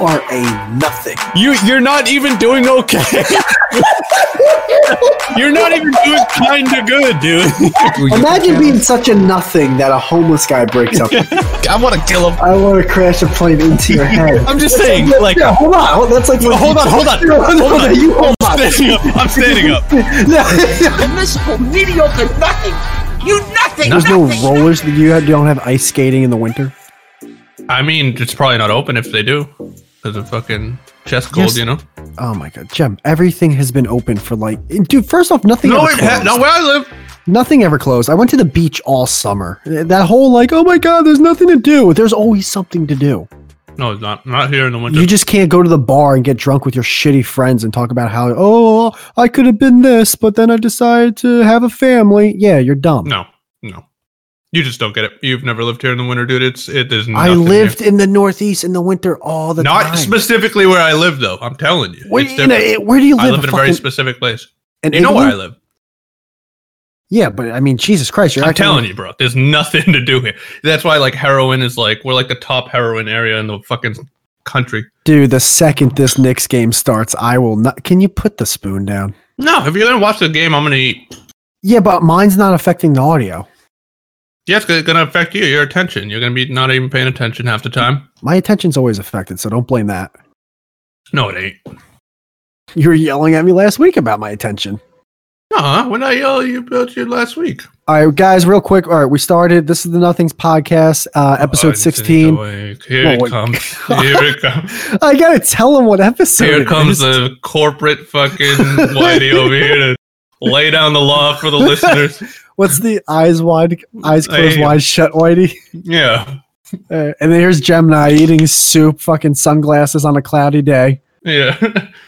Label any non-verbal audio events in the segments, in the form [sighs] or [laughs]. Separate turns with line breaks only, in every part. are a nothing.
You you're not even doing okay. [laughs] you're not even doing kind of good, dude.
Imagine being such a nothing that a homeless guy breaks
[laughs]
up. with you.
I want to kill him.
I want to crash a plane into your head.
I'm just saying, like,
Yeah, hold on. Hold- That's like when-
hold on,
[laughs]
hold on,
No, no,
hold
no,
on.
you [laughs] hold on.
I'm standing up. I'm standing up.
[laughs] No.
Miserable, mediocre, nothing. You nothing.
There's no
nothing.
rollers. that You don't have ice skating in the winter.
I mean, it's probably not open if they do. There's a fucking chest cold,
Yes.
you know.
Oh my god, Jeb! Everything has been open for like, dude. First off, nothing.
No,
ever
it ha-
closed.
not where I live.
Nothing ever closed. I went to the beach all summer. That whole like, oh my god, there's nothing to do. There's always something to do.
No, it's not. Not here in the winter.
You just can't go to the bar and get drunk with your shitty friends and talk about how, oh, I could have been this, but then I decided to have a family. Yeah, you're dumb.
no, no. You just don't get it. You've never lived here in the winter, dude. It's it. There's
I
nothing here.
lived in the Northeast in the winter all the
not
time.
specifically where I live, though. I'm telling you,
Where,
it's
you know,
different.
it- where do you live?
I live in a very
fucking-
specific place.
an
You know where I
igloo?
live.
Yeah, but I mean, Jesus Christ, you're
I'm
acting
telling
like-
you, bro. There's [laughs] nothing to do here. That's why, like, heroin is like we're like the top heroin area in the fucking country.
dude. The second this Knicks game starts, I will not. Can you put the spoon down?
No, if you're gonna watch the game, I'm gonna eat.
Yeah, but mine's not affecting the audio.
Yeah, it's gonna affect you, your attention. You're gonna be not even paying attention half the time.
My attention's always affected, so don't blame that.
No, it ain't.
You were yelling at me last week about my attention.
Uh-huh. When I yell, you built you last week.
All right, guys, real quick. All right, we started. This is the Nothings podcast, uh, episode
Unto the
16.
wake. Here
Oh,
it
wait.
comes. Here it comes.
I gotta tell him what episode.
Here
it
comes
is.
the corporate fucking whitey over here to lay down the law for the listeners.
What's the eyes wide, eyes closed,
Hey.
wide shut, Whitey?
Yeah.
Uh, and then here's Gemini eating soup, fucking sunglasses on a cloudy day. [laughs]
Yeah.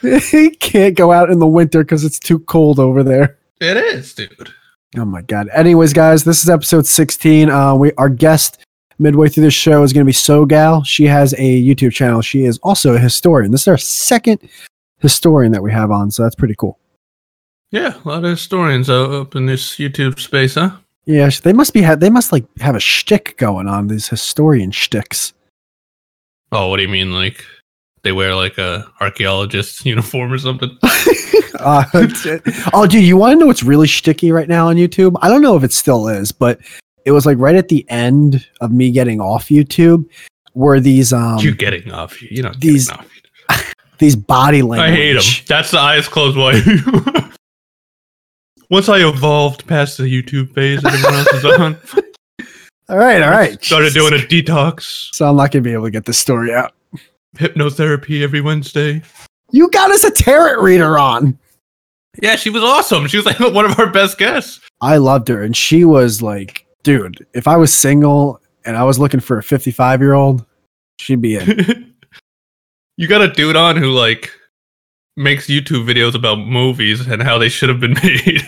[laughs]
he can't go out in the winter because it's too cold over there.
It is, dude.
Oh my god. Anyways, guys, this is episode 16. Uh, we our guest midway through the show is going to be SoGal. She has a YouTube channel. She is also a historian. This is our second historian that we have on, so that's pretty cool.
Yeah, a lot of historians out up in this YouTube space, huh?
Yeah, sh- they must be ha- they must like have a shtick going on these historian shticks.
Oh, what do you mean? Like they wear like a archaeologist's [laughs] uniform or something?
Uh, [laughs] t- oh, dude, you want to know what's really shticky right now on YouTube? I don't know if it still is, but it was like right at the end of me getting off YouTube were these um
you getting off? You know
these
these. Off.
these body
I
language.
hate them. That's the eyes closed white. [laughs] Once I evolved past the YouTube phase, that everyone else is [laughs] on.
All right, all right.
Started doing a detox,
So I'm not gonna be able to get this story out.
hypnotherapy every Wednesday.
You got us a tarot reader on.
Yeah, she was awesome. She was like [laughs] one of our best guests.
I loved her, and she was like, dude, if I was single and I was looking for a 55 year old, she'd be in.
[laughs] you got a dude on who like makes YouTube videos about movies and how they should have been [laughs] made.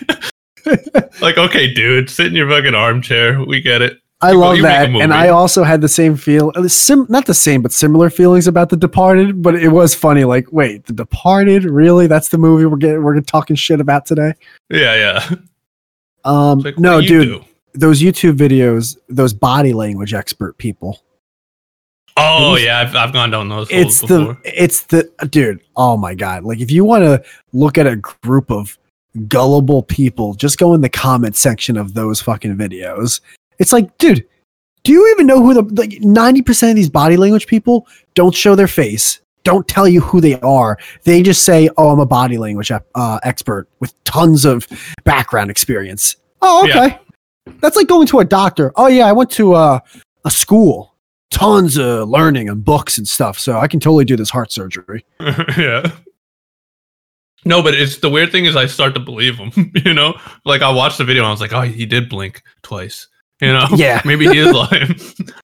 like, okay, dude, sit in your fucking armchair. We get it.
I
Well,
love
you make a
that,
movie.
and I also had the same feel, uh, sim, not the same, but similar feelings about The Departed. But it was funny. Like, wait, The Departed, really? That's the movie we're getting we're talking shit about today.
Yeah, yeah.
Um,
It's like,
no,
what do you
dude,
do?
those YouTube videos, those body language expert people,
Oh
It was-
yeah, I've, I've gone down those holes
it's the
before.
it's the dude oh my god like if you want to look at a group of gullible people just go in the comment section of those fucking videos it's like dude do you even know who the like 90% of these body language people don't show their face don't tell you who they are they just say oh i'm a body language ep- uh, expert with tons of background experience oh okay that's like going to a doctor oh yeah i went to uh, a school tons of learning and books and stuff, so I can totally do this heart
[laughs]
surgery.
yeah. No, but it's the weird thing is I start to believe him. [laughs] You know, like I watched the video and I was like, oh, he did blink twice. You know,
Yeah.
[laughs] maybe he is lying.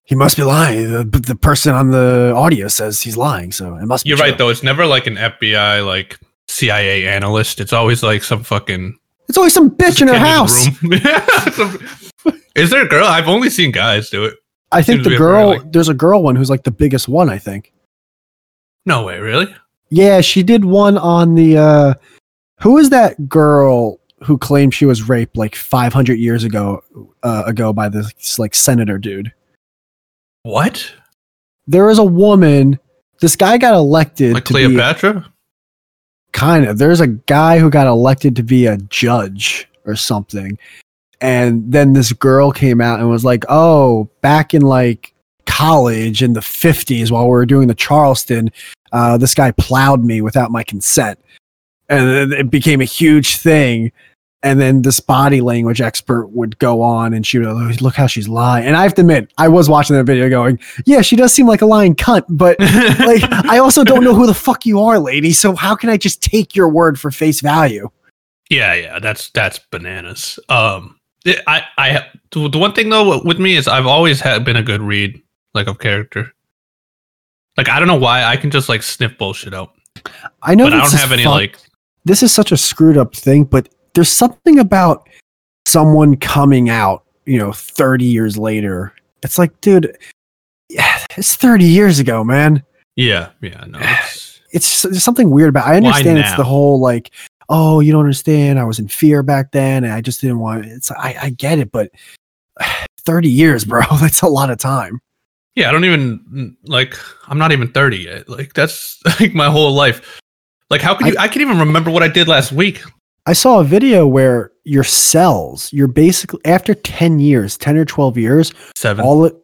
He must be lying. The, the person on the audio says he's lying, so it must be.
[laughs] You're
true.
right though. It's never like an FBI like CIA analyst. It's always like some fucking
It's always some bitch in her
kid
house.
Room. [laughs] Yeah, some- is there a girl? I've only seen guys do it.
I think
Seems
the
to be a
girl,
really-
there's a girl one who's like the biggest one, I think.
No way, really?
Yeah, she did one on the. Uh, who is that girl who claimed she was raped like 500 years ago uh, ago by this like senator dude?
What?
There is a woman. This guy got elected
Like
to be
Cleopatra?
kind of there's a guy who got elected to be a judge or something and then this girl came out and was like oh back in like college in the 50s while we were doing the charleston uh, this guy plowed me without my consent and then it became a huge thing and then this body language expert would go on and she would oh, look how she's lying and i have to admit i was watching that video going yeah she does seem like a lying cunt but [laughs] like I also don't know who the fuck you are, lady. So how can I just take your word for face value?
Yeah, yeah, that's that's bananas. Um, it- I, I, the the one thing though with me is I've always had been a good read, like of character. Like I don't know why I can just like sniff bullshit out,
I know
but I
this
don't
is
have any
fuck-
like.
this is such a screwed up thing, but there's something about someone coming out, you know, 30 years later. It's like, dude, yeah, it's 30 years ago, man.
Yeah, yeah, no. it's-
It's there's something weird about. I
Why
understand it's
now?
the whole like, oh, you don't understand. I was in fear back then, and I just didn't want. It's I, I get it, but [sighs] 30 years, bro, [laughs] that's a lot of time.
Yeah, I don't even like. I'm not even 30 yet. Like that's [laughs] like my whole life. Like how can you? I, can even remember what I did last week.
I saw a video where your cells, you're basically after 10 years, 10 or 12 years,
Seven.
all it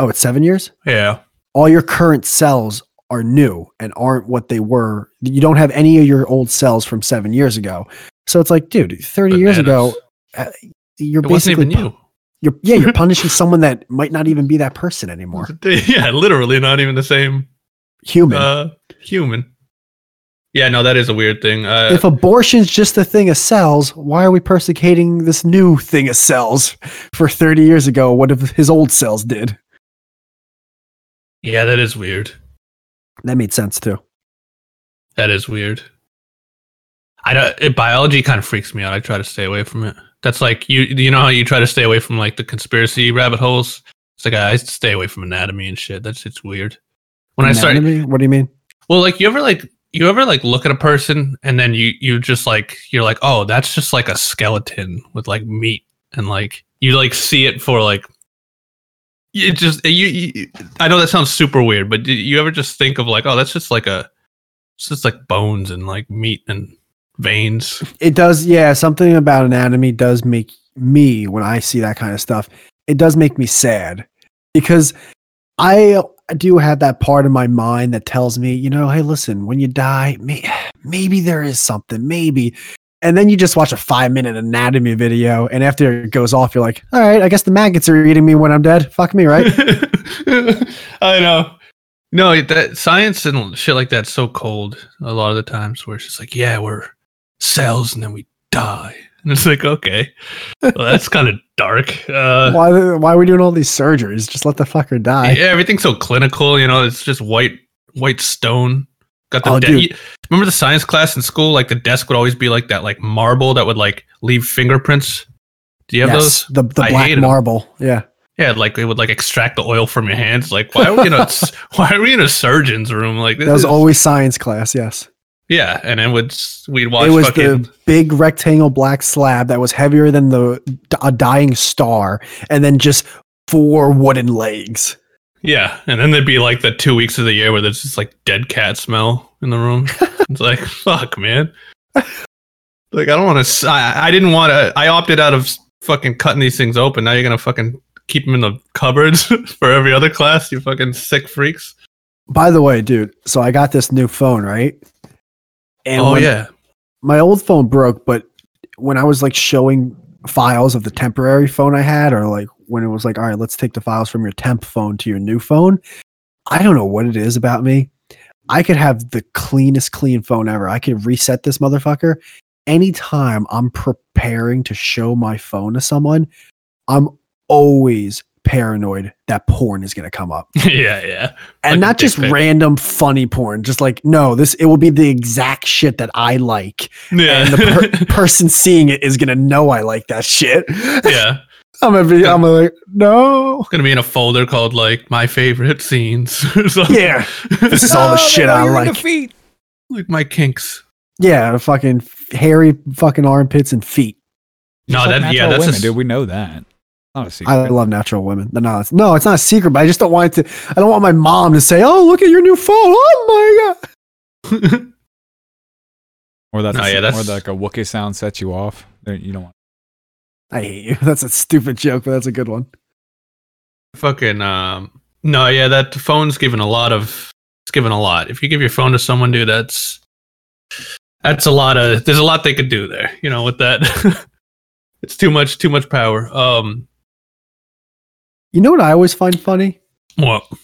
Oh, it's 7 years?
yeah.
All your current cells are new and aren't what they were. You don't have any of your old cells from 7 years ago. So it's like, dude, 30 years ago,
Bananas.
uh, you're
It wasn't
basically
even you.
you're yeah,
[laughs]
you're punishing someone that might not even be that person anymore.
Yeah, literally not even the same
Human.
uh human. Yeah, no, that is a weird thing. Uh,
if abortion's just a thing of cells, why are we persecuting this new thing of cells [laughs] for 30 years ago? What if his old cells did?
yeah, that is weird.
That made sense too.
That is weird. I don't. It, biology kind of freaks me out. I try to stay away from it. That's like you. You know how you try to stay away from like the conspiracy rabbit holes. It's like I stay away from anatomy and shit. That's it's weird. When I start,
Anatomy? what do you mean?
well, like you ever like you ever like look at a person and then you you just like you're like oh that's just like a skeleton with like meat and like you like see it for like it just you, you I know that sounds super weird but do you ever just think of like oh that's just like a it's just like bones and like meat and veins
It does, yeah. Something about anatomy does make me when I see that kind of stuff. It does make me sad because I do have that part of my mind that tells me, you know, hey, listen, when you die, may- maybe there is something, maybe. And then you just watch a five minute anatomy video, and after it goes off, you're like, all right, I guess the maggots are eating me when I'm dead. Fuck me,
[laughs]
right?
I know. No, it- that science and shit like that's so cold a lot of the times where it's just like, yeah, we're cells and then we die. And it's like, okay, well, that's kind of dark. Uh,
why, why are we doing all these surgeries? Just let the fucker die.
yeah, everything's so clinical, you know, it's just white, white stone. Got the
Oh,
de-
dude.
you- remember the science class in school? Like the desk would always be like that, like marble that would like leave fingerprints. Do you have those?
The, the
I
black
hated 'em.
marble. Yeah.
Yeah, like it would like extract the oil from your hands. Like, why are we in a
[laughs]
s- why are we in a surgeon's room? Like this
That was
is-
always science class, yes.
Yeah, and then would s- we'd watch
it was
fucking
the big rectangle black slab that was heavier than the a dying star, and then just four wooden legs.
yeah, and then there'd be like the two weeks of the year where there's just like dead cat smell in
[laughs]
the room. it's like fuck, man. Like I don't want to. I, I didn't want to. I opted out of s- fucking cutting these things open. Now you're gonna fucking keep them in the cupboards [laughs] for every other class. You fucking sick freaks.
By the way, dude, so I got this new phone, right? And
oh
when-
yeah, [laughs]
my old phone broke, but when I was like showing files of the temporary phone I had, or like when it was like, all right, let's take the files from your temp phone to your new phone, I don't know what it is about me. I could have the cleanest, clean phone ever. I could reset this motherfucker. Anytime I'm preparing to show my phone to someone, I'm always paranoid that porn is going to come up
yeah, yeah.
and
Like a
not
dick
just
pic.
random funny porn just like no this it will be the exact shit that i like
Yeah,
and the per- person seeing it is gonna know I like that shit.
[laughs]
[laughs]
yeah.
I'm gonna be, I'm like, no.
It's gonna be in a folder called like my favorite scenes. [laughs] or something.
Yeah, [laughs] this
[laughs]
is all
Oh,
the shit I like.
like my kinks.
Yeah, fucking hairy fucking armpits and feet.
No,
Just like
that yeah,
natural
that's a
women,
s-
dude. We know that. Not a secret.
I love natural women. No, No, it's, no, it's not a secret, but I just don't want it to. I don't want my mom to say, "Oh, look at your new phone." Oh my god!
or that,
No, yeah,
or
that's-
like a Wookiee sound sets you off. There- You don't want.
I hate you. [laughs] That's a stupid joke, but that's a good one.
[laughs] Fucking um no, yeah, that phone's given a lot of it's given a lot. If you give your phone to someone, dude, that's that's a lot of there's a lot they could do there, you know, with that. [laughs] it's too much too much power. Um
You know what I always find funny?
well [laughs] oh,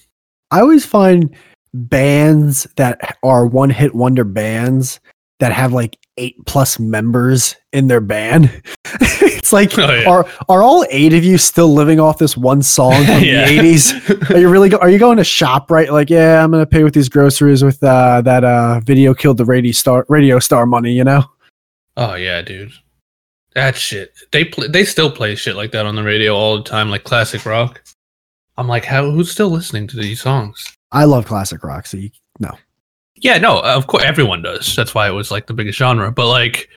I always find bands that are one hit wonder bands that have like eight plus members in their band. [laughs] it's like
Oh, yeah.
are are all eight of you still living off this one song
[laughs]
from
Yeah.
the eighties? Are you really go- are you going to shop right? Like, yeah, I'm gonna pay with these groceries with uh, that uh, video killed the radio star radio star money, you know?
Oh yeah, dude. That shit. They play. They still play shit like that on the radio all the time, like classic rock. I'm like, how? Who's still listening to these songs?
I love classic rock, so you,
Yeah, no, uh, of course everyone does. That's why it was like the biggest genre. But like,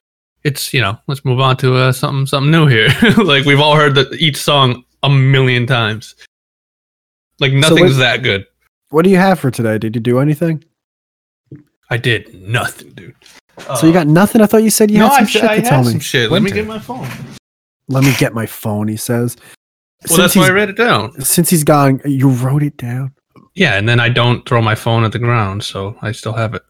it's you know, let's move on to uh, something something new here. [laughs] like we've all heard that each song a million times. Like nothing's that good.
what do you have for today? Did you do anything?
I did nothing, dude.
so you
Uh,
got nothing? I thought you said you
no,
had some
I,
shit
I
to tell
had
me.
some shit. Let me
Winter.
get my phone. Well,
Let me get my phone, he says.
that's
he's
why I read it down.
since he's gone, you wrote it down.
Yeah, and then I don't throw my phone at the ground, so I still have it.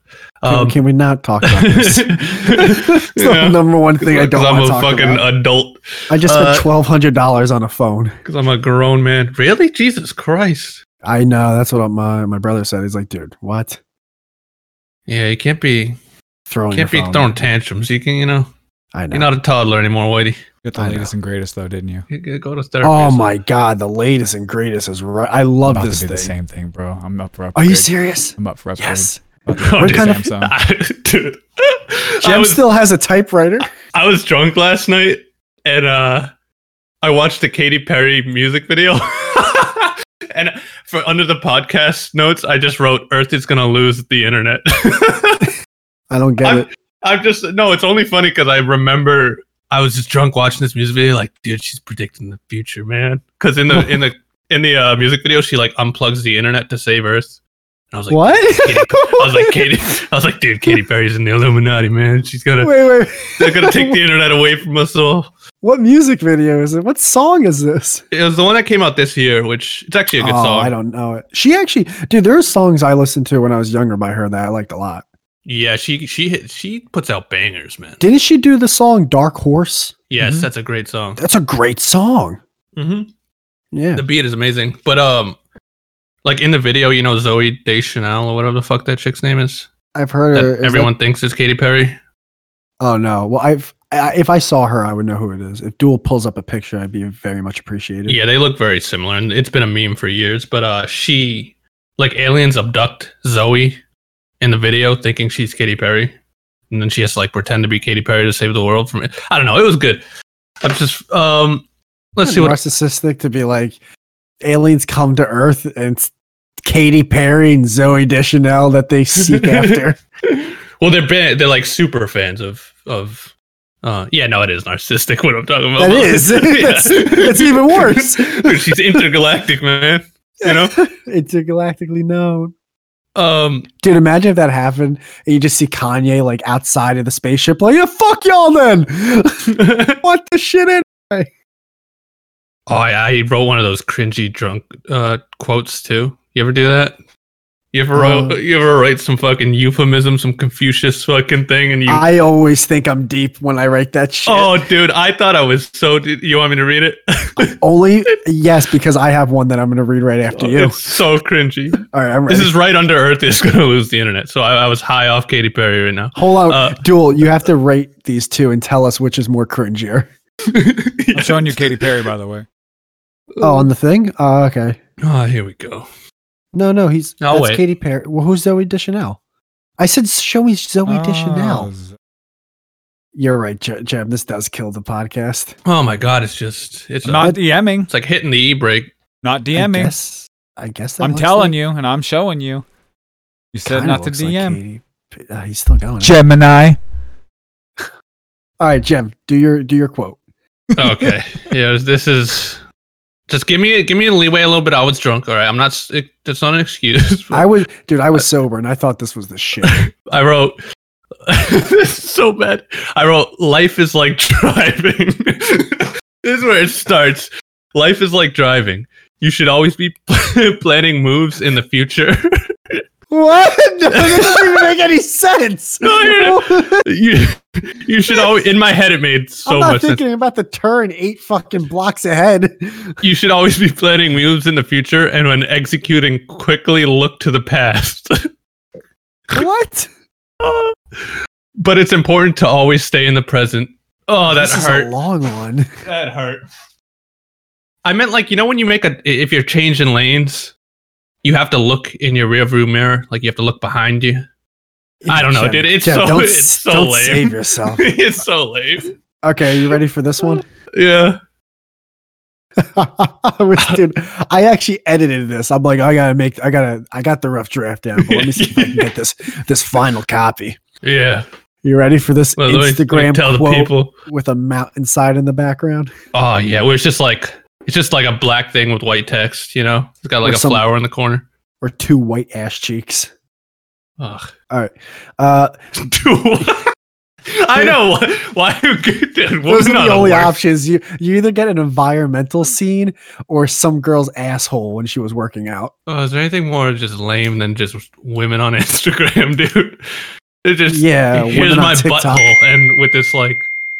Can,
Um,
can we not talk
[laughs]
about this? [laughs] it's the
Yeah.
number one thing I don't
am
want
a
to talk
fucking
about.
adult.
I just spent
uh,
twelve hundred dollars on a phone.
Because I'm a grown man. Really, Jesus Christ!
I know that's what my my brother said. He's like, dude, what?
Yeah, you can't be
Throwing
can't be
your phone.
throwing tantrums. You can, you know,
I know.
you're not a toddler anymore, Whitey.
You got the
I
latest and greatest though, didn't you?
You g- Go to therapy.
oh my god, the latest and greatest is right. I love
about
this
to do
thing.
the same thing, bro. I'm up for upgrade.
Are you serious?
I'm up for upgrade.
Yes.
About to
We're
upgrade
kind of-
Samsung.
[laughs] dude. I
Jem
was,
still has a typewriter.
I was drunk last night, and uh, I watched the Katy Perry music video. [laughs] and for under the podcast notes, I just wrote "Earth is gonna lose the internet." [laughs]
I don't get
I'm-
it.
I'm just no. It's only funny because I remember I was just drunk watching this music video. Like, dude, she's predicting the future, man. Because in the in the in the uh, music video, she like unplugs the internet to save Earth. And I was like,
what?
Katy- I
[laughs]
was like, Katie. I was like, dude, Katy Perry's in the Illuminati, man. She's gonna
wait, wait.
they're gonna take the internet away from us all.
What music video is it? What song is this?
It was the one that came out this year, which it's actually a good
oh,
song.
I don't know it. She actually, dude, there are songs I listened to when I was younger by her that I liked a lot.
yeah, she she hit, she puts out bangers, man.
Didn't she do the song Dark Horse?
yes,
Mhm.
that's a great song.
That's a great song.
Mm-hmm.
Yeah.
The beat is amazing. But um like in the video, you know Zoe Deschanel or whatever the fuck that chick's name is.
I've heard
that
her. is
everyone thinks is Katy Perry.
that- oh, no. Well, I've. I, if I saw her, I would know who it is. If Duel pulls up a picture, I'd be very much appreciated.
Yeah, they look very similar and it's been a meme for years, but uh she like aliens abduct Zoe in the video thinking she's Katy Perry. And then she has to like pretend to be Katy Perry to save the world from it. I don't know, it was good. I'm just um let's
It's
see what
narcissistic to be like aliens come to Earth and it's Katy Perry and Zoe Deschanel that they
[laughs]
seek after.
well they're ban- they're like super fans of of uh yeah no it is narcissistic what i'm talking about
That
[laughs]
is.
Oh,
[laughs]
Yeah.
That's- that's even worse.
[laughs] Dude, she's intergalactic man you know
Intergalactically known. [laughs]
um
Dude, imagine if that happened and you just see Kanye like outside of the spaceship, like, yeah, fuck y'all then. [laughs] what the shit in?
oh I, I wrote one of those cringy drunk uh quotes too you ever do that you ever wrote
Uh,
you ever write some fucking euphemism some confucius fucking thing and you
I always think I'm deep when I write that shit.
oh dude i thought i was so you want me to read it [laughs]
Only yes, because I have one that I'm going to read right after you.
it's so cringy
All right, I'm ready.
Oh, This is right under Earth is going to lose the internet. So I, I was high off Katy Perry right now.
Hold on,
uh,
Duel. You have to rate these two and tell us which is more cringier.
[laughs]
I'm showing you Katy Perry, by the way.
Oh, on the thing. Oh, okay.
Oh, here we go.
No, no, he's
No,
that's
wait.
Katy Perry. Well, who's Zoe Deschanel? I said, show me Zoe
Oh,
Deschanel.
z-
You're right, Je- Jeb. This does kill the podcast.
Oh my God, it's just it's
Not DMing.
it's like hitting the e brake.
Not
I
DMing.
guess. I guess that
I'm telling you, and I'm showing you. You said not to DM.
uh, he's still going.
Gemini.
All right, Jim, do your do your quote. [laughs]
Okay, yeah, this is Just give me give me a leeway a little bit. I was drunk. All right, I'm not. s- It, that's not an excuse.
I was, dude, I was sober and I thought this was the shit.
[laughs] I wrote. [laughs] this is so bad. I wrote. Life is like driving. [laughs] this is where it starts. Life is like driving. You should always be [laughs] planning moves in the future.
[laughs]
[laughs]
what? [laughs] No, that doesn't even make any [laughs] sense.
No, you're- you, you should always. In my head, it made so
I'm not
much sense.
thinking about the turn eight fucking blocks ahead.
You should always be planning moves in the future, and when executing, quickly look to the past.
[laughs]
[laughs]
What?
but it's important to always stay in the present. Oh, that
this is
hurt.
a long one.
That hurt. I meant like you know when you make a i- if you're changing lanes, you have to look in your rearview mirror. Like you have to look behind you. [laughs] I don't know, dude, it's so-
don't,
it's
s-
so
don't
lame.
save yourself.
it's so lame.
Okay, you ready for this
[laughs]
one? [laughs]
Yeah.
I was- dude, I actually edited this. I'm like, I gotta make, I gotta, I got the rough draft down. But let me see if I can get this this final copy.
Yeah.
You ready for this
Well, let me- let me
Instagram
tell the
quote
people.
with a mountainside in the background?
Oh yeah, where it's just like it's just like a black thing with white text. You know, it's got
Or
like a
some-
flower in the corner. [laughs]
Or two white ass cheeks.
Ugh.
Uh,
Dude, I know [laughs] why. why dude,
those
women
are
are
the only
worst.
options. You you either get an environmental scene or some girl's asshole when she was working out.
Oh, is there anything more just lame than just women on [laughs] Instagram, dude? It just
Yeah,
here's
women on
my
TikTok.
butthole, and with this like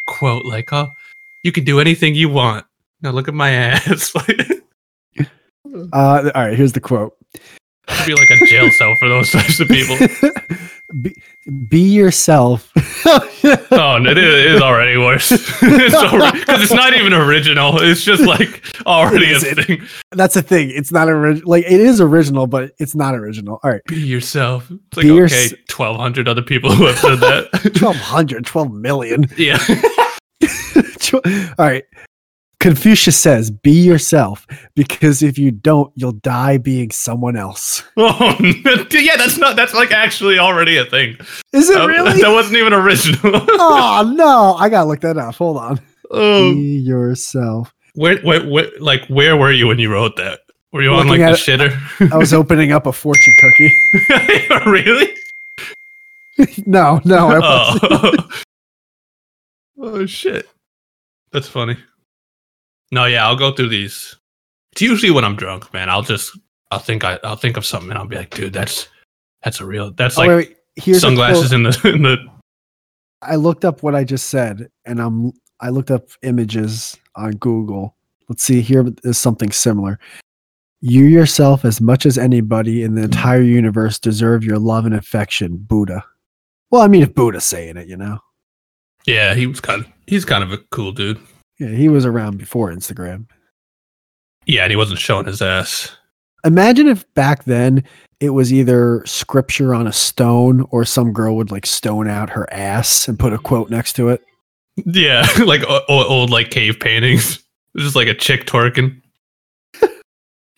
quote, like, "Oh, you can do anything you want." Now look at my [laughs] ass. Like, it'd
Uh, all right, here's the quote.
be like a jail cell for those types of
[laughs]
people.
be, be yourself. [laughs]
Oh, no, it is it is already worse. [laughs] it's
[laughs]
because it's not even original. It's just like already a
It isn't.
thing.
That's the thing. It's not original. Like it is original, but it's not original. All right,
Be yourself. It's like
Be yours-
okay, twelve hundred other people who have said
[laughs]
that.
1200, 12 million.
yeah.
[laughs] All right. Confucius says, "Be yourself, because if you don't, you'll die being someone else."
[laughs] Oh, [laughs] yeah. That's not. That's like actually already a
[laughs]
thing.
Is it
[laughs] That-
really?
Oh, That wasn't even original.
[laughs]
[laughs]
oh no! I gotta look that up. Hold on.
um,
be yourself.
where, where, where, like, where were you when you wrote that? Were you on like
Looking
the
at I
shitter?
was opening up a fortune cookie. [laughs]
[laughs] really?
no, no. I wasn't.
Oh. [laughs] oh shit, that's funny. No, yeah, I'll go through these. It's usually when I'm drunk, man. I'll just, I'll think, I, I'll think of something, and I'll be like, dude, that's, that's a real, that's
Oh,
like
wait, wait, here's a
sunglasses
quote.
in the, [laughs] in the.
I looked up what I just said, and I'm I looked up images on Google. Let's see. Here is something similar. You yourself, as much as anybody in the entire universe, deserve your love and affection, Buddha. Well, I mean, if Buddha's saying it, you know,
Yeah, he was kind of, he's kind of a cool dude.
yeah, he was around before Instagram.
Yeah, and he wasn't showing his ass.
Imagine if back then it was either scripture on a stone or some girl would like stone out her ass and put a quote next to it.
Yeah, [laughs] like o- o- old like cave paintings. [laughs] It's Just like a chick twerking. [laughs]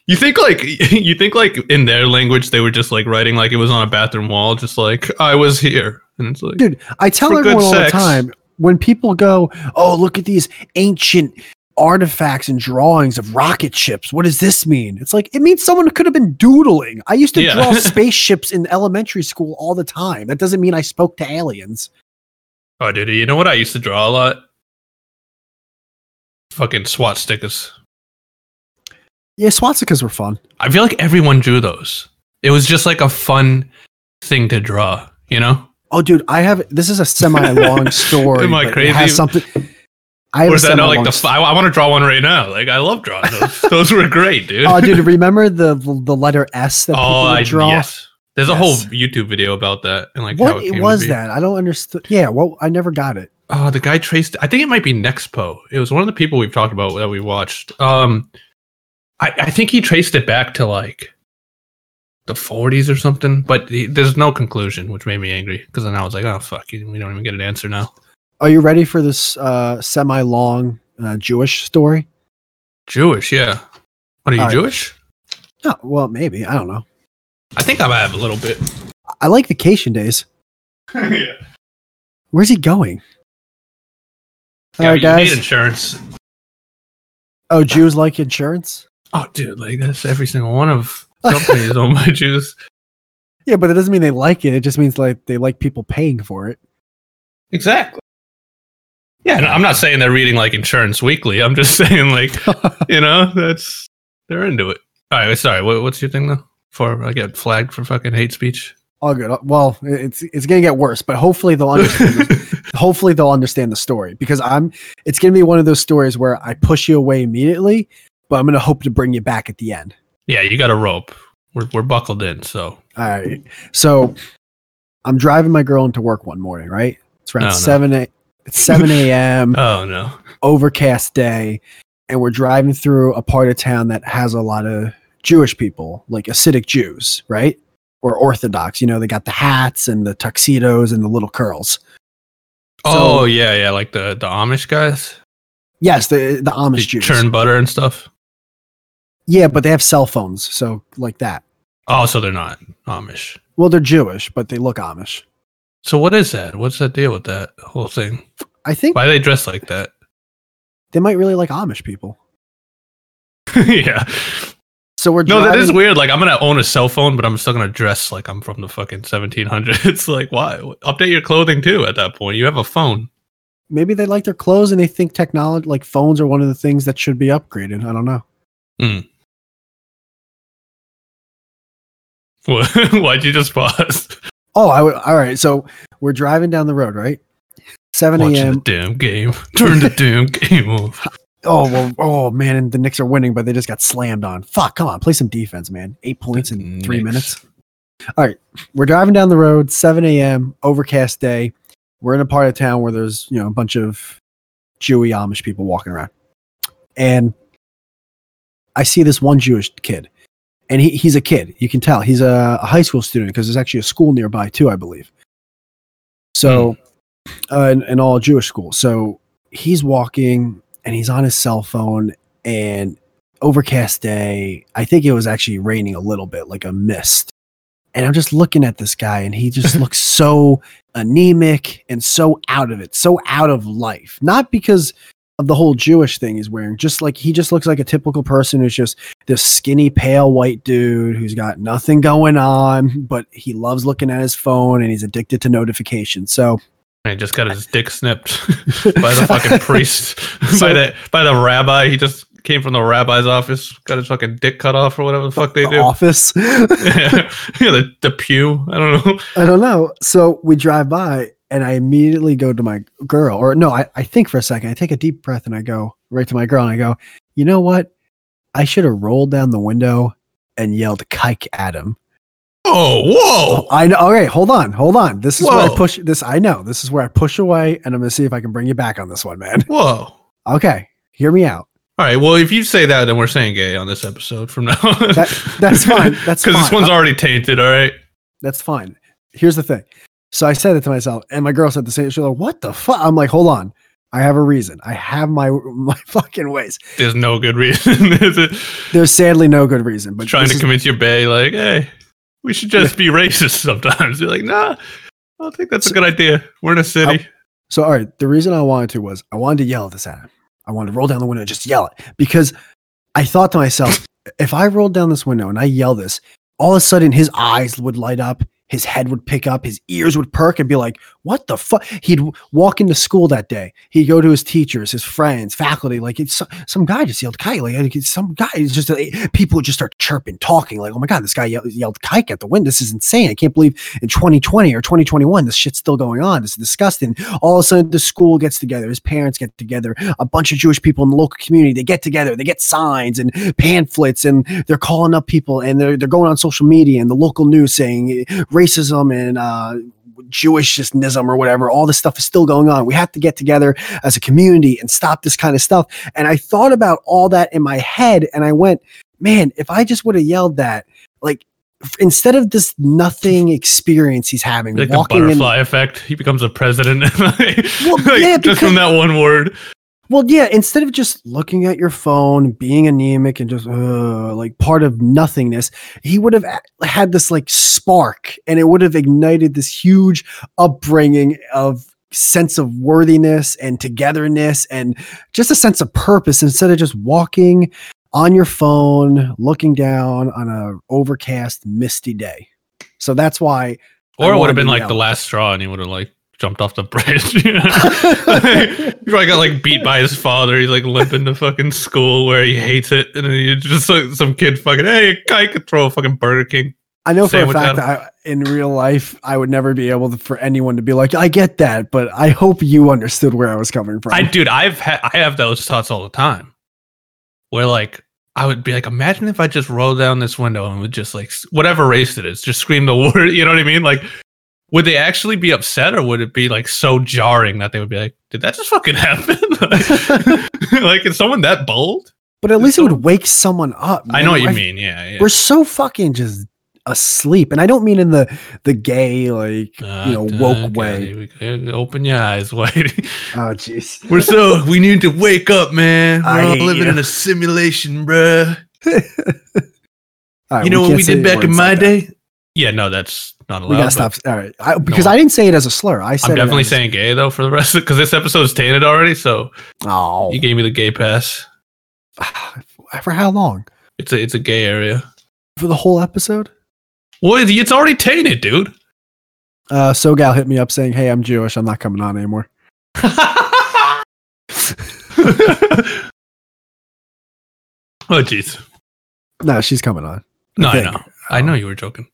You think like [laughs] you think like in their language they were just like writing like it was on a bathroom wall, just like I was here, and it's like
Dude, I tell
For good
everyone all the
sex.
time when people go, "Oh, look at these ancient artifacts and drawings of rocket ships. What does this mean?" It's like it means someone could have been doodling. I used to
Yeah. [laughs]
draw spaceships in elementary school all the time. That doesn't mean I spoke to aliens.
oh, dude, you know what I used to draw a lot? Fucking SWAT stickers.
Yeah, swastikas were fun.
I feel like everyone drew those. It was just like a fun thing to draw, you know?
Oh, dude, I have this is a semi long
[laughs]
story.
Am I
but it
crazy?
Has something. I have
Or
a
is that not like
semi-long
the? F- I, want to draw one right now. Like I love drawing those.
[laughs]
those were great, dude.
Oh,
[laughs]
dude, remember the the letter S that people would draw?
Oh, Yes. There's a whole
Yes.
YouTube video about that and like how
What
it,
it
came to
was
be.
that? I don't understand. Yeah, well, I never got it.
Oh, the guy traced. I think it might be Nexpo. It was one of the people we've talked about that we watched. Um, I, I think he traced it back to like the 40s or something, but he, there's no conclusion, which made me angry because then I was like, oh fuck, we don't even get an answer now.
Are you ready for this uh, semi long uh, Jewish story?
Jewish, yeah. What are you
All right.
Jewish?
No, well, maybe I don't know.
I think I might have a little bit.
I like vacation days.
yeah.
Where's he going? All
Yeah,
right,
you need
guys.
insurance.
Oh, Jews like insurance.
oh, dude, like that's every single one of companies on
[laughs]
my juice.
Yeah, but it doesn't mean they like it. It just means like they like people paying for it.
Exactly. Yeah, and I'm not saying they're reading like Insurance Weekly. I'm just [laughs] saying like, you know, that's they're into it. All right, sorry. What, what's your thing though? For I get flagged for fucking hate speech.
All good. Uh, Well, it's it's gonna get worse, but hopefully
[laughs]
they'll understand. the- hopefully they'll understand the story because I'm. It's gonna be one of those stories where I push you away immediately, but I'm gonna hope to bring you back at the end.
yeah, you got a rope. We're we're buckled in. So
All right. So I'm driving my girl into work one morning. Right. It's around
Oh, No, no.
seven. A, it's seven
[laughs]
a.m.
oh no,
overcast day and we're driving through a part of town that has a lot of Jewish people, like Hasidic Jews, right? Or Orthodox, you know, they got the hats and the tuxedos and the little curls.
oh yeah, yeah, like the the Amish guys,
Yes, the the
They
Amish Jews.
churn butter and stuff.
Yeah, but they have cell phones, so like that.
Oh, so they're not Amish.
Well, they're Jewish, but they look Amish.
So what is that? What's that deal with that whole thing?
I think
Why they dress like that? [laughs]
they might really like Amish people.
yeah.
So we're
No,
driving,
that is weird. Like I'm gonna own a cell phone, but I'm still gonna dress like I'm from the fucking 1700s. [laughs] like why? Update your clothing too. At that point, you have a phone. [laughs]
maybe they like their clothes and they think technology like phones are one of the things that should be upgraded. I don't know.
Why'd you just pause?
Oh, I would, all right. So we're driving down the road, right? 7
Watching
a.m.
the damn game. [laughs] Turn the damn game off.
[laughs] Oh well, oh man, and the Knicks are winning, but they just got slammed on. Fuck, come on, play some defense, man. Eight points in three
Knicks.
minutes. All right, we're driving down the road, 7 a.m., overcast day. We're in a part of town where there's you know a bunch of Jewy Amish people walking around, and I see this one Jewish kid, and he, he's a kid. You can tell he's a, a high school student because there's actually a school nearby too, I believe. So, uh, an, an all Jewish school. So he's walking and he's on his cell phone and overcast day i think it was actually raining a little bit like a mist and i'm just looking at this guy and he just looks so anemic and so out of it so out of life not because of the whole jewish thing he's wearing just like he just looks like a typical person who's just this skinny pale white dude who's got nothing going on but he loves looking at his phone and he's addicted to notifications so
I just got his dick snipped [laughs] by the fucking priest, [laughs] by the by the rabbi. He just came from the rabbi's office, got his fucking dick cut off or whatever the fuck they
the
do.
office
[laughs]
[laughs]
yeah, the, the pew. I don't know.
I don't know. So we drive by and I immediately go to my girl, or no, I, I think for a second, I take a deep breath and I go right to my girl and I go, you know what? I should have rolled down the window and yelled kike at him.
Oh, whoa!
I know. Okay, hold on, hold on. This is where I
Whoa.
push this. I know this is where I push away and I'm going to see if I can bring you back on this one, man. [laughs]
Whoa.
Okay. Hear me out.
All right. Well, if you say that, then we're saying gay on this episode from now. [laughs] on.
That- that's fine, that's
because this
fine. Uh,
one's already tainted. All right.
That's fine. Here's the thing. So I said it to myself, and my girl said the same. She's like, "What the fuck?" I'm like, "Hold on, I have a reason. I have my [laughs] my fucking ways."
There's no good reason. [laughs] is it?
There's sadly no good reason, but
Trying
this
to
is-
convince your bae, like, hey, we should just be racist sometimes. [laughs] You're like, nah. I don't think that's a good idea. We're in a city.
So, all right, the reason I wanted to was I wanted to yell this at him. I wanted to roll down the window and just yell it because I thought to myself, if I rolled down this window and I yell this, all of a sudden his eyes would light up, his head would pick up, his ears would perk and be like, what the fuck? He'd w- walk into school that day. He'd go to his teachers, his friends, faculty. Like, it's so- some guy just yelled kike. Like, like, it's some guy is just, like, people would just start chirping, talking. Like, oh my God, this guy yelled, yelled kike at the window. This is insane. I can't believe in 2020 or 2021, this shit's still going on. This is disgusting. All of a sudden, the school gets together, his parents get together, a bunch of Jewish people in the local community. They get together, they get signs and pamphlets, and they're calling up people, and they're they're going on social media and the local news saying eh, racism and. Uh, Jewishnessism or whatever, all this stuff is still going on. We have to get together as a community and stop this kind of stuff. And I thought about all that in my head and I went, man, if I just would have yelled that, like f- instead of this nothing experience he's having,
Like the
walking in.
butterfly effect. He becomes a president. [laughs]
Well,
Like,
yeah,
just from
because-
that one word.
Well, yeah, instead of just looking at your phone, being anemic and just uh, like part of nothingness, he would have a- had this like spark and it would have ignited this huge upbringing of sense of worthiness and togetherness and just a sense of purpose instead of just walking on your phone, looking down on a overcast, misty day. So that's why. I
Or it would
wanted
have been
to
like
yell.
the last straw, and he would have like jumped off the [laughs] bridge. you know? he probably got like beat by his father. He's like limping to fucking school where he hates it, and then you just like, some kid fucking hey, I could throw a fucking Burger King.
I know for a
sandwich
fact that I, in real life, I would never be able to, for anyone to be like, I get that, but I hope you understood where I was coming from.
I dude, I've had I have those thoughts all the time, where like I would be like, imagine if I just rolled down this window and would just like s- whatever race it is, just scream the [laughs] word. You know what I mean? Like, would they actually be upset, or would it be like so jarring that they would be like, did that just fucking [laughs] happen? like, [laughs] like, is someone that bold?
but at least it
so-
would wake someone up.
I
man.
know what you
I've-
mean. Yeah, yeah.
We're so fucking just asleep, and I don't mean in the the gay like you know woke
Uh, okay,
way.
we- uh, Open your eyes, Whitey.
Oh jeez. [laughs]
[laughs] We're so we need to wake up, man. We're
I
all
hate
living
you.
in a simulation, bruh.
All right,
you know what
can't
we
say
did back in
words
my
like that.
day? Yeah, no, that's not allowed.
We gotta
but
stop. All right, I, because I didn't say it as a slur. I said
I'm
it
definitely
as-
saying gay though for the rest of because this episode's tainted already. So
Oh,
you gave me the gay pass.
[sighs] for how long?
It's a it's a gay area.
For the whole episode?
Well, it's already tainted, dude. [laughs]
Uh, SoGal hit me up saying, "Hey, I'm Jewish. I'm not coming on anymore."
oh jeez.
No, she's coming on.
No, I
think.
know. I know you were joking.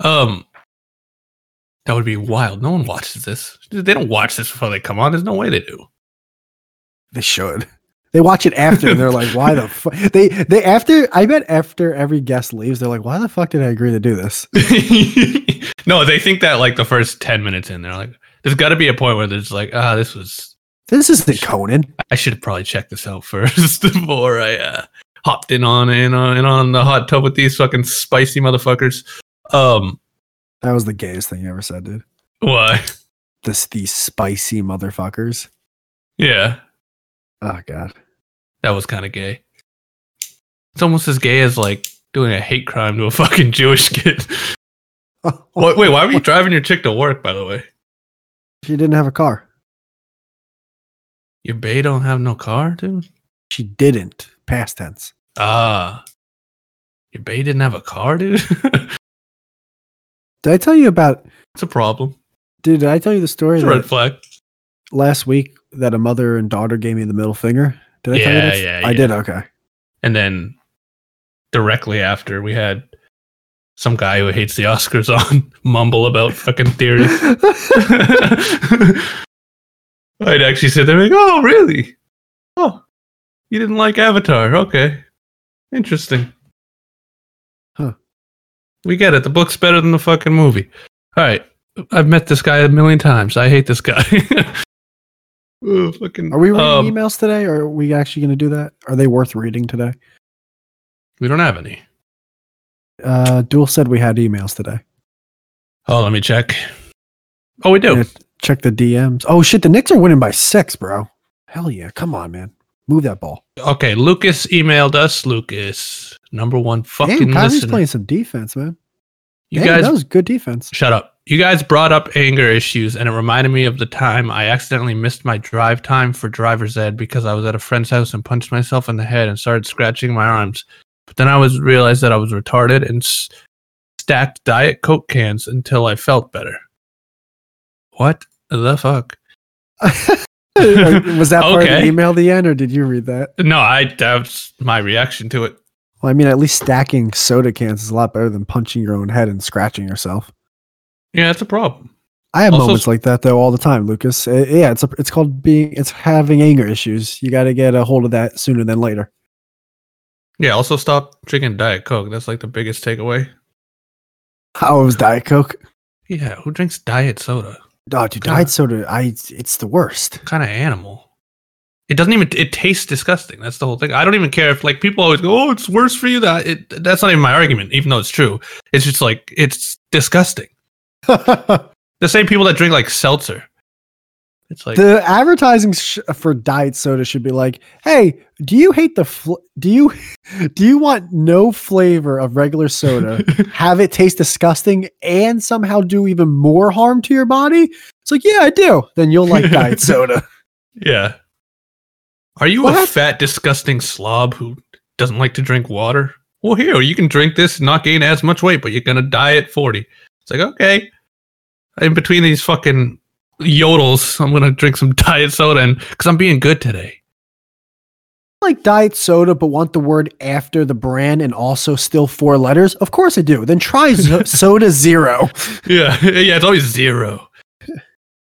Um, that would be wild. No one watches this. They don't watch this before they come on. There's no way they do.
They
[laughs]
should. They watch it after and they're like, "Why the fuck?" They they after I bet after every guest leaves, they're like, "Why the fuck did I agree to do this?"
[laughs] no, they think that like the first ten minutes in, they're like, "There's got to be a point where there's like, ah, this was
This isn't Conan.
I should probably check this out [laughs] first before I uh, hopped in on in on in on the hot tub with these fucking spicy motherfuckers. Um,
That was the gayest thing you ever said, dude.
why? [laughs]
This these spicy motherfuckers.
Yeah,
Oh god. [laughs]
that was kind of gay. It's almost as gay as like doing a hate crime to a [laughs] fucking Jewish kid. [laughs] Wait, wait, why were you driving your chick to work? By the way,
She didn't have a car.
your bae don't have no car, dude.
She didn't. Past tense.
Ah, your bae didn't have a car, dude. [laughs]
Did I tell you about?
it's a problem.
Dude, did I tell you the story
It's a
that
red flag.
last week that a mother and daughter gave me the middle finger? Did I tell you
Yeah,
that?
yeah,
I did. Okay.
and then directly after we had some guy who hates the Oscars on [laughs] mumble about fucking theory.
[laughs]
I'd actually sit there and be like, "Oh, really? Oh, you didn't like Avatar? Okay, interesting.
Huh.
We get it. The book's better than the fucking movie. All right, I've met this guy a million times. I hate this guy. [laughs] Ooh, fucking.
Are we reading
um,
emails today? Or are we actually going to do that? Are they worth reading today?
We don't have any.
Uh, Duel said we had emails today.
Oh, let me check. Oh, we do.
Yeah, check the DMs. Oh shit, the Knicks are winning by six, bro. Hell yeah! Come on, man, move that ball.
Okay, Lucas emailed us. Lucas, number one fucking
Damn, Kyrie's
listener.
playing some defense, man.
You
Damn, that
guys,
was good defense. [laughs]
shut up. You guys brought up anger issues, and it reminded me of the time I accidentally missed my drive time for driver's ed because I was at a friend's house and punched myself in the head and started scratching my arms. But then I was realized that I was retarded and s- stacked diet coke cans until I felt better. What the fuck?
was that part of
Okay.
the email the end, or did you read that?
No, I that's my reaction to it.
Well, I mean, at least stacking soda cans is a lot better than punching your own head and scratching yourself.
Yeah, it's a problem.
I have
Also-
moments like that though all the time, Lucas. Uh, yeah, it's a, it's called being it's having anger issues. You got to get a hold of that sooner than later. [laughs]
Yeah, also stop drinking Diet Coke. That's like the biggest takeaway.
Oh, it was Diet Coke.
Yeah, who drinks diet soda?
Oh, dude,
God.
diet soda. I it's the worst.
What kind of animal? It doesn't even it tastes disgusting. That's the whole thing. I don't even care if like people always go, "Oh, it's worse for you." That it that's not even my argument, even though it's true. It's just like it's disgusting.
[laughs]
The same people that drink like seltzer. It's like
the advertising sh- for diet soda should be like, "Hey, do you hate the fl- do you [laughs] do you want no flavor of regular soda?
[laughs] uh,
have it taste disgusting and somehow do even more harm to your body?" It's like, "Yeah, I do." Then you'll like diet soda.
yeah. Are you a
What?
fat disgusting slob who doesn't like to drink water. Well, here you can drink this and not gain as much weight, but you're gonna die at forty. It's like okay. In between these fucking yodels, I'm gonna drink some [laughs] diet soda and because I'm being good today.
like diet soda, but want the word after the brand and also still four letters? Of course I do. Then try zo- soda zero.
Yeah, [laughs] yeah, it's always zero.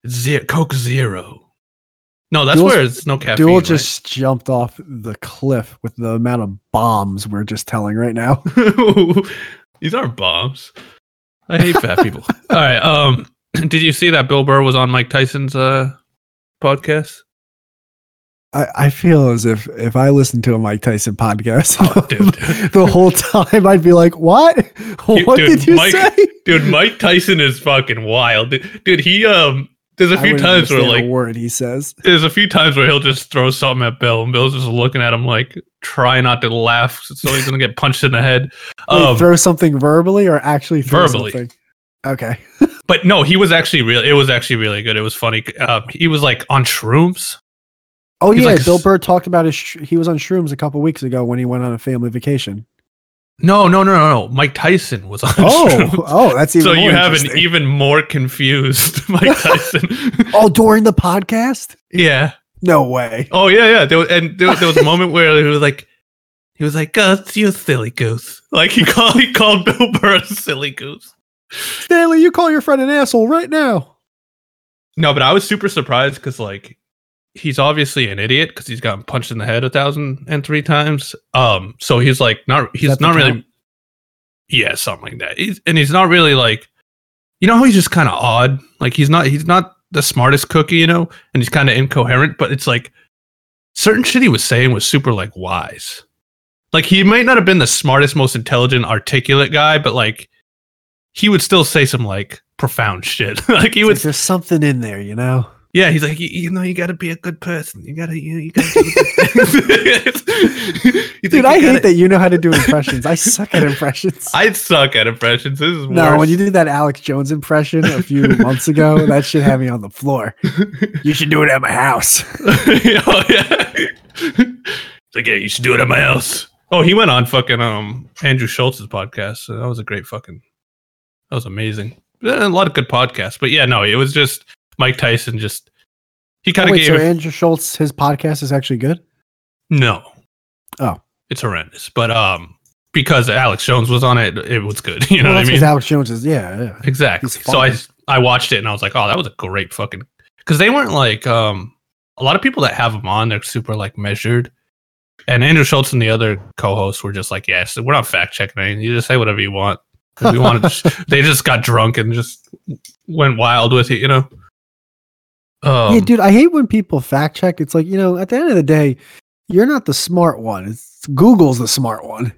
Zero Coke Zero. No, that's
Dual's-
where it's no caffeine.
Duel
right?
just jumped off the cliff with the amount of bombs we're just telling right now.
[laughs] These are bombs. I hate
[laughs]
fat people. All right. Um, [clears throat] did you see that Bill Burr was on Mike Tyson's uh
[laughs]
podcast?
I, I feel as if if I listened to a Mike Tyson podcast
Oh,
[laughs]
dude.
the whole time, I'd be like, "What? [laughs] what
dude,
did you
Mike-
say?"
Dude, Mike Tyson is fucking wild. Dude, dude, he um, there's a
I
few
wouldn't
times where
understand a
like
word he says.
there's a few times where he'll just throw something at Bill, and Bill's just looking at him like try not to laugh, so he's gonna get punched in the head.
[laughs] Wait,
Um,
throw something verbally or actually throw
Verbally.
Something? Okay.
but no, he was actually real. It was actually really good. It was funny. Um, he was like on shrooms.
Oh
He's
yeah,
like a
Bill
s-
Burr talked about his. Sh- he was on shrooms a couple weeks ago when he went on a family vacation.
No, no, no, no, no. Mike Tyson was [laughs] on.
Oh,
[laughs] Shrooms.
oh, that's even
so
more
you have an
interesting.
even more confused [laughs] Mike
[laughs]
Tyson.
oh during the podcast?
yeah.
No way.
Oh yeah, yeah. There was, and there, was- there was a moment where he was like, he was like, "Uh, you silly goose." Like he called he called Bill Burr a silly goose.
Stanley, you call your friend an asshole right now.
No, but I was super surprised because like he's obviously an idiot because he's gotten punched in the head a thousand and three times. Um, so he's like not he's
that the
not really,
count?
yeah, something like that. He's, and he's not really like, you know how he's just kind of odd. Like he's not he's not the smartest cookie, you know, and he's kind of incoherent. But it's like certain shit he was saying was super like wise. Like he might not have been the smartest, most intelligent, articulate guy, but like he would still say some like profound shit. [laughs] like he
It's
would
like, there's something in there, you know.
yeah, he's like, you, you know, you got to be a good person. You got to, you, you got to. [laughs] Dude,
Dude, I hate that you know how
[laughs]
to do impressions. I suck at impressions.
I suck at impressions. This is
no,
worse. [laughs]
when you did that Alex Jones impression a few months ago, that should have me on the
[laughs]
floor. You should do it at my house.
oh, yeah. [laughs] It's like, yeah, you should do it at my house. Oh, he went on fucking um Andrew Schultz's podcast. So that was a great fucking. That was amazing. Yeah, A lot of good podcasts, but yeah, no, it was just Mike Tyson. Just he kind
Oh,
of
wait,
gave
so
a-
Andrew Schultz, his podcast is actually good.
No.
Oh.
It's horrendous. But um because Alex Jones was on it, it was good. [laughs] You know
Well,
what I
that's 'cause
mean?
Alex Jones is yeah, yeah.
exactly.
he's
So I
funny.
I watched it and I was like, oh, that was a great fucking because they weren't like um a lot of people that have him on, they're super like measured. And Andrew Schultz and the other co-hosts were just like, yes, we're not fact checking anything. You just say whatever you want. 'Cause We wanted to- they just got drunk and just went wild with it, you know. Um,
yeah, dude, I hate when people fact check. It's like, you know, at the end of the day, you're not the smart one. It's Google's the smart one.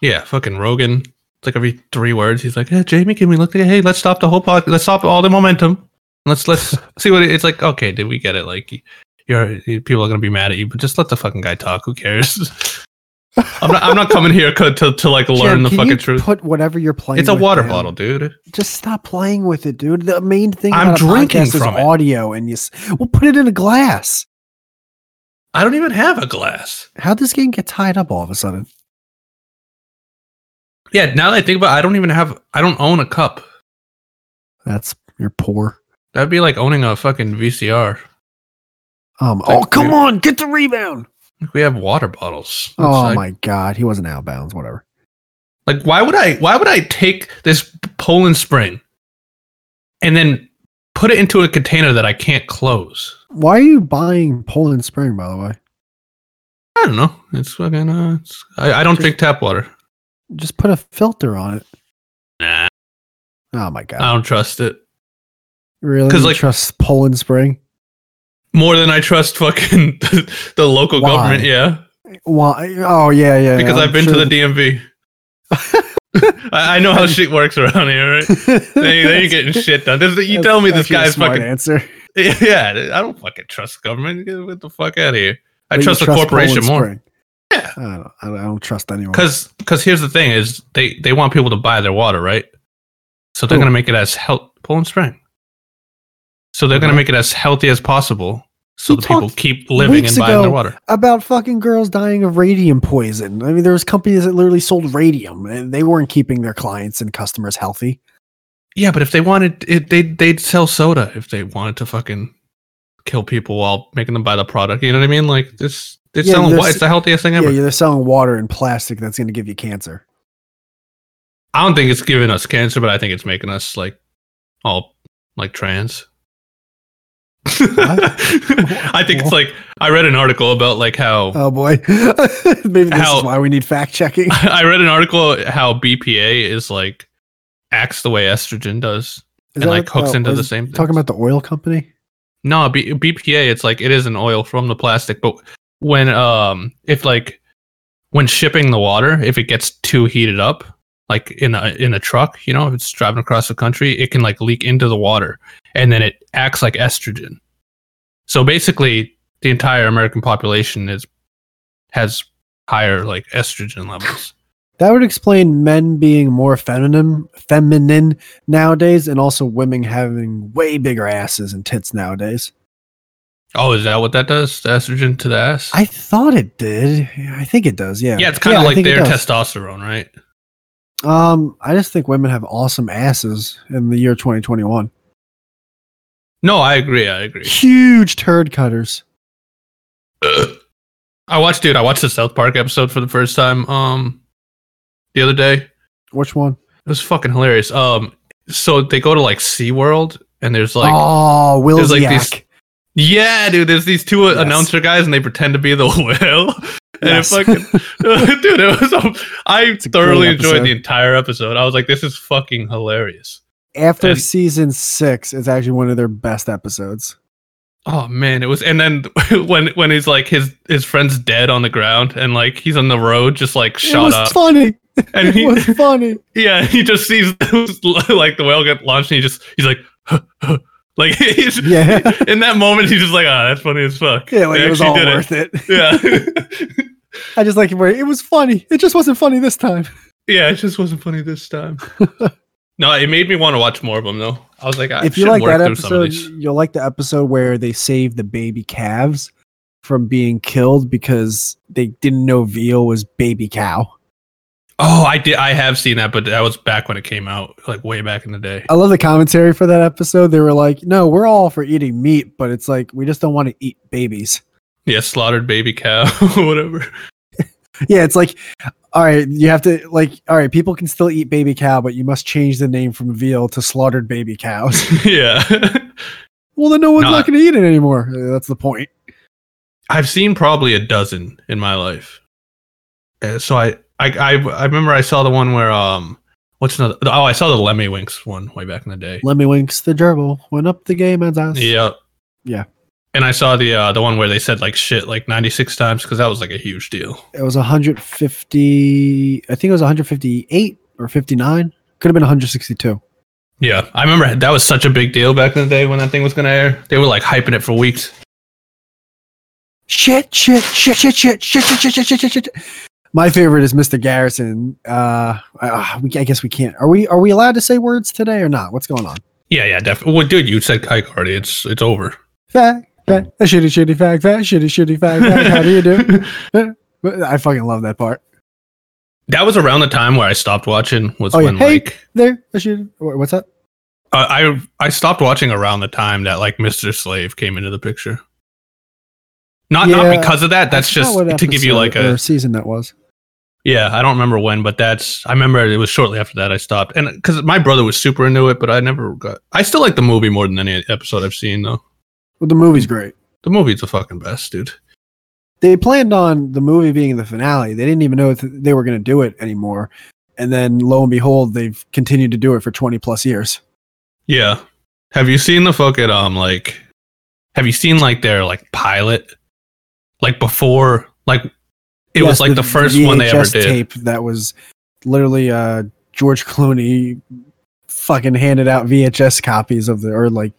Yeah, fucking Rogan. It's like every three words, he's like, "Hey, Jamie, can we look at? Hey, let's stop the whole pod. Let's stop all the momentum.
[laughs]
Let's let's see what it, it's like." Okay, did we get it? Like, you're you- people are gonna be mad at you, but just let the fucking guy talk. Who cares? [laughs] I'm not. I'm not coming here co- to to like learn
Jim,
the
can
fucking
you
truth.
Put whatever you're playing.
It's a
with
water
down?
bottle, dude.
Just stop playing with it, dude. The main thing
I'm
about a
drinking
podcast
from it.
is audio, and you s- well put it in a glass.
I don't even have a glass.
How'd this game get tied up all of a sudden?
Yeah, now that I think about, it, I don't even have. I don't own a cup.
That's you're poor.
That'd be like owning a fucking VCR.
Um.
like
oh come
we-
on, get the rebound.
We have water bottles.
Oh
It's like-
my god, he wasn't out of bounds. Whatever.
Like, why would I? Why would I take this Poland Spring and then put it into a container that I can't close?
Why are you buying Poland Spring? By the way,
I don't know. It's fucking. Uh, it's, I, I don't drink tap water.
just put a filter on it.
Nah,
Oh my god,
I don't trust it
really?
'cause,
You
like-
trust Poland Spring?
more than I trust fucking [laughs] the, the local
Why?
government. Yeah,
Why? Oh yeah, yeah.
because I've been
[laughs]
to the DMV. I, I know how shit works around
[laughs]
here. Right?
the.
Then, you- then you're
[laughs]
getting shit done. This, you tell me this guy's
smart
fucking. [laughs]
answer.
Yeah, I don't fucking trust government. Get the fuck out of here. I
But you
trust the corporation
Poland
more.
Spring.
Yeah.
I don't, I don't- I don't trust anyone.
because because here's the thing is they they want people to buy their water right so they're
Who?
going to make it as health Poland Spring so they're going to
Okay.
make it as healthy as possible so
We
the people
talked
keep living
weeks
and buying
ago
their water.
about fucking girls dying of radium poison. I mean, there was companies that literally sold radium and they weren't keeping their clients and customers healthy.
Yeah, but if they wanted it, they they'd sell soda if they wanted to fucking kill people while making them buy the product. You know what I mean? Like this, they're
Yeah,
selling
this-
what? It's the healthiest thing
Yeah,
ever.
they're selling water and plastic that's going to give you cancer.
I don't think it's giving us cancer, but I think it's making us like all like trans. [laughs] I think it's like I read an article about like how
Oh boy. [laughs] Maybe this
How-
is why we need fact checking.
[laughs] I read an article how BPA is like acts the way estrogen does
Is
and
that
like
what-
hooks
oh,
into the
is-
same.
Talking
things.
about the oil company?
No, B- BPA. It's like it is an oil from the plastic, but when um, if like when shipping the water, if it gets too heated up, like in a in a truck, you know, if it's driving across the country, it can like leak into the water, and then it acts like estrogen. So basically, the entire American population is has higher like estrogen levels.
That would explain men being more feminine, feminine nowadays, and also women having way bigger asses and tits nowadays.
Oh, is that what that does? The estrogen to the ass?
I thought it did. Yeah, I think it does. Yeah.
yeah, it's kind of
I
like
think it
their
does.
testosterone, right?
Um, I just think women have awesome asses in the year 2021.
No, I agree. I agree.
Huge turd cutters.
I watched, dude. I watched the South Park episode for the first time. Um, the other day, it
Which one?
was fucking hilarious. Um, so they go to like SeaWorld and there's like,
oh, Will's
there's, like, these- yeah, dude. There's these two uh
Yes.
announcer guys and they pretend to be the [laughs] whale. And
Yes.
it fucking, [laughs] dude, it was. um, I
a
thoroughly
great
enjoyed
episode.
the entire episode. I was like, this is fucking hilarious.
After
and-
season six, it's actually one of their best episodes.
Oh man, it was. And then [laughs] when when he's like his his friend's dead on the ground and like he's on the road just like
it [laughs]
shot
was
up [laughs]
funny.
and he
it was funny.
Yeah, [laughs] he just sees like the whale get launched, and he just he's like, like [laughs] he's,
[laughs] Yeah.
in that moment he's just like, ah, that's funny as fuck.
Yeah, like
They
it was all
actually did
worth it.
it. Yeah,
I just like it where it was funny. It just wasn't funny this time.
[laughs] yeah, it just wasn't funny
[laughs]
this time. no, it made me want to watch more of them though. I was like, I
if you
should
like
work
that
through some of
episode,
these.
you'll like the episode where they saved the baby calves from being killed because they didn't know veal was baby cow.
Oh, I did. I have seen that, but that was back when it came out, like way back in the day.
I love the commentary for that episode. They were like, "No, we're all for eating meat, but it's like we just don't want to eat babies." [laughs]
Yeah, slaughtered baby cow, [laughs] whatever.
Yeah, it's like, all right, you have to like, all right, people can still eat baby cow, but you must change the name from veal to slaughtered baby cows. [laughs]
yeah. [laughs]
well, then no one's
No, I-
not going to eat it anymore. Uh, That's the point.
I've seen probably a dozen in my life. Uh, so I, I, I, I remember I saw the one where um, what's another? Oh, I saw the Lemmy Winks one way back in the day.
Lemmy Winks the gerbil went up the gay man's ass.
Yeah.
Yeah.
And I saw the uh, the one where they said like shit like 96 times because that was like a huge deal.
It was 150. I think it was 158 or 59. Could have been 162.
Yeah, I remember that was such a big deal back in the day when that thing was gonna air. They were like hyping it for weeks.
shit, shit, shit, shit, shit, shit, shit, shit, shit, shit, shit, shit. My favorite is Mr. Garrison. Uh, uh, we, I guess we can't. Are we? Are we allowed to say words today or not? What's going on?
Yeah, yeah, definitely. Well, dude, you said kike already. It's it's over.
Fact, fact, a shitty, shitty fact, fact, shitty, shitty fact, fact. How do you do?
[laughs]
But [laughs] I fucking love that part.
That was around the time where I stopped watching. Was
Oh, yeah.
when
Hey,
like
There, a shitty. wha- What's up?
I Uh, I I stopped watching around the time that like Mr. Slave came into the picture. Not
Yeah,
not because of that. That's
I forgot
just
what
to give you
episode
like a
or season that was.
yeah. I don't remember when, but that's I remember it was shortly after that I stopped, and because my brother was super into it, but I never got. I still like the movie more than any episode I've seen though.
Well, the movie's great.
The movie's the fucking best, dude.
They planned on the movie being the finale. They didn't even know if they were going to do it anymore. And then lo and behold, they've continued to do it for 20 plus years.
Yeah. Have you seen the fucking um like have you seen like their like pilot? Like before like it
Yes,
was like the, first one they ever
VHS
did.
Tape that was literally uh, George Clooney fucking handed out VHS copies of the or like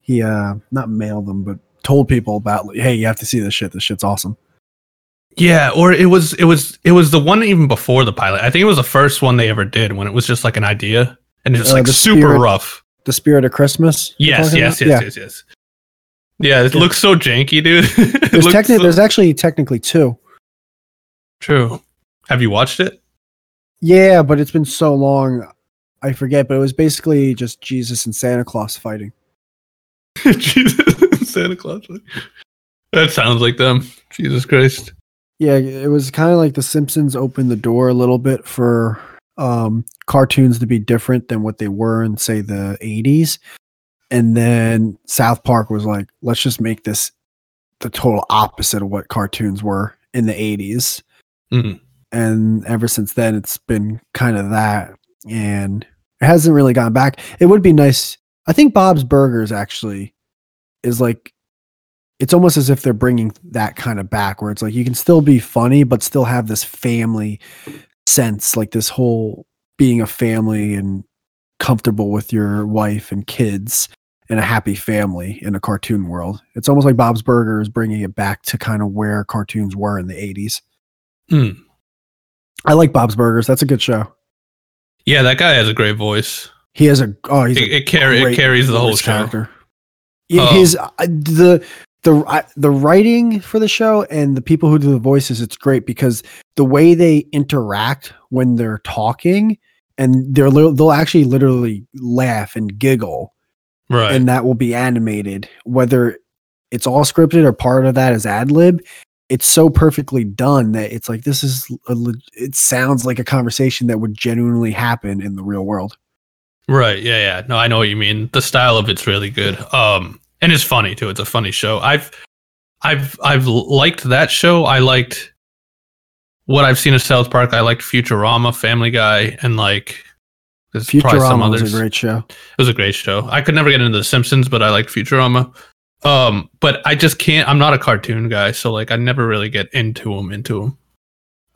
he uh not mailed them but told people about like, hey you have to see this shit this shit's awesome.
Yeah, or it was it was it was the one even before the pilot. I think it was the first one they ever did when it was just like an idea and just
Uh,
like
the
super
spirit-
rough.
The Spirit of Christmas. you're
Yes,
talking
yes, yes,
about?
yes, yes. Yeah, it looks so janky, dude. [laughs] It
There's,
looks
techni-
so-
there's actually technically two.
true. Have you watched it? [laughs]
Yeah, but it's been so long. I forget, but it was basically just Jesus and Santa Claus fighting.
Jesus, Santa Claus. That sounds like them. Jesus Christ.
Yeah, it was kind of like The Simpsons opened the door a little bit for um, cartoons to be different than what they were in, say, the 80s. And then South Park was like, let's just make this the total opposite of what cartoons were in the 80s.
Mhm.
And ever since then, it's been kind of that. And it hasn't really gone back. It would be nice. I think Bob's Burgers actually is like it's almost as if they're bringing that kind of back where it's like you can still be funny but still have this family sense like this whole being a family and comfortable with your wife and kids and a happy family in a cartoon world it's almost like bob's burgers bringing it back to kind of where cartoons were in the 80s
Hmm.
i like bob's burgers that's a good show
Yeah, that guy has a great voice.
he has a oh he's
It,
a
it, carry, it
great
carries the whole
voice
show.
Yeah,
Oh.
his uh, the the uh, the writing for the show and the people who do the voices, it's great because the way they interact when they're talking and they're li- they'll actually literally laugh and giggle
Right.
and that will be animated whether it's all scripted or part of that is ad lib it's so perfectly done that it's like this is a, le- it sounds like a conversation that would genuinely happen in the real world
Right. Yeah. Yeah. No, I know what you mean. The style of it's really good. Um, and it's funny too. It's a funny show. I've, I've, I've liked that show. I liked what I've seen of South Park. I liked Futurama, Family Guy, and like there's probably some
futurama
others.
is a great show
it was a great show. I could never get into The Simpsons, but I liked Futurama. Um, but I just can't. I'm not a cartoon guy, so like I never really get into them. Into them.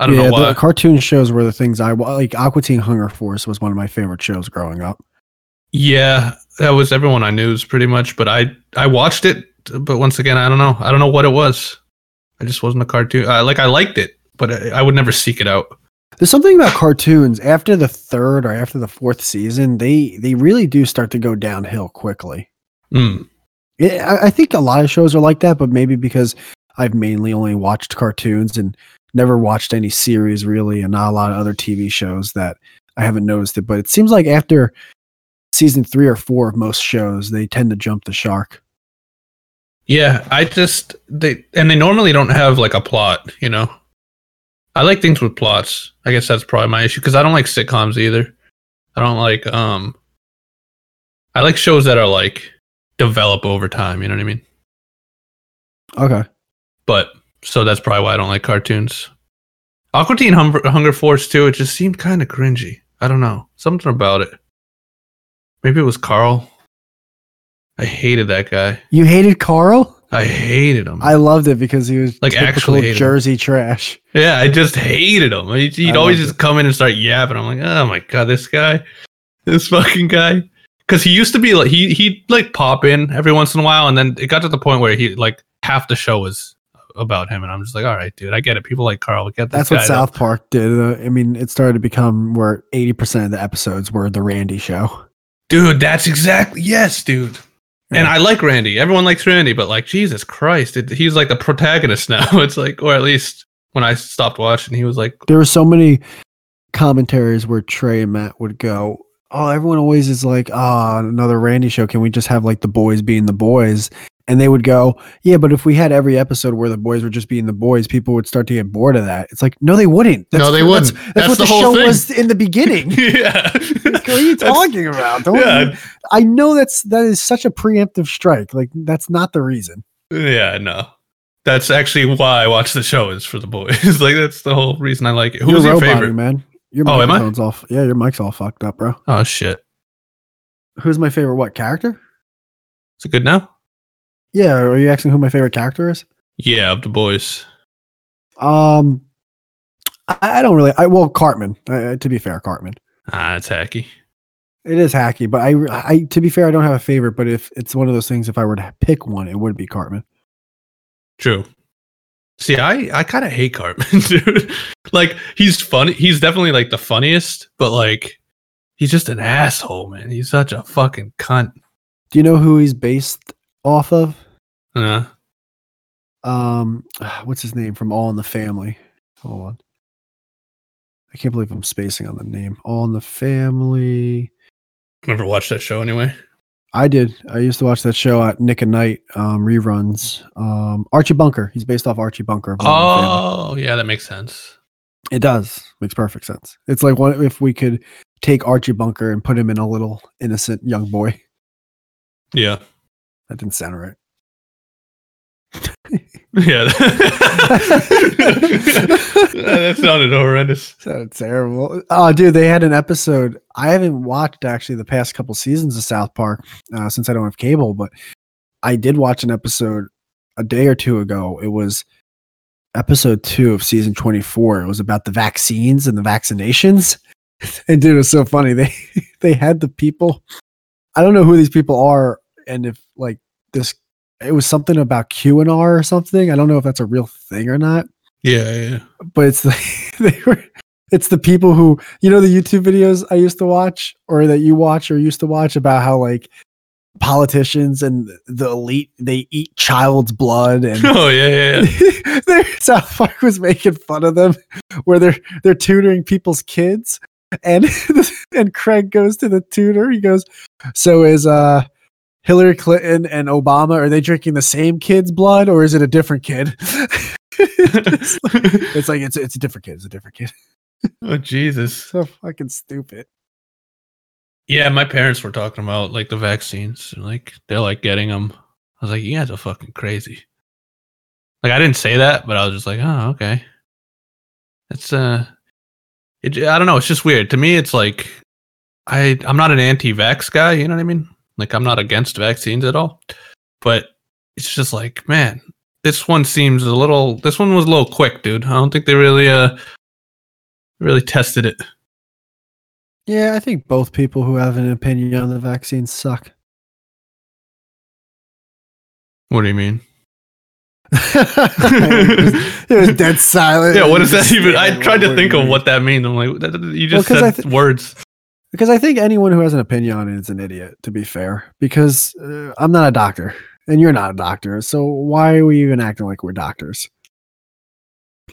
I don't know why.
The cartoon shows were the things I wa- like. Aqua Teen Hunger Force was one of my favorite shows growing up.
Yeah, that was everyone I knew's pretty much. But I I watched it, but once again, I don't know. I don't know what it was. I just wasn't a cartoon. Uh, like I liked it, but I, I would never seek it out.
There's something about cartoons after the third or after the fourth season, they they really do start to go downhill quickly.
Mm.
It, I, I think a lot of shows are like that, but maybe because I've mainly only watched cartoons and never watched any series really, and not a lot of other TV shows that I haven't noticed it. But it seems like after season three or four of most shows, they tend to jump the shark.
Yeah, I just they and they normally don't have like a plot. You know, I like things with plots. I guess that's probably my issue because I don't like sitcoms either. I don't like um. I like shows that are like develop over time. You know what I mean?
Okay.
but so that's probably why I don't like cartoons. Aqua Teen Hunger, Hunger Force too. It just seemed kind of cringy. I don't know something about it. Maybe it was Carl. I hated that guy.
You hated Carl?
I hated him.
I loved it because he was like
Like,
typical
actually hated him.
Jersey trash.
yeah, I just hated him. He'd, he'd
I
always
loved
just come in and start yapping. I'm like, oh my god, this guy, this fucking guy. Because he used to be like he he'd like pop in every once in a while, and then it got to the point where he like half the show was about him, and I'm just like, all right, dude, I get it. People like Carl. Get this
That's what
guy, though."
South Park did. Uh, I mean, it started to become where eighty percent of the episodes were the Randy show.
Dude, that's exactly yes, dude. And I like Randy. Everyone likes Randy, but like Jesus Christ, it, he's like the protagonist [laughs] now. It's like, or at least when I stopped watching, he was like, [laughs]
There were so many commentaries where Trey and Matt would go, "Oh, everyone always is like, ah, another Randy show. Can we just have like the boys being the boys?" And they would go, "Yeah, but if we had every episode where the boys were just being the boys, people would start to get bored of that." It's like, no, they wouldn't.
No, they
that's-
wouldn't.
That's,
That's
what
the
the,
whole
show
thing.
was in the beginning.
yeah.
What are you talking about? Don't
yeah.
you- I know that's that is such a preemptive strike. Like that's not the reason.
yeah, no. That's actually why I watch the show is for the boys. [laughs] like that's the whole reason I like it. Who's
You're
your
roboting,
favorite?
man? Your
Oh, am I?
microphone's off. Yeah, your mic's all fucked up, bro.
Oh shit,
Who's my favorite what character?
is it good now?
Yeah, are you asking who my favorite character is?
Yeah, of the boys.
Um, I, I don't really. I well, Cartman. Uh, to be fair, Cartman.
Ah, it's hacky.
It is hacky, but I, I to be fair, I don't have a favorite. But if it's one of those things, if I were to pick one, it would be Cartman.
True. See, I I kind of hate Cartman, [laughs] dude. Like he's funny. He's definitely like the funniest, but like he's just an asshole, man. He's such a fucking cunt.
Do you know who he's based off of?
Uh,
Um, [sighs] what's his name from All in the Family? Hold on. I can't believe I'm spacing on the name. All in the Family.
never watched that show anyway.
I did. I used to watch that show at Nick and Night um, reruns. Um, Archie Bunker. He's based off Archie Bunker. of All in the Family.
Oh, yeah, that makes sense.
It does. Makes perfect sense. It's like what if we could take Archie Bunker and put him in a little innocent young boy.
Yeah, [laughs]
That didn't sound right. [laughs]
yeah. [laughs] that sounded horrendous.
[laughs] Sounded terrible. Oh, dude, they had an episode. I haven't watched actually the past couple seasons of South Park uh, since I don't have cable, but I did watch an episode a day or two ago. It was episode two of season 24. It was about the vaccines and the vaccinations. [laughs] And dude, it was so funny. [laughs] They they had the people. I don't know who these people are, and if like this, it was something about QNR or something. I don't know if that's a real thing or not
Yeah, yeah.
but it's like [laughs] they were it's the people who you know the youtube videos i used to watch or that you watch or used to watch about how like politicians and the elite they eat child's blood and
[laughs] Oh,
[laughs]
yeah, yeah. yeah.
their South Park was making fun of them, where they're they're tutoring people's kids, and [laughs] and Craig goes to the tutor. He goes, "So is uh Hillary Clinton and Obama are they drinking the same kid's blood, or is it a different kid?" [laughs] it's, like, it's like it's it's a different kid. It's a different kid.
[laughs] Oh, Jesus.
So fucking stupid.
Yeah, my parents were talking about like the vaccines. and, Like they're like getting them. I was like, you guys are fucking crazy. Like I didn't say that, but I was just like, oh, okay. It's uh, it, I don't know. It's just weird to me. It's like I I'm not an anti-vax guy. You know what I mean? Like I'm not against vaccines at all, but it's just like, man, this one seems a little. This one was a little quick, dude. I don't think they really uh, really tested it.
Yeah, I think both people who have an opinion on the vaccine suck. [laughs]
What do you mean?
it, was, it was dead silent. [laughs]
Yeah, what
It
is
was
that even? I
just-
tried to
What
think
do you
of
mean?
what that means. I'm like, that, that- you
Well,
just
'cause I
said
thi-
words.
because I think anyone who has an opinion on it is an idiot. To be fair, because uh, I'm not a doctor and you're not a doctor, so why are we even acting like we're doctors?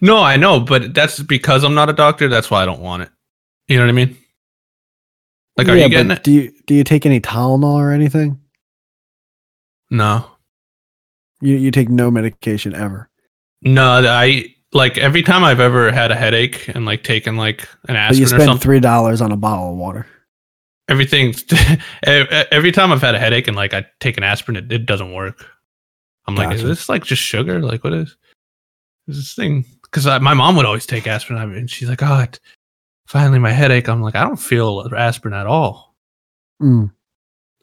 No, I know, but that's because I'm not a doctor. That's why I don't want it. You know what I mean? Like, are
Yeah,
you getting
but
it?
Do you do you take any Tylenol or anything?
No,
You you take no medication ever.
no. th- I like every time I've ever had a headache and like taken like an
But
aspirin
you
or
spend
something.
three dollars on a bottle of water.
[laughs] everything's ev- e-, every time I've had a headache and like I take an aspirin, it, it doesn't work. I'm like, is
Gotcha.
this like just sugar? Like, what is, is this thing? Because my mom would always take aspirin, I mean, and she's like, oh, it, finally my headache. I'm like, I don't feel aspirin at all.
Mm.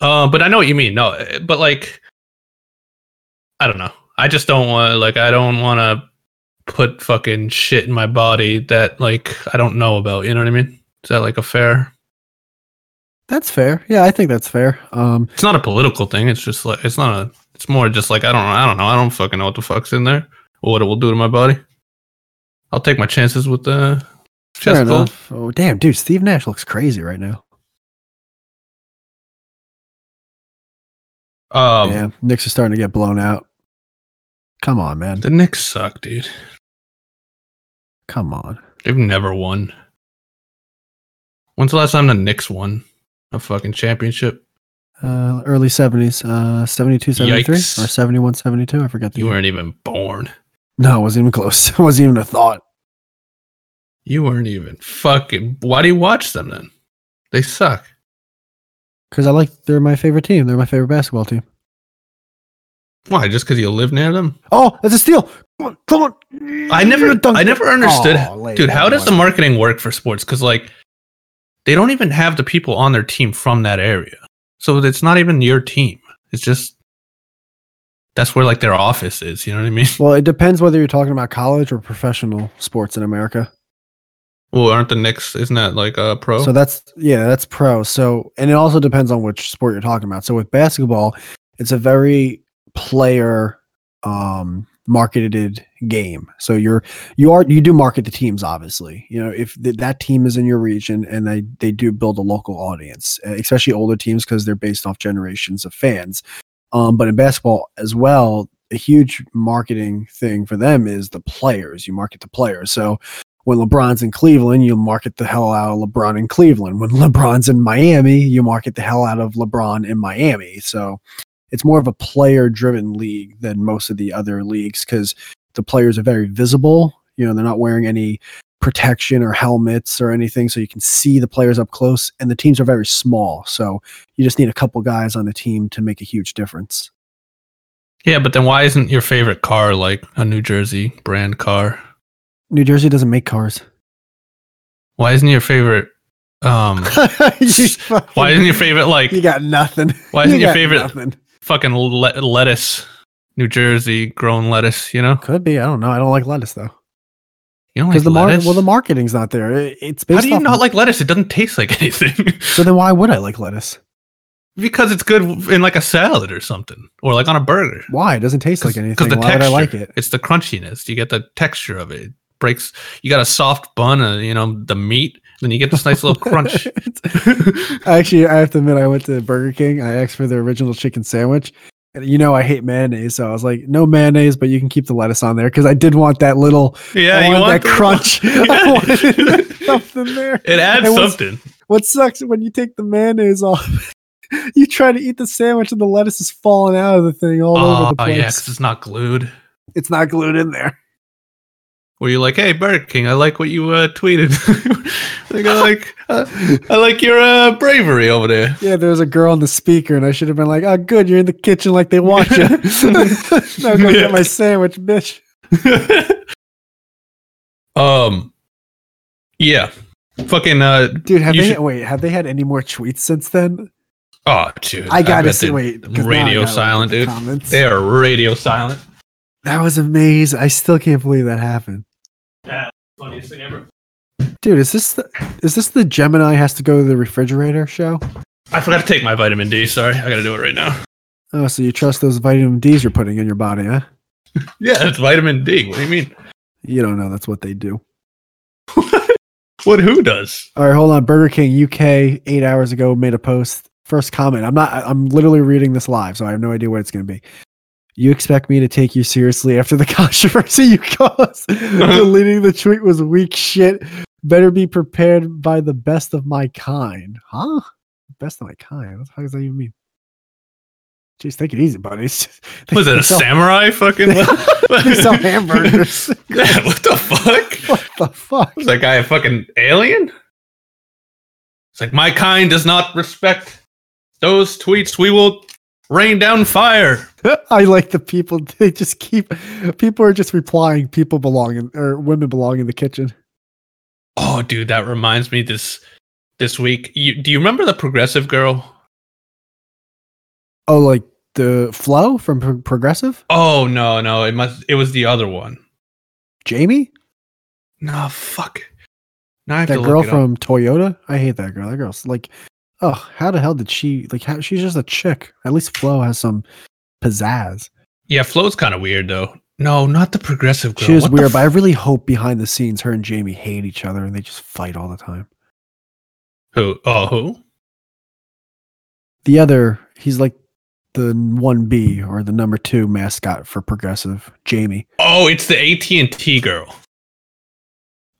Uh, but I know what you mean. No, eh, but like, I don't know. I just don't want like I don't want to put fucking shit in my body that like I don't know about. You know what I mean? Is that like a fair?
That's fair. Yeah, I think that's fair. Um,
it's not a political thing. It's just like it's not a. It's more just like I don't. I don't know. I don't fucking know what the fuck's in there or what it will do to my body. I'll take my chances with the
fair
chest cold.
enough. Oh damn, dude, Steve Nash looks crazy right now.
Um,
yeah, Knicks are starting to get blown out. Come on, man.
the Knicks suck, dude.
Come on.
They've never won. When's the last time the Knicks won a fucking championship?
uh, early 70s, uh, 72, 73,
Yikes.
or 71, 72. I forgot the
You weren't even born.
No, it wasn't even close. [laughs] It wasn't even a thought.
You weren't even fucking. Why do you watch them then? They suck.
Because I like, they're my favorite team. They're my favorite basketball team.
Why? Just because you live near them?
Oh, that's a steal. Come on, come on.
I never,
Dunk
I
it.
never understood,
Aw, lay
dude.
that
How does the
one.
marketing work for sports? Because like, they don't even have the people on their team from that area, so it's not even your team. It's just that's where like their office is. You know what I mean? [laughs]
Well, it depends whether you're talking about college or professional sports in America.
Well, aren't the Knicks? Isn't that like a pro?
So that's yeah, that's pro. So and it also depends on which sport you're talking about. So with basketball, it's a very player um marketed game. So you're you are you do market the teams obviously. You know, if th- that team is in your region and they they do build a local audience, uh, especially older teams because they're based off generations of fans. Um but in basketball as well, a huge marketing thing for them is the players. You market the players. So when LeBron's in Cleveland, you market the hell out of LeBron in Cleveland. When [laughs] LeBron's in Miami, you market the hell out of LeBron in Miami. So it's more of a player driven league than most of the other leagues because the players are very visible. You know, they're not wearing any protection or helmets or anything. So you can see the players up close, and the teams are very small. So you just need a couple guys on the team to make a huge difference.
Yeah, but then why isn't your favorite car like a New Jersey brand car?
New Jersey doesn't make
[laughs]
cars. [laughs]
Why isn't your favorite
[laughs]
um
You
why
fucking-
isn't your favorite like
you got nothing?
Why isn't
You
your
got
favorite-
nothing.
fucking le- lettuce, New Jersey grown lettuce, you know?
Could be. I don't know. I don't like lettuce though.
You don't
Because
like
the mar-
lettuce?
well, the marketing's not there. It- It's based
How do you
off-
not like lettuce? It doesn't taste like [laughs] anything.
So then, why would I like lettuce?
because it's good in like a salad or something, or like on a burger.
Why it doesn't taste like anything?
the
Why would I like it?
It's the crunchiness. You get the texture of it. It breaks. You got a soft bun, of, you know, the meat. Then you get this nice little crunch.
Actually, [laughs] I have to admit, I went to Burger King. I asked for the original chicken sandwich. And you know, I hate mayonnaise, so I was like, "No mayonnaise, but you can keep the lettuce on there," because I did want that little,
Yeah,
I wanted
you want
Oh, that
the-
crunch. [laughs]
[laughs]
I wanted [laughs] something there.
It adds
And what's-
something.
What sucks when you take the mayonnaise off, [laughs] you try to eat the sandwich and the lettuce is falling out of the thing all over
Oh
the place.
yeah, 'cause it's not glued.
It's not glued in there. [laughs]
Where you're like, hey Burger King, I like what you uh, tweeted. [laughs] like, I like, uh, I like your uh, bravery over there. [laughs]
Yeah, there was a girl on the speaker, and I should have been like, "Oh, good, you're in the kitchen like they want you." [laughs] now go
Yeah.
get my sandwich, bitch.
um, yeah, fucking uh,
Dude, have
You
they
should-
wait? Have they had any more tweets since then?
oh dude,
I gotta
bet
see.
they-
Wait, 'cause now I gotta
radio
look at
silent,
the
dude.
comments.
They are radio silent.
That was amazing. I still can't believe that happened.
Funniest thing ever.
Dude, is this the, is this the Gemini has to go to the refrigerator show?
I forgot to take my vitamin D. Sorry, I gotta do it right now.
Oh, so you trust those vitamin D's you're putting in your body, huh?
Yeah, it's vitamin D. What do you mean?
You don't know that's what they do.
What? Who does?
All right, hold on. Burger King UK eight hours ago made a post. First comment. I'm not. I- I'm literally reading this live, so I have no idea what it's going to be. You expect me to take you seriously after the [laughs] controversy you
[laughs]
caused? Deleting the tweet was weak shit. Better be prepared by the best of my kind, huh? Best of my kind. What the fuck does that even mean? Jeez, take it easy, buddy. [laughs]
Was it a
sell,
samurai?
[laughs]
Fucking.
they
[laughs]
sell hamburgers. [laughs]
yeah. What the fuck?
what the fuck?
Was that guy a fucking alien? It's like my kind does not respect those tweets. We will rain down fire.
[laughs] I like the people. They just keep people are just replying. People belong in or women belong in the kitchen.
Oh, dude, that reminds me this this week. You, do you remember the progressive girl?
Oh, like the flow from Pro- Progressive,
Oh no, no, it must. It was the other one.
Jamie,
No, fuck. Now I have
that
to look
girl
it up.
from Toyota. I hate that girl. That girl's like, oh, how the hell did she like? How she's just a chick. At least Flo has some pizzazz.
Yeah, Flo's kind of weird though. No, not the progressive girl.
She was
What the
weird,
f-
but I really hope behind the scenes, her and Jamie hate each other and they just fight all the time.
who? Oh, who?
The other, he's like the one B or the number two mascot for Progressive, Jamie.
Oh, it's the AT and T girl.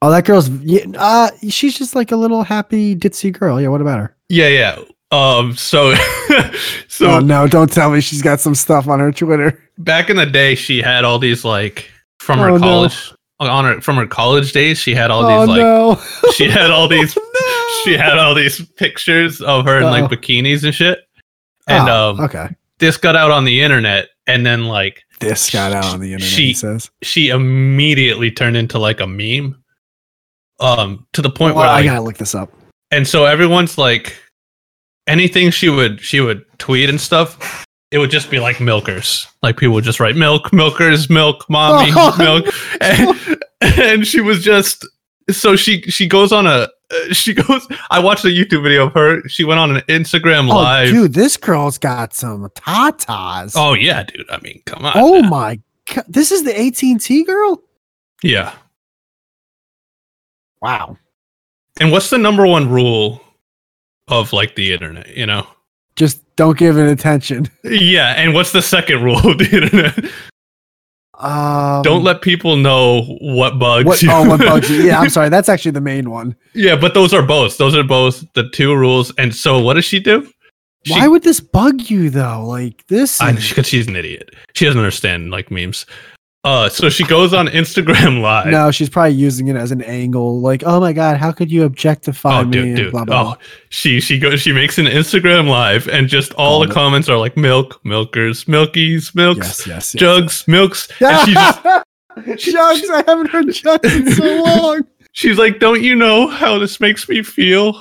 Oh, that girl's yeah, uh, she's just like a little happy ditzy girl. Yeah, what about her?
Yeah, yeah. Um, so, [laughs] so
oh no, don't tell me she's got some stuff on her Twitter.
back in the day she had all these like from
Oh,
her
no.
college on her from her college days she had all
oh
these like
no,
[laughs] she had all these
Oh, [laughs] no.
she had all these pictures of her in like
Uh-oh.
bikinis and shit and
Oh,
um
okay,
this got out on the internet and then like
this got out on the internet. he
she-
says,
she immediately turned into like a meme um to the point
well,
where
I
like,
gotta look this up.
and so everyone's like anything she would she would tweet and stuff it would just be like milkers like people would just write milk milkers milk
[laughs]
mommy
Oh.
milk and, and she was just so she she goes on a uh, she [laughs] goes i watched a youtube video of her she went on an instagram
Oh,
live
dude, this girl's got some tatas.
oh yeah dude i mean come on
Oh
man.
my god, this is the AT and T girl.
yeah
Wow,
and what's the number one rule of like the internet you know
just don't give it attention.
yeah and what's the second rule of the internet
Um,
Don't let people know what bugs.
What,
you-
oh, what
[laughs]
bugs you? Yeah, I'm sorry. That's actually the main one.
yeah, but those are both. Those are both the two rules. And so, what does she do? She,
Why would this bug you though? Like this.
I,
is-
because she's an idiot. She doesn't understand like memes. Uh, so she goes on Instagram [laughs] Live.
no, she's probably using it as an angle. Like, oh my god, how could you objectify
Oh,
me?
dude,
and
dude.
blah, blah, blah.
Oh, she she goes. She makes an Instagram live, and just all
Called
the
it.
comments are like milk, milkers, milkies, milks,
yes, yes, yes.
jugs, milks. And she
[laughs]
just,
Jugs, I haven't heard Jugs in
[laughs]
so long.
she's like, "Don't you know how this makes me feel?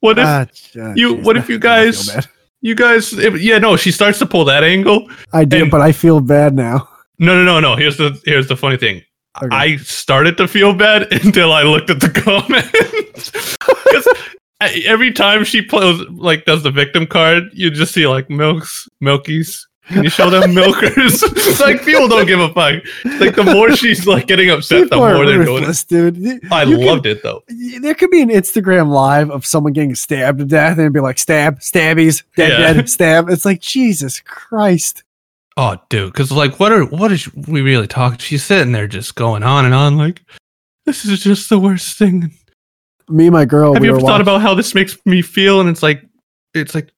What if
Ah, ju-
you-
jeez,
what
I
if you
feel bad.
guys- you guys? If, yeah, no." She starts to pull that angle.
I did,
and-
but I feel bad now.
No, no, no, no. Here's the here's the funny thing.
Okay.
I started to feel bad [laughs] until I looked at the comments. [laughs] 'Cause e- every time she plays, like, does the victim card, you just see like milks, milkies. Can you
[laughs]
show them milkers? [laughs] it's like people don't give a fuck. Like the more she's like getting upset, the
People are
more they're going.
ruthless, dude. You-
I
you could-
loved it though.
y- there could be an Instagram live of someone getting stabbed to death and it'd be like stab, stabbies, dead,
Yeah.
dead, stab. It's like Jesus Christ.
Oh, dude, because like, what are what is we really talking? She's sitting there just going on and on, like, this is just the worst thing.
Me and my girl.
Have
we
you
were
ever thought
watching-
about how this makes me feel? And it's like, it's like,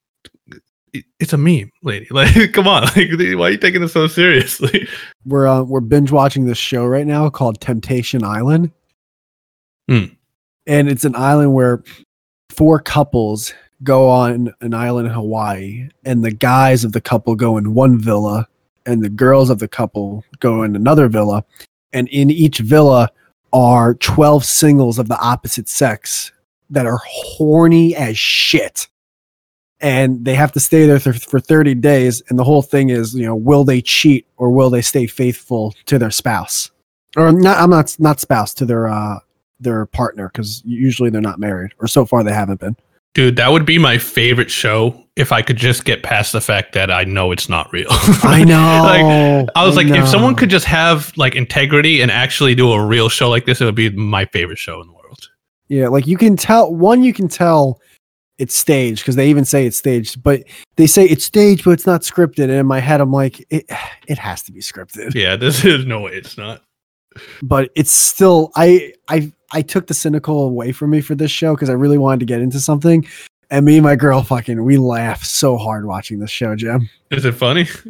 it- it's a meme, lady. [laughs] Like, come on, like, why are you taking this so seriously? [laughs]
We're uh, we're binge watching this show right now called Temptation Island,
Hmm.
and it's an island where four couples go on an island in Hawaii, and the guys of the couple go in one villa, and the girls of the couple go in another villa, and in each villa are twelve singles of the opposite sex that are horny as shit and they have to stay there th- for 30 days and the whole thing is you know will they cheat or will they stay faithful to their spouse or not i'm not not spouse to their uh their partner because usually they're not married or so far they haven't been
Dude, that would be my favorite show if I could just get past the fact that I know it's not
[laughs]
real. [laughs]
i know
I was like, if someone could just have like integrity and actually do a real show like this, it would be my favorite show in the world.
yeah like you can tell one you can tell it's staged because they even say it's staged but they say it's staged but it's not scripted and in my head i'm like it, it has to be scripted
Yeah, [laughs] this is no way it's not.
but it's still I I I took the cynical away from me for this show because I really wanted to get into something. And me and my girl fucking we laugh so hard watching this show, Jim.
Is it funny? [laughs]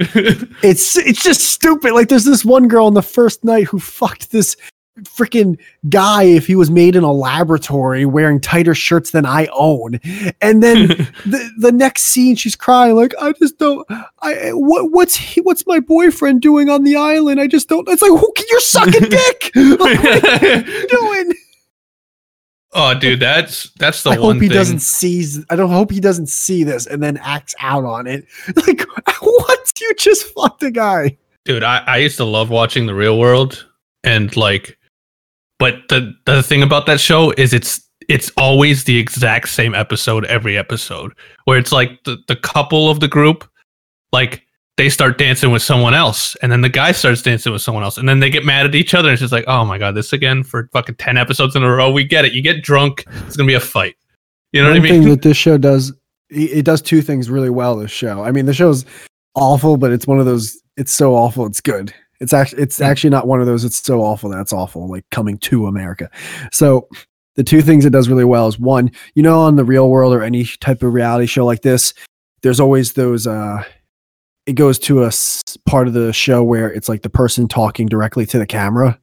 It's it's just stupid. Like there's this one girl on the first night who fucked this freaking guy if he was made in a laboratory wearing tighter shirts than I own. And [laughs]
[laughs]
then the, the next scene she's crying like I just don't I what what's he, what's my boyfriend doing on the island? I just don't it's like who can you're sucking dick? Like, what are you doing?
oh, dude, that's that's the
I
one
hope he
thing.
doesn't seize. I don't hope he doesn't see this and then acts out on it. [laughs] Like what? You just fucked a guy.
dude I, I used to love watching the real world and like but the the thing about that show is it's it's always the exact same episode every episode where it's like the, the couple of the group like they start dancing with someone else and then the guy starts dancing with someone else and then they get mad at each other and it's just like oh my god this again for fucking 10 episodes in a row we get it you get drunk it's gonna be a fight you know
One
what i mean
thing that this show does, it it does two things really well. This show. I mean, the show's awful, but it's one of those. It's so awful. It's good. It's actually. It's actually not one of those. It's so awful that's awful. Like coming to America. So. The two things it does really well is one, you know, on the real world or any type of reality show like this, there's always those uh it goes to a s- part of the show where it's like the person talking directly to the camera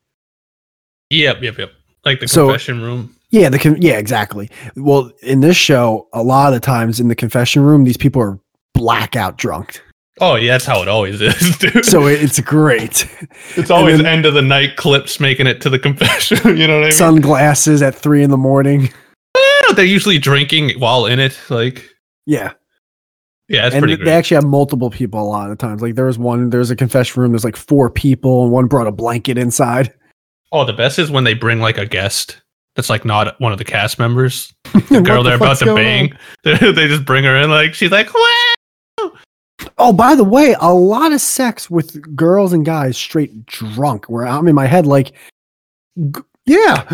[laughs] yep yep yep like the
So-
confession room
yeah the con- yeah exactly well in this show a lot of the times in the confession room these people are blackout drunk
oh yeah that's how it always [laughs] is dude
so it- it's great
It's always
then-
end of the night clips making it to the [laughs] confession. You know what [laughs] I mean?
sunglasses at three in the morning
Yeah, [laughs] they're usually drinking while in it. Like,
yeah
yeah, it's
and
pretty
th-
great.
they actually have multiple people a lot of times like there was one there's a confession room there's like four people and one brought a blanket inside
oh, the best is when they bring like a guest that's like not one of the cast members. The
[laughs] What
girl
the
they're about
fuck's
to
going on?
bang. [laughs] they just bring her in. Like, she's like, what?
Oh, by the way, a lot of sex with girls and guys straight drunk. Where I'm in my head, like, g- yeah, [laughs]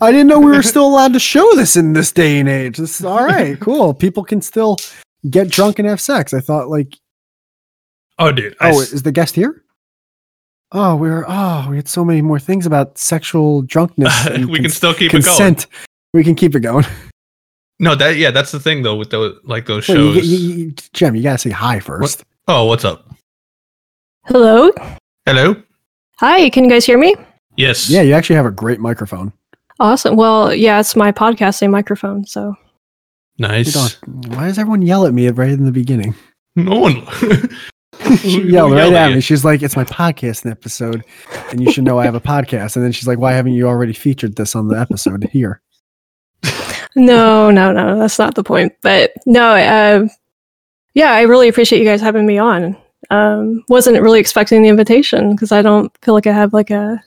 I didn't know we were still allowed to show this in this day and age. This is all
[laughs]
right, cool. People can still get drunk and have sex. I thought, like,
Oh, dude. I
oh,
s-
is the guest here? oh, we were, oh, we had so many more things about sexual
[laughs]
drunkenness. and
we can
cons-
still keep it going.
consent. We can keep it going. [laughs]
No, that yeah, that's the thing though with those like those
Wait, you,
shows.
you, you- Jim, you gotta say hi first.
oh, what's up?
Hello?
Hello.
Hi, can you guys hear me?
Yes.
Yeah, you actually have a great microphone.
Awesome. Well, yeah, it's my podcasting microphone, so
You
Nice.
don't- Why does everyone yell at me right in the beginning?
No one.
[laughs] she
Who
yelled right
yelled
at
[laughs] you?
me. She's like, "It's my podcasting episode, and you should know I have a podcast." And then she's like, "Why haven't you already featured this on the episode
[laughs]
here?"
no, no, no, that's not the point. But no, uh, yeah, I really appreciate you guys having me on. Um, wasn't really expecting the invitation because I don't feel like I have like a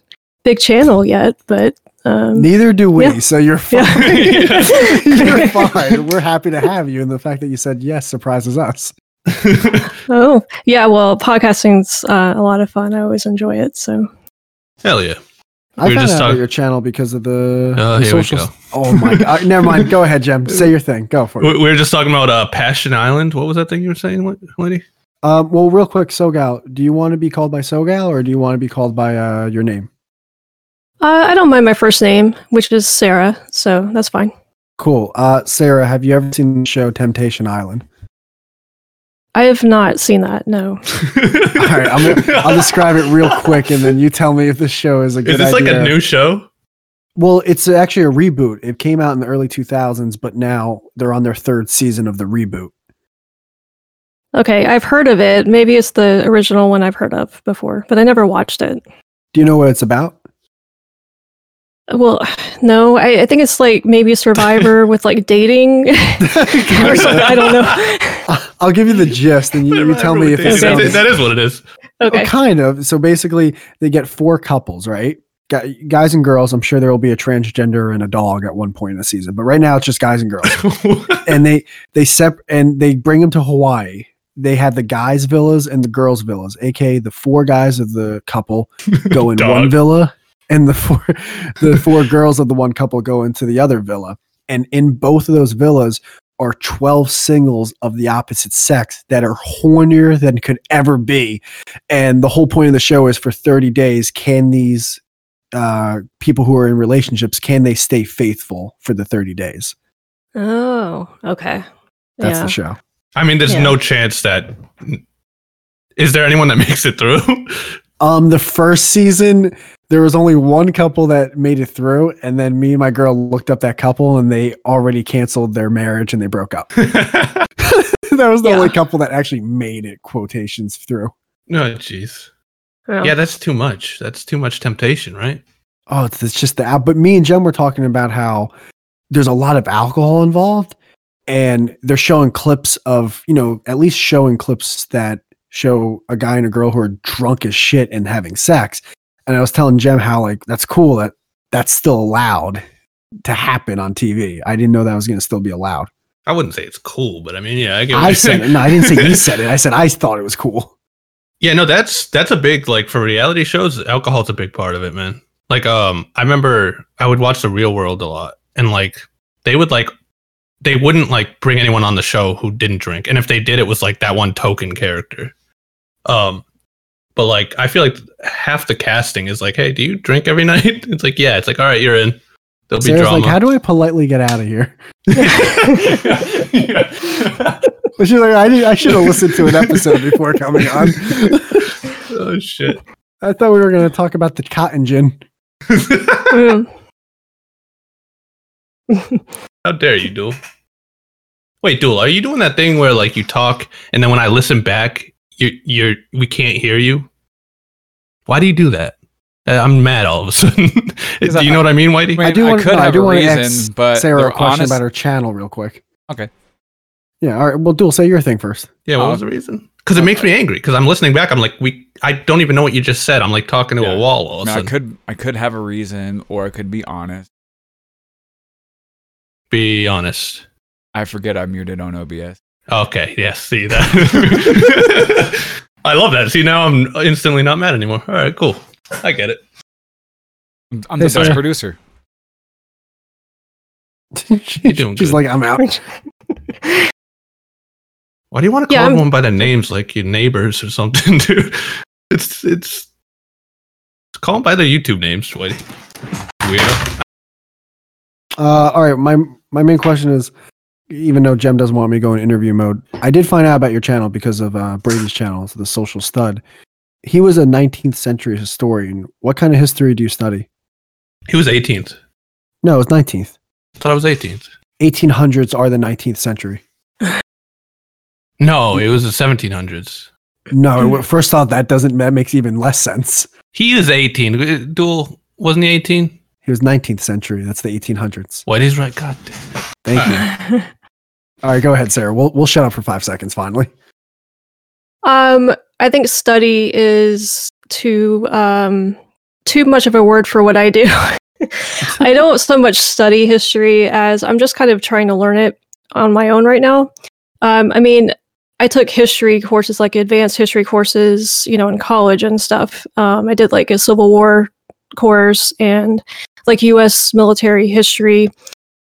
big channel yet, but um,
Neither do we.
Yeah.
So you're fine.
Yeah. [laughs]
[laughs] you're fine. We're happy to have you, and the fact that you said yes surprises us.
oh yeah, well, podcasting's uh, a lot of fun. I always enjoy it. So
Hell yeah.
I
We were
found
just
out about
talk-
your channel because of the,
Oh,
the
here we
socials.
go.
Oh my god! Never mind. Go ahead, Jim. Say your thing. Go for it.
We, we were just talking about uh, Passion Island. What was that thing you were saying, la- lady?
Um, well, real quick, Sogal, do you want to be called by Sogal or do you want to be called by uh, your name?
uh, I don't mind my first name, which is Sarah. So that's fine.
Cool. Uh, Sarah, have you ever seen the show Temptation Island? [laughs]
I have not seen that. No.
All right, I'm gonna, I'll describe it real quick, and then you tell me if this show is a good
[laughs] Is this like
idea.
a new show?
Well, it's actually a reboot. It came out in the early 2000s, but now they're on their third season of the reboot.
Okay, I've heard of it. Maybe it's the original one I've heard of before, but I never watched it.
Do you know what it's about? [laughs]
Well, [sighs] no, I, I think it's like maybe Survivor with like dating [laughs] or something. I don't know.
I'll give you the gist, and you, you tell me if it
Okay.
That-
sounds
that is what it is.
Okay.
Well, kind of. So basically, they get four couples, right? Gu- Guys and girls. I'm sure there will be a transgender and a dog at one point in the season, but right now it's just guys and girls. [laughs] and they they sep and they bring them to Hawaii. They had the guys' villas and the girls' villas, aka the four guys of the couple go in
Dog.
one villa, and the four the four girls of the one couple go into the other villa. And in both of those villas are 12 singles of the opposite sex that are hornier than could ever be. And the whole point of the show is for 30 days, can these uh, people who are in relationships, can they stay faithful for the 30 days?
Oh, okay.
That's
yeah.
the show.
I mean, there's
Yeah.
no chance that. Is there anyone that [laughs] makes it through?
Um, the first season, there was only one couple that made it through, and then me and my girl looked up that couple, and they already canceled their marriage and they broke up. [laughs] that was the
Yeah.
only couple that actually made it quotations through.
no, jeez.
Oh.
Yeah, that's too much. That's too much temptation, right?
Oh, it's, it's just the app. But me and Jen were talking about how there's a lot of alcohol involved, and they're showing clips of you know at least showing clips that show a guy and a girl who are drunk as shit and having sex. And I was telling Jem how like that's cool that that's still allowed to happen on TV. I didn't know that was going to still be allowed.
I wouldn't say it's cool, but I mean, yeah, I get. what
I
you're
said it.
saying.
No, I didn't say you said it. I said I thought it was cool.
Yeah, no, that's that's a big like for reality shows. Alcohol's a big part of it, man. Like, um, I remember I would watch The Real World a lot, and like they would like they wouldn't like bring anyone on the show who didn't drink, and if they did, it was like that one token character. Um, but like I feel like half the casting is like, hey, do you drink every [laughs] night? It's like, yeah. It's like, all right, you're in. There'll be
Sarah's
drama.
like, how do I politely get out of here? [laughs]
[laughs] Yeah.
She's like, I, did, I should have listened to an episode before coming on.
oh shit.
I thought we were going to talk about the cotton gin.
Mm.
How dare you, Duel? Wait, Duel, are you doing that thing where like you talk and then when I listen back, you're you're we can't hear you? Why do you do that? Uh, I'm mad all of a [laughs] sudden.
I-
do you know what I mean, Whitey?
I do
I
wanna-
could
no, I
have
do
a
wanna
reason,
ask
but
Sarah,
they're
a question
honest-
about her channel, real quick.
Okay.
Yeah. All right. Well, Duel, say your thing first. [laughs]
yeah, what was the reason? Because it makes me angry. Because I'm listening back, I'm like, we I don't even know what you just said. I'm like talking to
Yeah.
a wall all of a
No, I
sudden.
could I could have a reason, or I could be honest.
Be honest.
I forget I muted on OBS.
Okay, yes, see that.
[laughs]
[laughs] I love that. See, now I'm instantly not mad anymore. All right, cool. I get it.
I'm, I'm the
Hey,
best
Sarah.
producer.
She's
doing good.
like, I'm out.
Why do you want to
Yeah,
call [laughs]
I'm-
everyone by their names like your neighbors or something, dude? It's it's Call them by their YouTube names, Whitey. Weirdo.
Uh, all right, my my main question is, even though Jem doesn't want me to go in interview mode, I did find out about your channel because of uh, Brady's channel, so the Social Stud. He was a 19th century historian. What kind of history do you study?
He was 18th.
No, it's 19th.
thought I was 18th.
1800s are the 19th century.
No, it was the 1700s. Hmm.
No, at first thought that doesn't that makes even less sense.
He is 18. Duel wasn't he 18?
He was 19th century. That's the 1800s.
Whitey's right. God damn.
Thank you.
[laughs] hmm.
All right, go ahead, Sarah. We'll we'll shut up for five seconds. Finally,
Um, I think study is too um, too much of a word for what I do. [laughs] I don't so much study history as I'm just kind of trying to learn it on my own right now. Um, I mean, I took history courses, like advanced history courses, you know, in college and stuff. Um, I did like a Civil War course and like U.S. military history,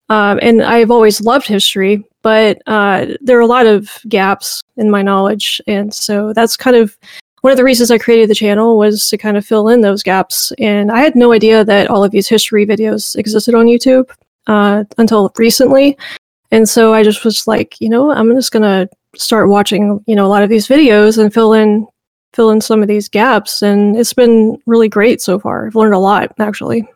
um, and I've always loved history, but uh, there are a lot of gaps in my knowledge, and so that's kind of one of the reasons I created the channel was to kind of fill in those gaps. And I had no idea that all of these history videos existed on YouTube uh, until recently, and so I just was like, you know, I'm just gonna start watching, you know, a lot of these videos and fill in fill in some of these gaps and it's been really great so far. I've learned a lot actually.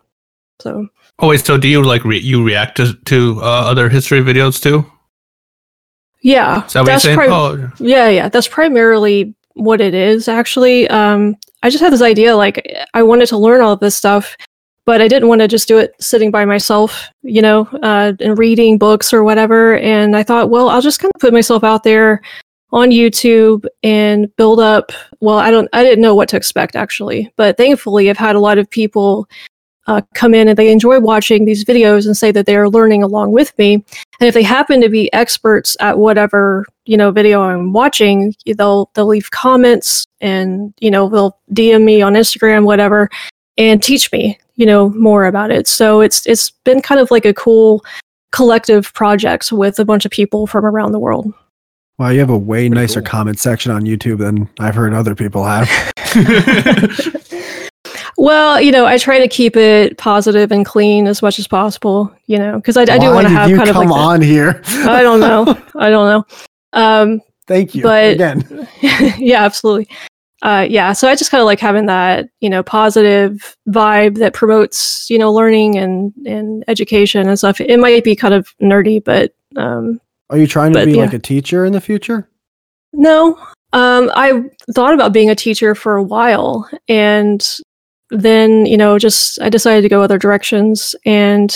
So
Oh wait, so do you like re- you react to, to uh, other history videos too?
yeah.
Is that what
that's
you're saying?
prim-
oh,
Yeah, yeah. That's primarily what it is, actually. Um, I just had this idea like, I wanted to learn all of this stuff, but I didn't want to just do it sitting by myself, you know, uh, and reading books or whatever. And I thought, well, I'll just kind of put myself out there on YouTube and build up. Well, I don't, I didn't know what to expect, actually. But thankfully, I've had a lot of people. Uh, come in and they enjoy watching these videos and say that they are learning along with me. And if they happen to be experts at whatever you know video I'm watching, they'll they'll leave comments and you know they'll DM me on Instagram, whatever, and teach me you know more about it. So it's it's been kind of like a cool collective project with a bunch of people from around the world.
wow, you have a way nicer comment section on YouTube than I've heard other people have.
Oh,
Well, you know, I try to keep it positive and clean as much as possible, you know, because [laughs] I, I do want to have kind of
come
like. the-
on here.
I don't know. I don't know. Um,
[laughs] Thank you
But-
again.
[laughs] yeah, absolutely. Uh, yeah, so I just kind of like having that, you know, positive vibe that promotes, you know, learning and and education and stuff. It might be kind of nerdy, but um,
Are you trying to
but
be
yeah.
like a teacher in the future?
no, um, I thought about being a teacher for a while, and then you know, just I decided to go other directions, and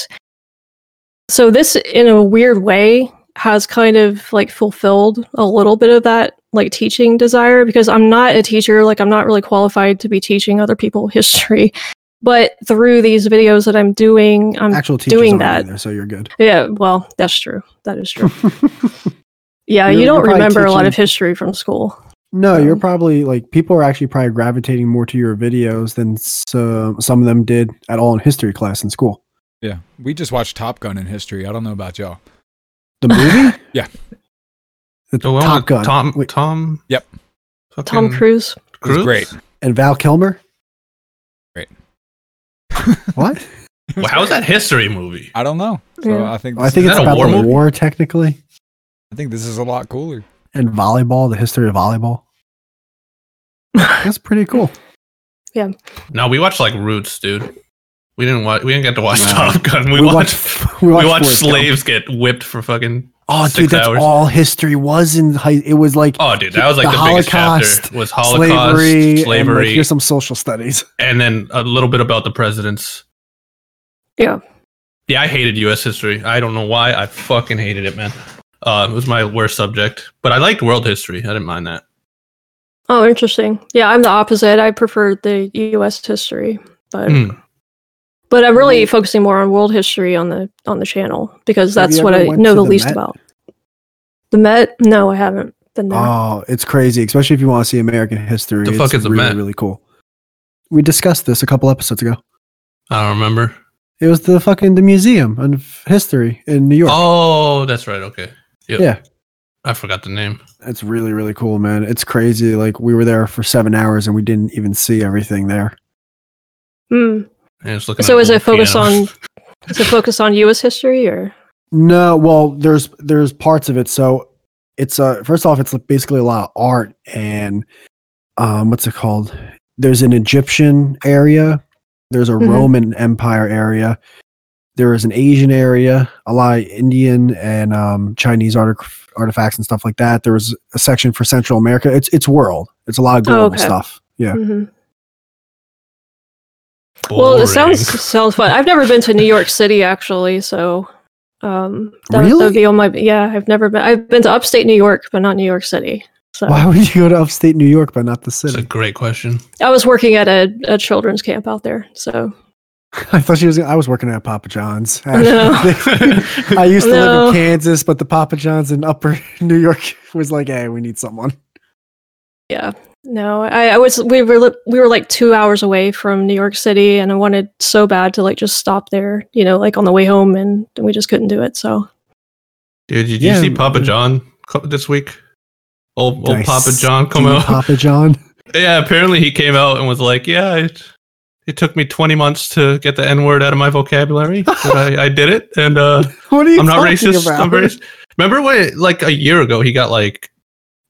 so this, in a weird way, has kind of like fulfilled a little bit of that like teaching desire because I'm not a teacher, like I'm not really qualified to be teaching other people [laughs] history, but through these videos that I'm doing, I'm
Actual teachers
doing
aren't
that.
either, so you're good.
yeah, well, that's true, that is
[laughs]
true. Yeah,
You're-
you
you're
don't
probably
remember a lot
teaching-
of history from school.
No, you're
Um,
probably like people are actually probably gravitating more to your videos than so, some of them did at all in history class in school.
Yeah. We just watched Top Gun in history. I don't know about y'all.
[laughs]
The movie?
Yeah.
The
[laughs] the one
Top
with
Gun.
Tom.
Wait,
Tom.
Yep.
Tom
Mm-hmm.
fucking
Cruise.
It was great.
and Val Kilmer?
Great.
what?
Well, how's that history movie?
I don't know. So
Yeah.
I think
Well, I
this
think
is-
it's
that a
about
war
the
movie?
war technically.
I think this is a lot cooler.
And volleyball, the history of
[laughs]
volleyball. That's pretty cool.
No, we watched like Roots, dude. We didn't watch. We didn't get to watch
No.
Top Gun. We, watched. [laughs]
we
we watched
Forrest
slaves get whipped for fucking.
Gump. Oh,
six
dude, that's
hours.
all history was in high. It was like
Oh, dude, that was like
The
the, biggest
Holocaust,
chapter. Was Holocaust
slavery,
slavery,
And like, here's some social studies.
and then a little bit about the presidents.
Yeah.
Yeah, I hated U.S. history. I don't know why. I fucking hated it, man. Uh, it was my worst subject, but I liked world history. I didn't mind that.
Oh, interesting. Yeah, I'm the opposite. I prefer the U.S. history, but
Hmm.
but I'm really focusing more on world history on the on the channel because
Have
that's
you
what
ever
I
went
know
to
the,
the
least
Met?
about. The Met? No, I haven't been there.
Oh, it's crazy, especially if you want to see American history.
The fuck
it's
is the
really,
Met?
really cool. We discussed this a couple episodes ago.
I don't remember.
It was the fucking the museum of history in New York.
Oh, that's right. Okay. Yep.
Yeah.
I forgot the name.
It's really really cool, man. It's crazy. Like we were there for seven hours and we didn't even see everything there.
Mm.
And it's looking
So
at
is
the
it focused
piano.
on is it focused on U.S. history or?
No, well, there's there's parts of it. So it's uh first off, it's basically a lot of art and um what's it called? There's an Egyptian area, there's a
Mhm.
Roman Empire area, there is an Asian area, a lot of Indian and um Chinese art- artifacts and stuff like that. There was a section for Central America. It's it's world. It's a lot of
Oh,
global
okay.
stuff. Yeah.
Mhm. Well, it sounds
Boring.
sounds fun. I've never been to New York City actually, so um, that, would- that
Really?
would be on my yeah. I've never been. I've been to upstate New York, but not New York City. So
Why would you go to upstate New York but not the
That's a
city?
great question. [laughs]
I was working at a, a children's camp out there. So
[laughs] I thought she was I was working at Papa John's.
[laughs] No.
I used to live
No.
in Kansas, but the Papa John's in Upper [laughs] New York was like, "Hey, we need someone."
yeah, no, I, I was we were li- we were like two hours away from New York City, and I wanted so bad to like just stop there, you know, like on the way home, and, we just couldn't do it. So
Dude, did
Yeah,
you see Papa
mm.
John co- this week? Old,
Did I
old Papa John come
see
out.
Papa John.
[laughs] Yeah, apparently he came out and was like, "Yeah, it, it took me 20 months to get the N word out of my vocabulary, but I, I did it, and uh,
[laughs] What are you
I'm not
talking
racist.
about?
I'm racist." Remember when, like a year ago, he got like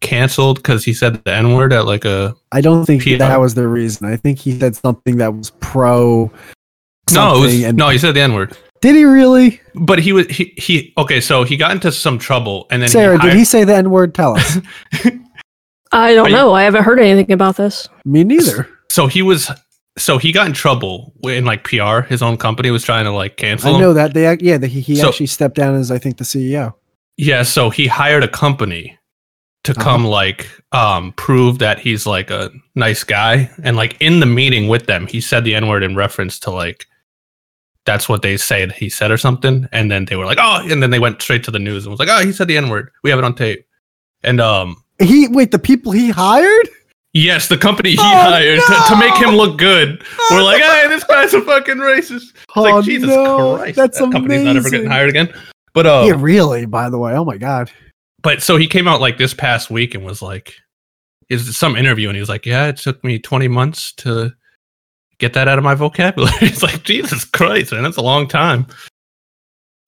canceled because he said the N word at like a
I don't think
P-
that was the reason. I think he said something that was pro.
no, it was,
something and-
no, he said the N word,
Did he really?
but he was he, he okay, so he got into some trouble, and then
Sarah,
he
did
hired-
he say the N word? Tell
[laughs]
us.
I
Are
don't
you-
know. I haven't heard anything about this.
Me neither.
so he was so he got in trouble in like PR. His own company was trying to like cancel.
I
him.
know that they. ac- Yeah, that he, he
So-
actually stepped down as I think the E CEO.
Yeah, so he hired a company to
Uh-huh.
come like um prove that he's like a nice guy and like in the meeting with them he said the n-word in reference to like that's what they said he said or something and then they were like oh and then they went straight to the news and was like oh he said the n-word we have it on tape and um
He wait, the people he hired.
yes the company
Oh,
he hired to, to make him look good we're like hey this guy's a fucking racist it's
oh
like jesus
no,
christ
that's
that company's
amazing.
not ever getting hired again but uh
Yeah, really. By the way, oh my god.
but so he came out like this past week and was like is some interview and he was like yeah it took me 20 months to get that out of my vocabulary [laughs] it's like jesus christ man that's a long time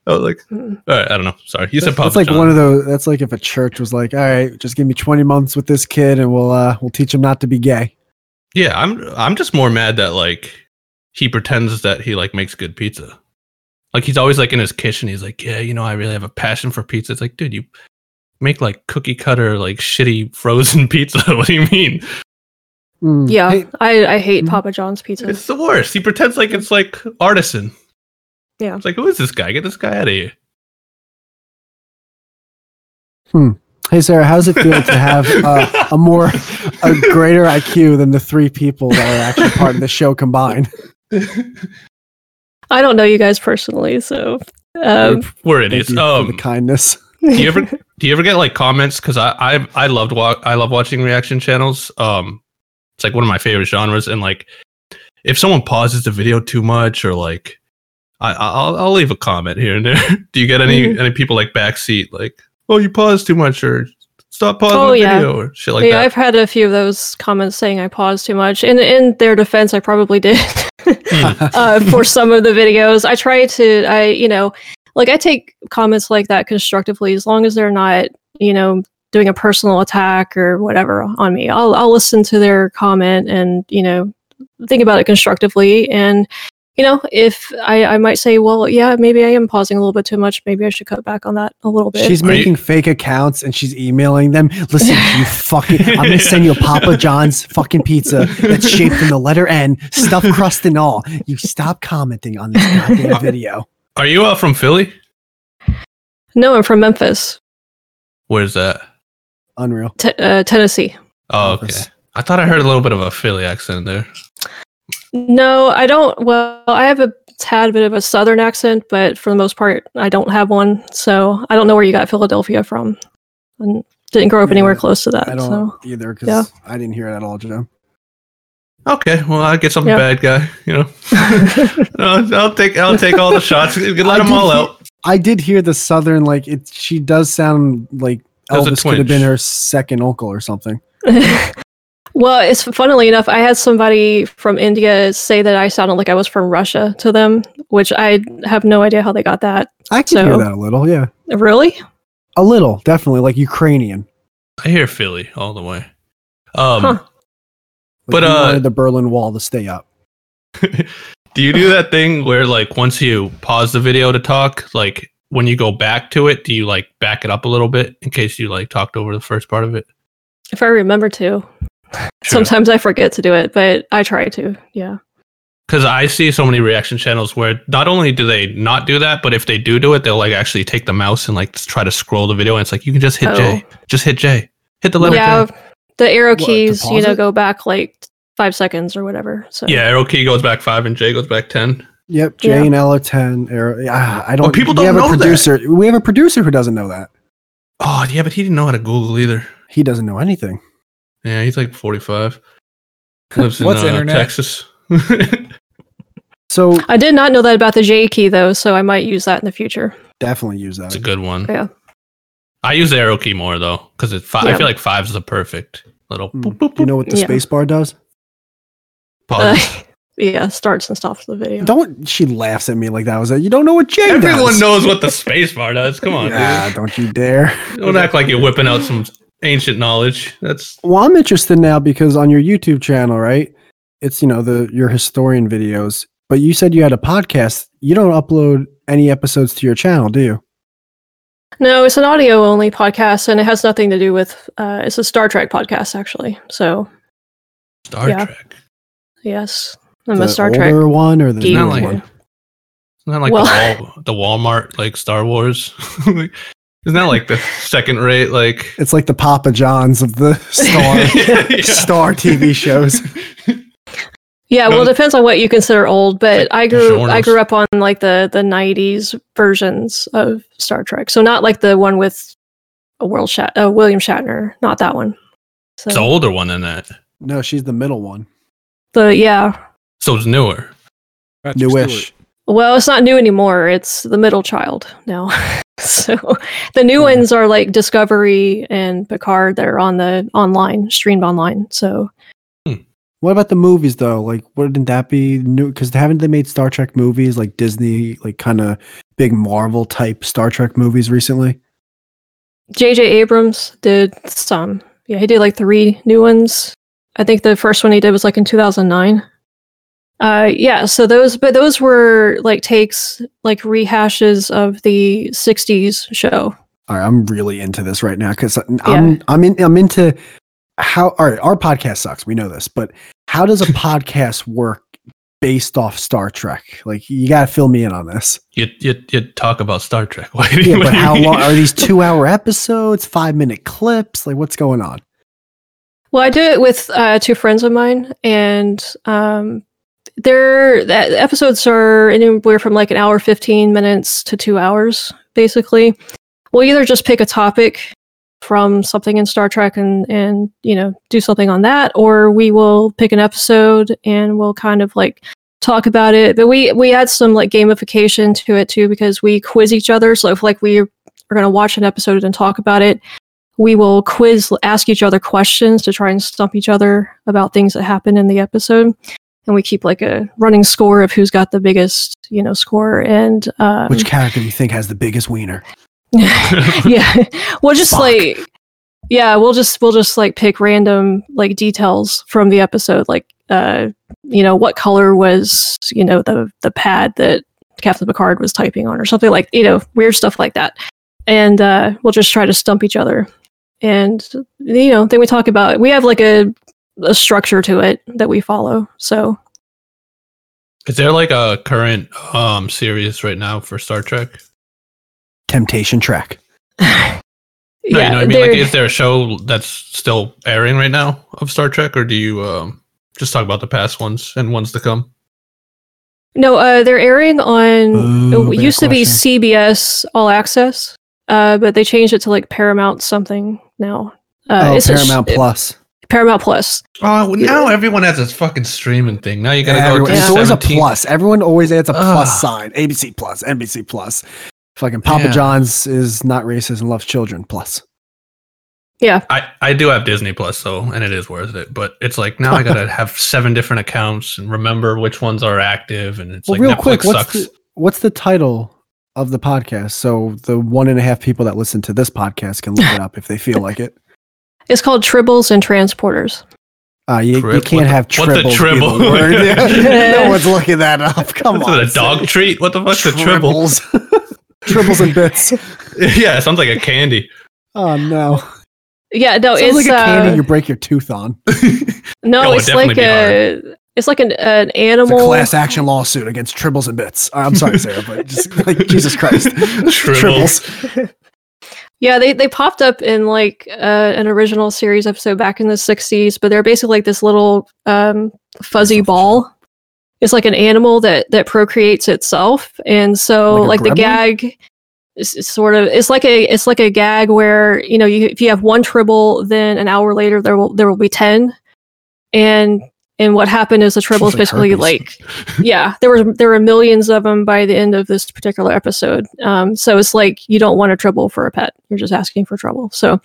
i was like
Mm.
all right, i don't know sorry you said
Hmm. that's,
Papa
that's like
John.
one of those. That's like if a church was like, "All right, just give me twenty months with this kid, and we'll uh, we'll teach him not to be gay."
yeah i'm i'm just more mad that like he pretends that he like makes good pizza like he's always like in his kitchen he's like yeah you know i really have a passion for pizza it's like dude you make like cookie cutter like shitty [laughs] frozen pizza what do you mean
Mm.
Yeah,
Hey,
I, I hate
Mhm.
Papa John's pizza.
Hmm. It's the worst. He pretends like it's like artisan.
Yeah.
It's like, who is this guy? Get this guy out of here.
hey, Sarah, how does it feel to have uh, a more [laughs] a
[laughs]
greater IQ than the three people that are actually part of the show combined?
I don't know you guys personally, so um,
We're
Thank
idiots.
you for
Um,
the
[laughs]
kindness.
do
[laughs]
you ever do you ever get like comments? Because I I I loved wa- I love watching reaction channels. Um, it's like one of my favorite genres. And like, if someone pauses the video too much or like, I I'll I'll leave a comment here and there. [laughs] do you get any
Mm-hmm.
any people like backseat like, oh you paused too much or stop pausing
Oh,
the
yeah.
video or shit like
yeah,
that.
I've had a few of those comments saying I paused too much. In in their defense, I probably did [laughs]
um,
uh, for some of the videos. I try to, I you know, like I take comments like that constructively as long as they're not, you know, doing a personal attack or whatever on me. I'll I'll listen to their comment and you know think about it constructively and. You know, if I, I might say, well, yeah, maybe I am pausing a little bit too much. Maybe I should cut back on that a little bit.
She's
Are you-
making fake accounts and she's emailing them. Listen, you fucking, I'm gonna send you a Papa John's fucking pizza that's shaped in the letter N, stuffed crust and all. You stop commenting on this
[laughs]
goddamn video.
Are you uh, from Philly?
no, I'm from Memphis,
Where's that?
Unreal.
t- uh, Tennessee.
Oh, okay.
Office.
I thought I heard a little bit of a Philly accent there.
No, I don't. Well, I have a tad bit of a southern accent, but for the most part, I don't have one. So I don't know where you got Philadelphia from. And didn't grow up
Yeah,
anywhere close to that.
I don't
So
either because
yeah.
I didn't hear it at all, Joe.
Okay, well, I guess I'm
Yeah.
a bad guy, you
[laughs]
know. I'll, I'll take I'll take all the shots. You can Let
I
them
did
all
hear-
out.
I did hear the southern like it. She does sound like
There's a
Elvis could have
twinge.
been her second uncle or something.
[laughs] Well, it's funnily enough, I had somebody from India say that I sounded like I was from Russia to them, which I have no idea how they got that.
I can hear
So-
that a little, yeah,
Really?
a little, definitely, like Ukrainian.
I hear Philly all the way. Um,
Huh.
Like,
But,
he
uh,
wanted the Berlin Wall to stay up.
[laughs] Do you do that thing where like once you pause the video to talk, like when you go back to it, do you like back it up a little bit in case you like talked over the first part of it?
If I remember to.
[laughs]
Sometimes I forget to do it, but I try to. Yeah.
Because I see so many reaction channels where not only do they not do that, but if they do do it, they'll like actually take the mouse and like try to scroll the video, and it's like you can just hit J, just hit J, hit the letter
Oh. yeah.
J.
The arrow
to
keys, you
pause
know,
it?
go back like five seconds or whatever. So
Yeah, arrow key goes back five and J goes back ten.
Yep, J
Yeah.
and L are ten. Arrow, ah, I don't.
Oh, people
we
don't
have
know
a
that.
producer. We have a producer who doesn't know that.
Oh yeah, but he didn't know how to Google either.
He doesn't know anything.
Yeah, he's like forty five. Lives in
What's
uh,
internet?
Texas. [laughs]
So
I did not know that about the J key though, so I might use that in the future.
definitely use that.
It's a good one.
Yeah.
I use the arrow key more though, because it's five. I
Yeah.
feel like five's the perfect little
Hmm.
boop, boop, boop, [laughs]
You know what the
Yeah.
space bar does?
pause.
[laughs] Uh, yeah, starts and stops the video.
Don't. She laughs at me like that. Was that you don't know what J
Everyone
does?
knows what the space bar does. Come on,
Yeah, don't you dare.
dude. Don't act like you're whipping out some ancient knowledge. That's
Well, I'm interested now because on your YouTube channel, right? It's you know the your historian videos, but you said you had a podcast. You don't upload any episodes to your channel, do you?
No, it's an audio only podcast, and it has nothing to do with. Uh, it's a Star Trek podcast, actually. So
Star
Yeah.
Trek.
yes, I'm
the
a Mm, Star
older
Trek.
one or the
geek.
newer
Not like-
one?
Isn't that like
Well- [laughs]
the, Wal- the Walmart like Star Wars? [laughs] Isn't that like the second rate like?
It's like the Papa Johns of
[laughs]
the Star
[laughs] Yeah.
Star
[laughs]
TV shows.
Yeah, well,
No.
it depends on what you consider old, but I grew I
Uh, Genres.
grew up on like the the '90s versions of Star Trek, so not like the one with a world Shat- uh, William Shatner, not that one. So,
It's the older one than that,
No, she's the middle one.
the yeah,
so it's newer.
Patrick
Newish.
well, it's not new anymore. It's the middle child now. [laughs] so the new ones are like Discovery and Picard. They're on the online streamed online. So
What about the movies though? Like, wouldn't that be new? Because haven't they made Star Trek movies like Disney, like kind of big Marvel type Star Trek movies recently?
J.J. Abrams did some. Yeah, he did like three new ones. I think the first one he did was like in 2009. Uh, yeah, so those, but those were like takes, like rehashes of the 60s show.
All right, I'm really into this right now because I'm I'm in I'm into how all right our podcast sucks we know this but how
[laughs]
does a podcast work based off Star Trek like you gotta fill me in on
[laughs]
this
You you you talk about Star Trek. [laughs] Why do you-
yeah
what
but
do you
how
mean?
long are these
[laughs]
two hour episodes five minute clips like what's going on
Well, I do it with uh, two friends of mine, and um, they're the episodes are anywhere from like an hour, 15 minutes to two hours, basically. We'll either just pick a topic from something in Star Trek and, and, you know, do something on that, or we will pick an episode and we'll kind of like talk about it. But we, we add some like gamification to it too, because we quiz each other. So if like we are going to watch an episode and talk about it, we will quiz ask each other questions to try and stump each other about things that happen in the episode and we keep like a running score of who's got the biggest you know score and um,
which character do you think has the biggest wiener
[laughs] yeah we'll just
Fuck.
like yeah we'll just we'll just like pick random like details from the episode like uh you know what color was you know the the pad that captain picard was typing on or something like you know weird stuff like that and uh we'll just try to stump each other and you know then we talk about we have like a a structure to it that we follow so
[laughs] Is there like a current um series right now for Star Trek?
Temptation Trek
No, you know what I mean?
there-
Like, is there a show that's still airing right now of Star Trek, or do you um, just talk about the past ones and ones to come?
No, uh, they're airing on.
Ooh,
it
bad
used to be
question.
CBS All Access, uh, but they changed it to like Paramount something now. Uh,
oh
it's a sh-
Paramount Plus
Paramount Plus.
Oh, well, now everyone has this fucking streaming thing. Now you gotta
Everyone-
go. To
It's always a
17
plus. Everyone always adds a plus
Ugh.
sign. ABC plus, NBC plus. Fucking Papa
Yeah.
John's is not racist and loves children plus.
Yeah.
I, I do have Disney Plus, so and it is worth it. But it's like now
[laughs]
I gotta have seven different accounts and remember which ones are active, and it's
well,
like
real
Netflix
quick, what's
sucks.
the, what's the title of the podcast? So the one and a half people that listen to this podcast can look it up if they feel like it.
It's called Tribbles and Transporters.
Uh, you,
Trib-
you
what
can't
the-
have
what
tribble.
the
be
tribble? [laughs]
word. [laughs] no one's looking that up. Come
Is
on,
it a dog
say
treat? What the fuck's a tribble?
Tribbles. [laughs] Tribbles and bits.
[laughs] yeah, it sounds like a candy.
Oh no!
Yeah, no,
Sounds
it's
like a candy
uh,
you break your tooth on.
That
no,
would
it's
definitely
like
be
a it's like an an
It's a
animal.
class action lawsuit against Tribbles and Bits. Uh, I'm sorry, Sarah, but just
[laughs]
like Jesus Christ,
Tribbles.
Yeah, they they popped up in like uh, an original series episode back in the '60s, but they're basically like this little um, fuzzy ball. It's like an animal that that procreates itself, and so
Like
like,
a
the
gremlin?
gag is, is sort of it's like a it's like a gag where you know you, if you have one tribble, then an hour later there will there will be ten, and and what happened is the tribbles
Sounds like
basically
herpes. [laughs]
like yeah there were there were millions of them by the end of this particular episode um so it's like you don't want a trouble for a pet you're just asking for trouble so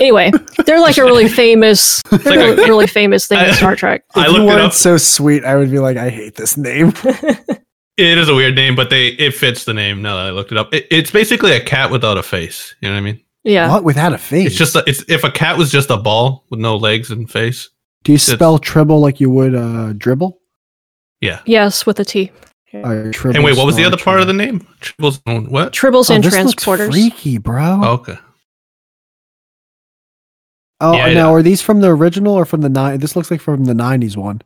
anyway they're like
[laughs]
a really famous they're
like
a
a-
really, really famous thing in
I-
star trek
If
I
you
looked it
weren't
up.
so sweet, I would be like, I hate this name.
It is a weird name, but they it fits the name. Now that I looked it up, it, it's basically a cat without a face. You know what I mean?
yeah
What without a face?
It's just a, it's if a cat was just a ball with no legs and face.
Do you
it's-
spell tribble like you would uh, dribble?
yes with a t
Uh, tribble
And wait, what was the
spell
other part of the
tribble.
name? Tribbles. and What?
tribbles
Oh,
and
this looks
transporters
freaky, bro.
Oh,
[laughs]
okay.
Oh,
Yeah,
now are these from the original or from the nine? This looks like from the '90s one.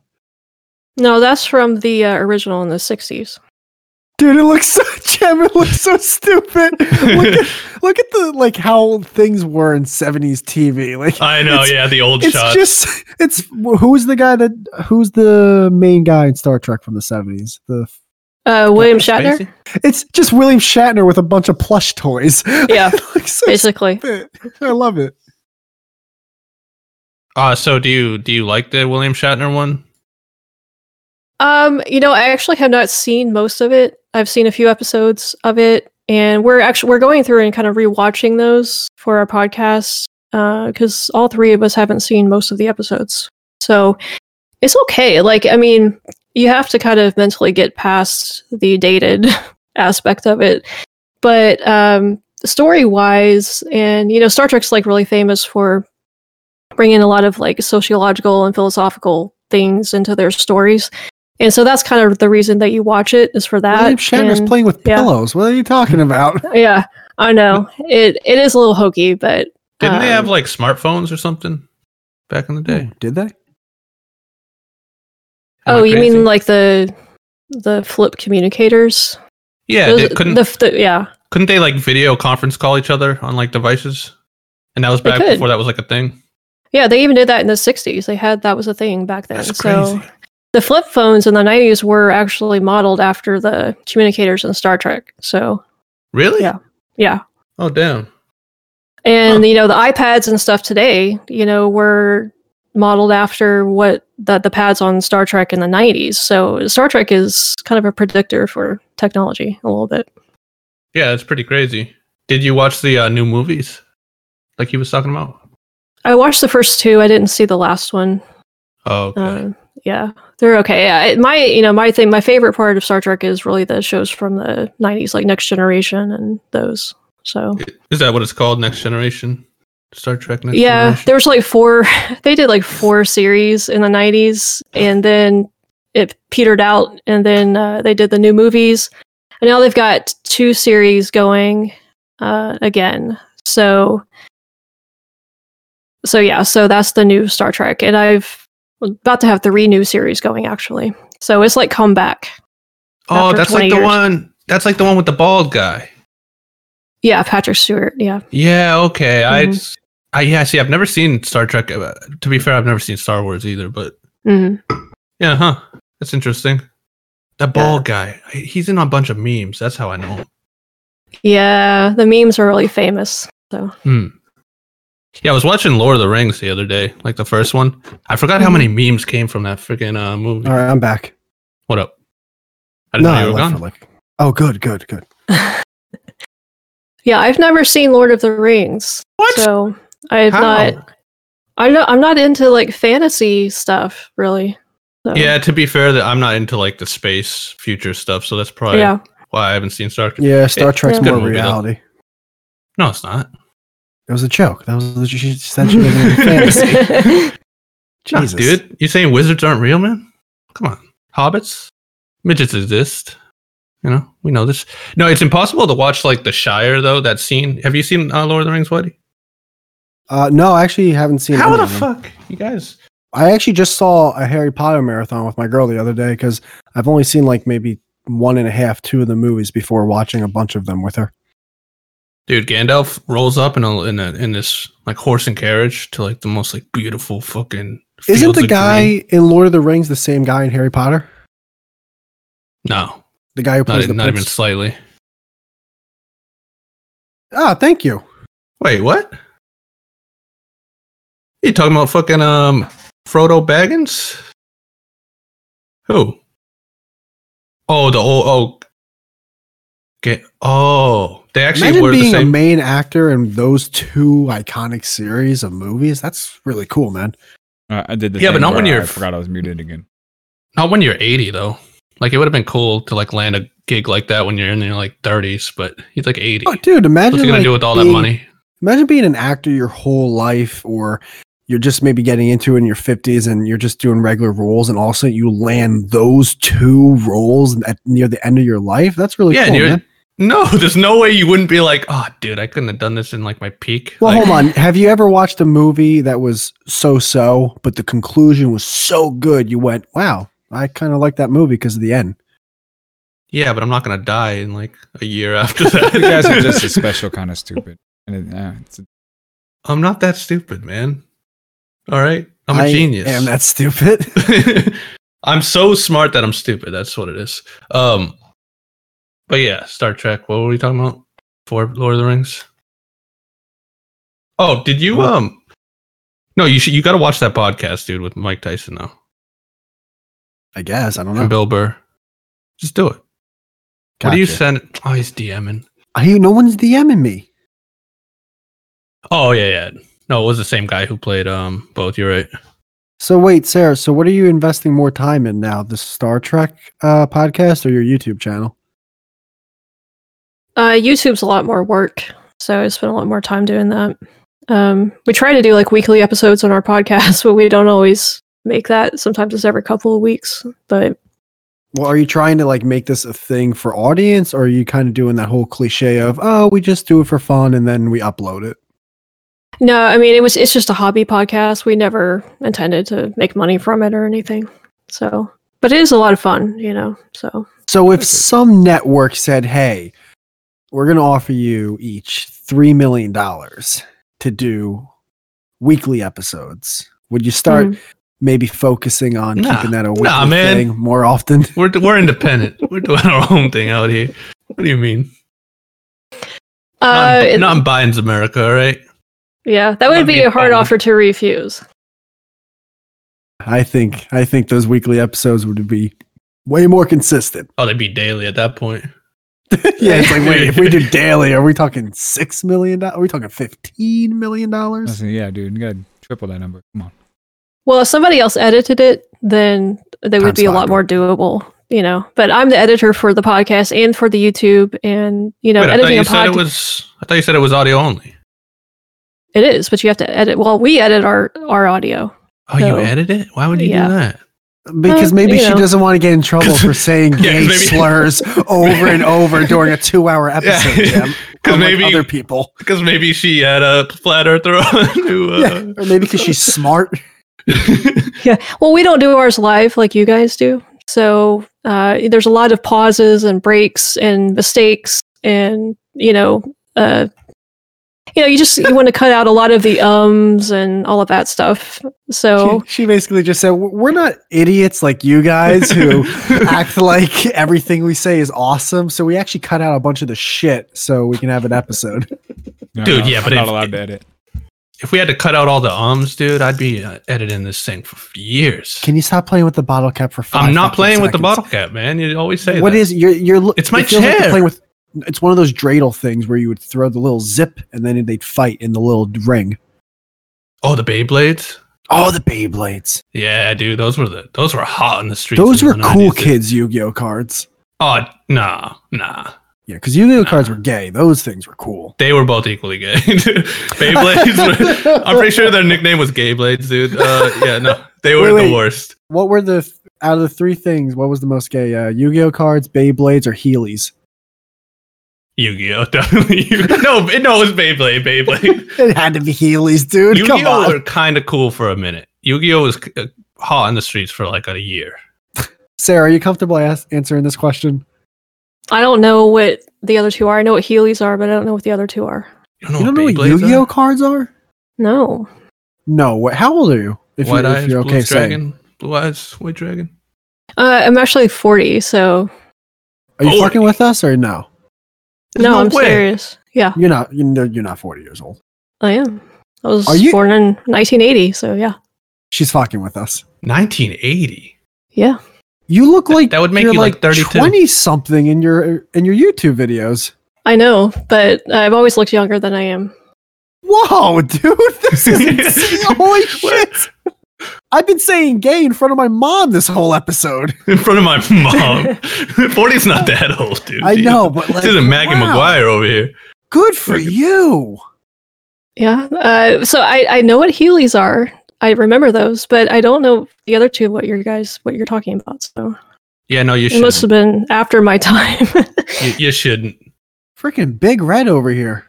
no that's from the uh, original in the 60s
Dude, it looks so [laughs] Jim, it looks so stupid. look,
[laughs]
at, look at the like how things were in '70s TV. Like
I know.
It's-
yeah, the old
it's
shot.
just it's who's the guy that who's the main guy in Star Trek from the '70s? The
uh william shatner
Spacey?
it's just William Shatner with a bunch of plush toys. [laughs]
Yeah,
It looks so
basically
stupid. I love it.
Uh, so do you do you like the William Shatner one?
Um, you know, I actually have not seen most of it. I've seen a few episodes of it, and we're actually we're going through and kind of rewatching those for our podcast because uh, all three of us haven't seen most of the episodes. So it's okay. Like, I mean, you have to kind of mentally get past the dated [laughs] aspect of it, but um, story wise, and you know, Star Trek's like really famous for bringing a lot of like sociological and philosophical things into their stories. And so that's kind of the reason that you watch it is for that.
William Shatner's
and-
playing with
yeah.
pillows. What are you talking
[laughs]
about?
Yeah, I know it. It is a little hokey, but
Didn't
Uh,
they have
um,
like smartphones or something back in the day?
Did they?
Am I
oh, you
crazy?
mean like the the flip communicators?
yeah?
Those-
they- couldn't
the, the- yeah,
couldn't they like video conference call each other on like devices? And that was
They
back
could.
before that was like a thing.
yeah. They even did that in the '60s. They had that was a thing back then.
That's
so
crazy.
the flip phones in the '90s were actually modeled after the communicators in Star Trek. So
Really?
Yeah. yeah,
Oh damn.
and you know the iPads and stuff today, you know, were modeled after what the, the pads on Star Trek in the 90s. So Star Trek is kind of a predictor for technology a little bit.
Yeah, that's pretty crazy. Did you watch the uh, new movies? Like he was talking about.
I watched the first two. I didn't see the last one.
Oh, okay.
Um, yeah, they're okay. Yeah, it- my you know my thing, my favorite part of Star Trek is really the shows from the 90s, like Next Generation and those. So
Is that what it's called? Next Generation, Star Trek. Next
yeah
Generation?
there was like four [laughs] they did like four series in the 90s and then it petered out and then uh, they did the new movies and now they've got two series going uh, again so so yeah so that's the new star trek and i've I'm about to have three new series going actually so it's like comeback
Oh,
after
that's like
20
the
years.
one. That's like the one with the bald guy.
yeah patrick stewart yeah
Yeah. Okay.
Mhm.
I. I yeah. See, I've never seen Star Trek. uh, To be fair, I've never seen Star Wars either. But
hmm
yeah, huh? That's interesting. That bald guy. I- He's in a bunch of memes. That's how I know. him.
yeah the memes are really famous so
Yeah, I was watching Lord of the Rings the other day, like the first one. I forgot how many memes came from that freaking uh, movie.
Mm-hmm. All right, I'm back.
What up? I
No,
didn't
I
know you were
left
gone.
for like. Oh, good, good, good.
Yeah, I've never seen Lord of the Rings.
What?
So I have
How?
not. I'm not. I'm not into like fantasy stuff really. So,
Yeah, to be fair, that I'm not into like the space future stuff, so that's probably
Yeah.
why I haven't seen Star Trek.
Yeah, Star
It-
Trek's
it's
a
more
good movie, though.
reality.
No, it's not.
It was a joke. That was the she said she was in
[laughs]
fantasy.
Nah,
Jesus,
dude, you saying wizards aren't real, man? Come on, hobbits, midgets exist. You know, we know this. No, it's impossible to watch like the Shire though. That scene. Have you seen uh, Lord of the Rings, Whitey?
Uh, no, I actually haven't seen.
How
any
the
of them.
fuck, you guys?
I actually just saw a Harry Potter marathon with my girl the other day because I've only seen like maybe one and a half, two of the movies before watching a bunch of them with her.
Dude, Gandalf rolls up in a, in a, in this like horse and carriage to like the most like beautiful fucking.
Isn't
fields
the
of
guy
green.
in Lord of the Rings the same guy in Harry Potter?
No,
The guy who plays
not,
the
not even
prince.
slightly.
Ah, thank you.
Wait, what? You talking about fucking um Frodo Baggins? Who? Oh, the old oh. Get oh, they actually
Imagine
were the
being a
same.
main actor in those two iconic series of movies. That's really cool, man.
Uh, I did the
Yeah, but
thing
not when
where
you're-
I forgot I was muted
[laughs]
again.
Not when you're 80 though. Like it would have been cool to like land a gig like that when you're in your like 30s, but he's like 80.
Oh,
What's
dude, imagine
he gonna
like,
do with all that
being-
money?
Imagine being an actor your whole life, or you're just maybe getting into it in your 50s and you're just doing regular roles, and also you land those two roles at near the end of your life. That's really
yeah,
cool.
and you're
man.
no. [laughs] There's no way you wouldn't be like, oh, dude, I couldn't have done this in like my peak.
Well,
Like,
hold on. Have you ever watched a movie that was so so, but the conclusion was so good you went, wow, I kind of like that movie because of the end?
Yeah, but I'm not gonna die in like a
[laughs]
year after that.
You guys are just a special kind of stupid. And it, uh, it's
I'm not that stupid, man. All right. I'm a
a
a genius.
Damn, that's [laughs] stupid.
[laughs] I'm so smart that I'm stupid. That's what it is. Um But yeah, Star Trek. What were we talking about? For Lord of the Rings? Oh, did you um No, you should you gotta watch that podcast, dude, with Mike Tyson though.
I guess. I don't know.
And Bill Burr. Just do it. What do you
Gotcha.
send? Oh, he's DMing.
I hear no one's DMing me.
Oh yeah, yeah. No, it was the same guy who played um both. You're right.
So wait, Sarah. So what are you investing more time in now? The Star Trek uh, podcast or your YouTube channel?
[laughs] Uh, YouTube's a lot more work, so I spend a lot more time doing that. Um, we try to do like weekly episodes on our podcast, [laughs] but we don't always make that. Sometimes it's every couple of weeks, but
Well, are you trying to like make this a thing for audience, or are you kind of doing that whole cliche of oh, we just do it for fun and then we upload it?
no, I mean it was it's just a hobby podcast. We never intended to make money from it or anything. So, but it is a lot of fun, you know. So
So if some network said, "Hey, we're going to offer you each three million dollars to do weekly episodes," would you start
mm.
maybe focusing on
Hmm. Nah.
keeping that a weekly
man.
thing more often?
We're we're independent. [laughs] we're doing our own thing out here. What do you mean?
uh,
not,
it-
not Biden's America, all right?
yeah, that
not
would be
being
a hard
bad.
offer to refuse.
I think I think those weekly episodes would be way more
[laughs]
consistent.
Oh, they'd be daily at that point.
yeah, [laughs] it's like wait, if we do daily, are we talking six million dollars? Are we talking fifteen million dollars?
Listen, yeah, dude, you gotta triple that number. Come on.
Well, if somebody else edited it, then they would
Time's
be a
up.
lot more doable, you know. But I'm the editor for the podcast and for the YouTube, and you know,
Wait, I thought
editing
you
a
said
podcast.
it was. I thought you said it was audio only.
it is, but you have to edit. Well, we edit our our audio.
Oh,
No.
you edit it? Why would you
Yeah.
do that?
Because
Uh,
maybe
you
she
know.
doesn't want to get in trouble
[laughs]
for saying gay
maybe-
slurs over and over during a two-hour episode.
[laughs] Yeah.
Jim,
'Cause
unlike
maybe-
other people,
Because maybe she had a flat earther on [laughs] who.
yeah,
Uh,
or maybe because she's smart.
[laughs] Yeah. Well, we don't do ours live like you guys do, so uh, there's a lot of pauses and breaks and mistakes, and you know, uh, you know, you just you want to cut out a lot of the ums and all of that stuff.
[laughs]
So.
She, she basically just said, "W- "We're not idiots like you guys
[laughs]
who act like everything we say is awesome." So we actually cut out a bunch of the shit so we can have an episode.
No,
Dude,
no,
yeah,
I'm
but
not
if-
allowed
[laughs]
to edit.
If we had to cut out all the ums, dude, I'd be uh, editing this thing for years.
Can you stop playing with the bottle cap for five?
I'm not
fucking
playing with the
seconds?
bottle cap, man. You always say
What
that.
is you're you're? lo-
It's my
it feels like you're
chair.
playing with. It's one of those dreidel things where you would throw the little zip and then they'd fight in the little ring.
Oh, the Beyblades.
Oh, the Beyblades.
Yeah, dude, those were the those were hot in the streets.
Those
in
were
the
cool
90s.
kids Yu-Gi-Oh cards.
Oh nah, nah.
Yeah, because Yu-Gi-Oh cards were gay. Those things were cool.
They were both equally gay. [laughs]
[laughs]
Beyblades. Were, I'm pretty sure their nickname was Gay Blades, dude. Uh, yeah, no, they were
Wait, wait.
the worst.
What were the out of the three things? What was the most gay? Uh, Yu-Gi-Oh cards, Beyblades, or Heelys?
Yu-Gi-Oh, [laughs] definitely. Yu- no, it- no, it was Beyblade. Beyblade.
[laughs] It had to be Heelys, [laughs] dude. Come
Yu-Gi-Oh
on.
were kind of cool for a minute. Yu-Gi-Oh was uh, hot in the streets for like a year.
Sarah, are you comfortable as- answering this question?
I don't know what the other two are. I know what Heelys are, but I don't know what the other two are.
You don't
You don't know what
Beyblades
Yu-Gi-Oh
are?
cards are?
no.
No. What, how old are you? If,
White
you,
eyes,
if you're
blue
okay saying.
dragon, blue eyes, white dragon.
Uh, I'm actually 40, so
Are you
Forty.
fucking with us or no?
There's
no,
no
I'm
way.
serious. Yeah,
You're not. You know, you're not 40 years old.
I am. I was
Are you-
born in 1980, so yeah.
She's fucking with us.
1980.
Yeah.
You look like
that would make
you're
you, like, 32.
20 something in your in your YouTube videos.
I know, but I've always looked younger than I am.
Whoa, [laughs] dude, this is
[laughs]
insane. holy shit! I've been saying gay in front of my mom this whole episode.
In front of my mom. [laughs] 40's not that old, dude.
I
Jesus.
know, but like,
This isn't Maggie
wow,
McGuire over here.
Good for you.
Yeah. Uh, so I, I know what Heelys are. I remember those, but I don't know the other two. What your guys, what you're talking about? So
Yeah, no, you
it must have
shouldn't.
been after my [laughs] time.
You, you shouldn't. [laughs]
Freaking big red over here.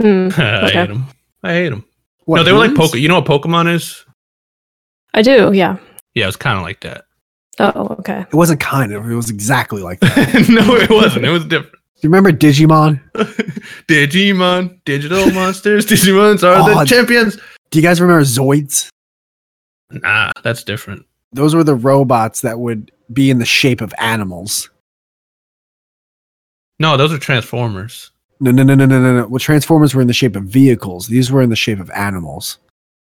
Hmm.
I
Okay.
hate him. I hate him.
What,
no, they were like
humans?
Poke. You know what Pokemon is?
I do. Yeah.
Yeah, it was kind of like that.
Oh, okay.
It wasn't kind of. It was exactly like that.
[laughs] no, it wasn't. It was different.
Do you remember Digimon?
Digimon,
[laughs]
digital monsters. Digimons are
Oh,
the champions.
Do you guys remember Zoids?
Nah, that's different.
Those were the robots that would be in the shape of animals.
No, those are Transformers.
No, no, no, no, no, no, no. Well, Transformers were in the shape of vehicles. These were in the shape of animals.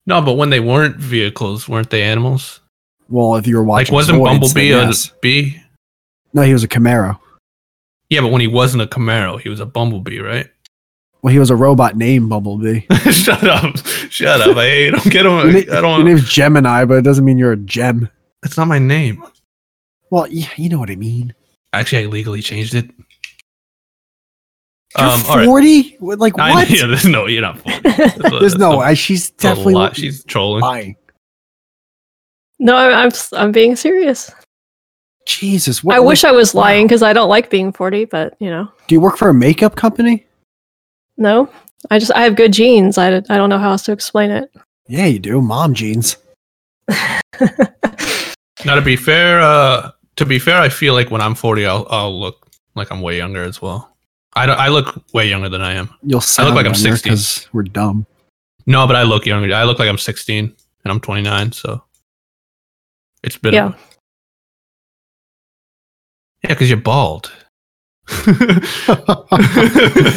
No, but when they weren't vehicles, weren't they animals?
Well, if you were
Like,
watching,
wasn't
Zoids, then
Bumblebee
yes.
a bee?
No, he was a Camaro.
Yeah, but when he wasn't a Camaro, he was a Bumblebee, right?
Well, he was a robot named Bumblebee.
[laughs] Shut up. Shut up. I hate him. Get him.
Your
I
na- your
don't.
name's Gemini, but it doesn't mean you're a gem.
It's not my name.
Well, yeah, you know what I mean.
Actually, I legally changed it.
You're
Um, all right.
40? What- Like,
I-
what?
yeah, there's no, you're not 40.
[laughs] There's no way. She's
Definitely
definitely
She's trolling.
lying.
No, I, I'm s- I'm being serious.
Jesus. What,
I wish I was
wow.
lying because I don't like being 40, but you know,
Do you work for a makeup company?
no. I just I have good genes. I, d- I don't know how else to explain it.
Yeah, you do. Mom jeans.
Now, to be fair, uh, to be fair, I feel like when I'm 40, I'll, I'll look like I'm way younger as well. I, don't, I look way younger than I am.
You'll sound
like I'm
younger
60.
'cause we're dumb.
No, but I look younger. I look like I'm 16 and I'm 29, so it's been
Yeah. [clears throat]
Yeah, because you're bald. [laughs]
You [laughs]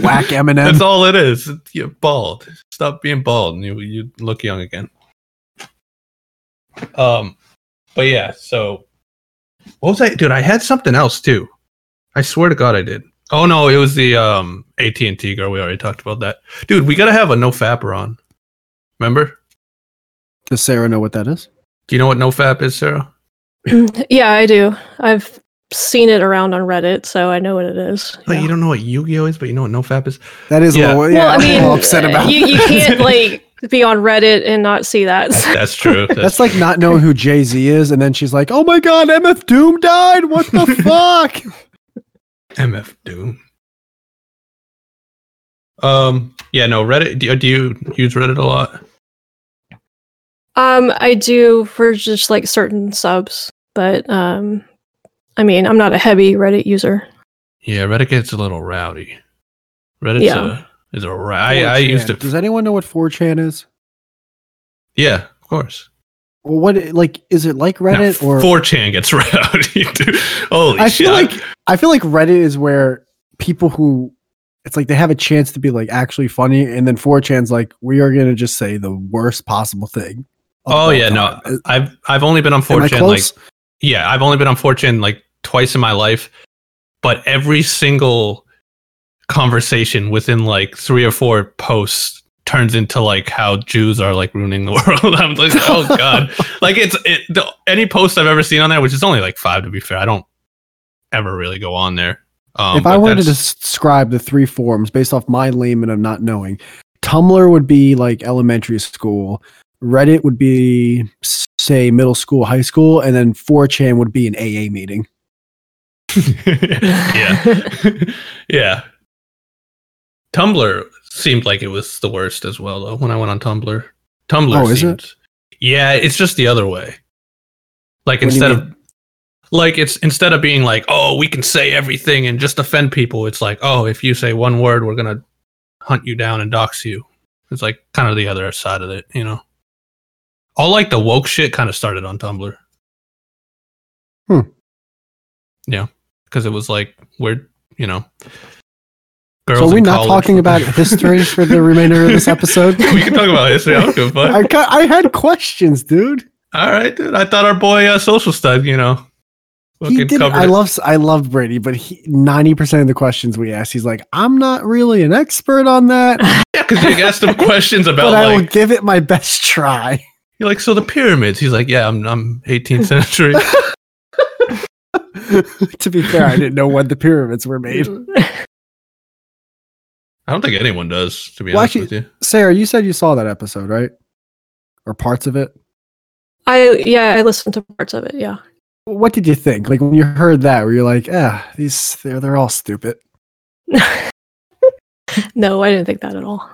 Whack Eminem.
That's all it is. You're bald. Stop being bald, and you you look young again. Um, but yeah. So, what was I, dude? I had something else too. I swear to God, I did. Oh no, it was the um AT and T girl. We already talked about that, dude. We gotta have a no fapper on. Remember?
Does Sarah know what that is?
Do you know what no fap is, Sarah?
yeah, I do. I've seen it around on Reddit, so I know what it is.
Like,
Yeah.
you don't know what Yu Gi Oh is, but you know what no fap is.
That is
Yeah.
a little, yeah,
well, I
I'm a
mean,
little upset about
you, you
that.
can't like be on Reddit and not see that. [laughs]
That's true.
[laughs] That's like not knowing who Jay Z is, and then she's like, "Oh my God, MF Doom died! What
[laughs]
the fuck?"
MF Doom. Um. Yeah. No. Reddit. Do, do you use Reddit a lot?
Um, I do for just like certain subs, but um, I mean, I'm not a heavy Reddit user.
Yeah. Reddit gets a little rowdy. Reddit's
Yeah.
a is a ra- I, I
4chan.
used
Does
to.
anyone know what 4chan is?
Yeah. Of course.
Well, what like is it like
Now,
Reddit or?
4chan gets [laughs] rowdy. Dude. Holy
I
shit!
feel like I feel like Reddit is where people who it's like they have a chance to be like actually funny, and then 4chan's like, "We are gonna just say the worst possible thing." of
Oh,
all
yeah, no.
time." Am
I've I've only been on
I
4chan like
close?
yeah, I've only been on 4chan like twice in my life, but every single conversation within like three or four posts turns into like how Jews are like ruining the [laughs] world. I'm like, oh god, like it's it, the, any post I've ever seen on there, which is only like five to be fair. I don't ever really go on there. Um,
if I
but
wanted to
that's-
describe the three forms based off my layman of not knowing, Tumblr would be like elementary school, Reddit would be say middle school, high school, and then 4chan would be an AA meeting.
[laughs] yeah. yeah. Tumblr seemed like it was the worst as well, though, when I went on Tumblr. Tumblr
Oh, is
seemed- Yeah, it's just the other way. Like
What do you
instead of like it's instead of being like, oh, we can say everything and just offend people, it's like, oh, if you say one word, we're gonna hunt you down and dox you. It's like kind of the other side of it, you know. All like the woke shit kind of started on Tumblr.
Hmm.
Yeah, because it was like we're you know.
so are we
in
not
college
talking
were- [laughs]
about history for the remainder of this episode?
we can talk about history. I don't give a
[laughs]
fuck.
I, ca- I had questions, dude.
All right, dude. I thought our boy uh, Social Stud, you know,
He
fucking
did.
covered
I
it.
love I love Brady, but ninety percent of the questions we asked, he's like, I'm not really an expert on that,
Yeah, because you asked
[laughs]
him questions
but
about
I will
like
give it my best try.
you're like so the pyramids. He's like, yeah, I'm I'm
[laughs]
18th century.
to be fair, I didn't know when the pyramids were
[laughs]
made.
I don't think anyone does, to be
Well,
honest
actually-
with you.
Sarah, you said you saw that episode, right? Or parts of it.
I yeah, I listened to parts of it. Yeah.
What did you think? Like when you heard that, were you like, "Ah, these they're they're all stupid"?
No, I didn't think that at all.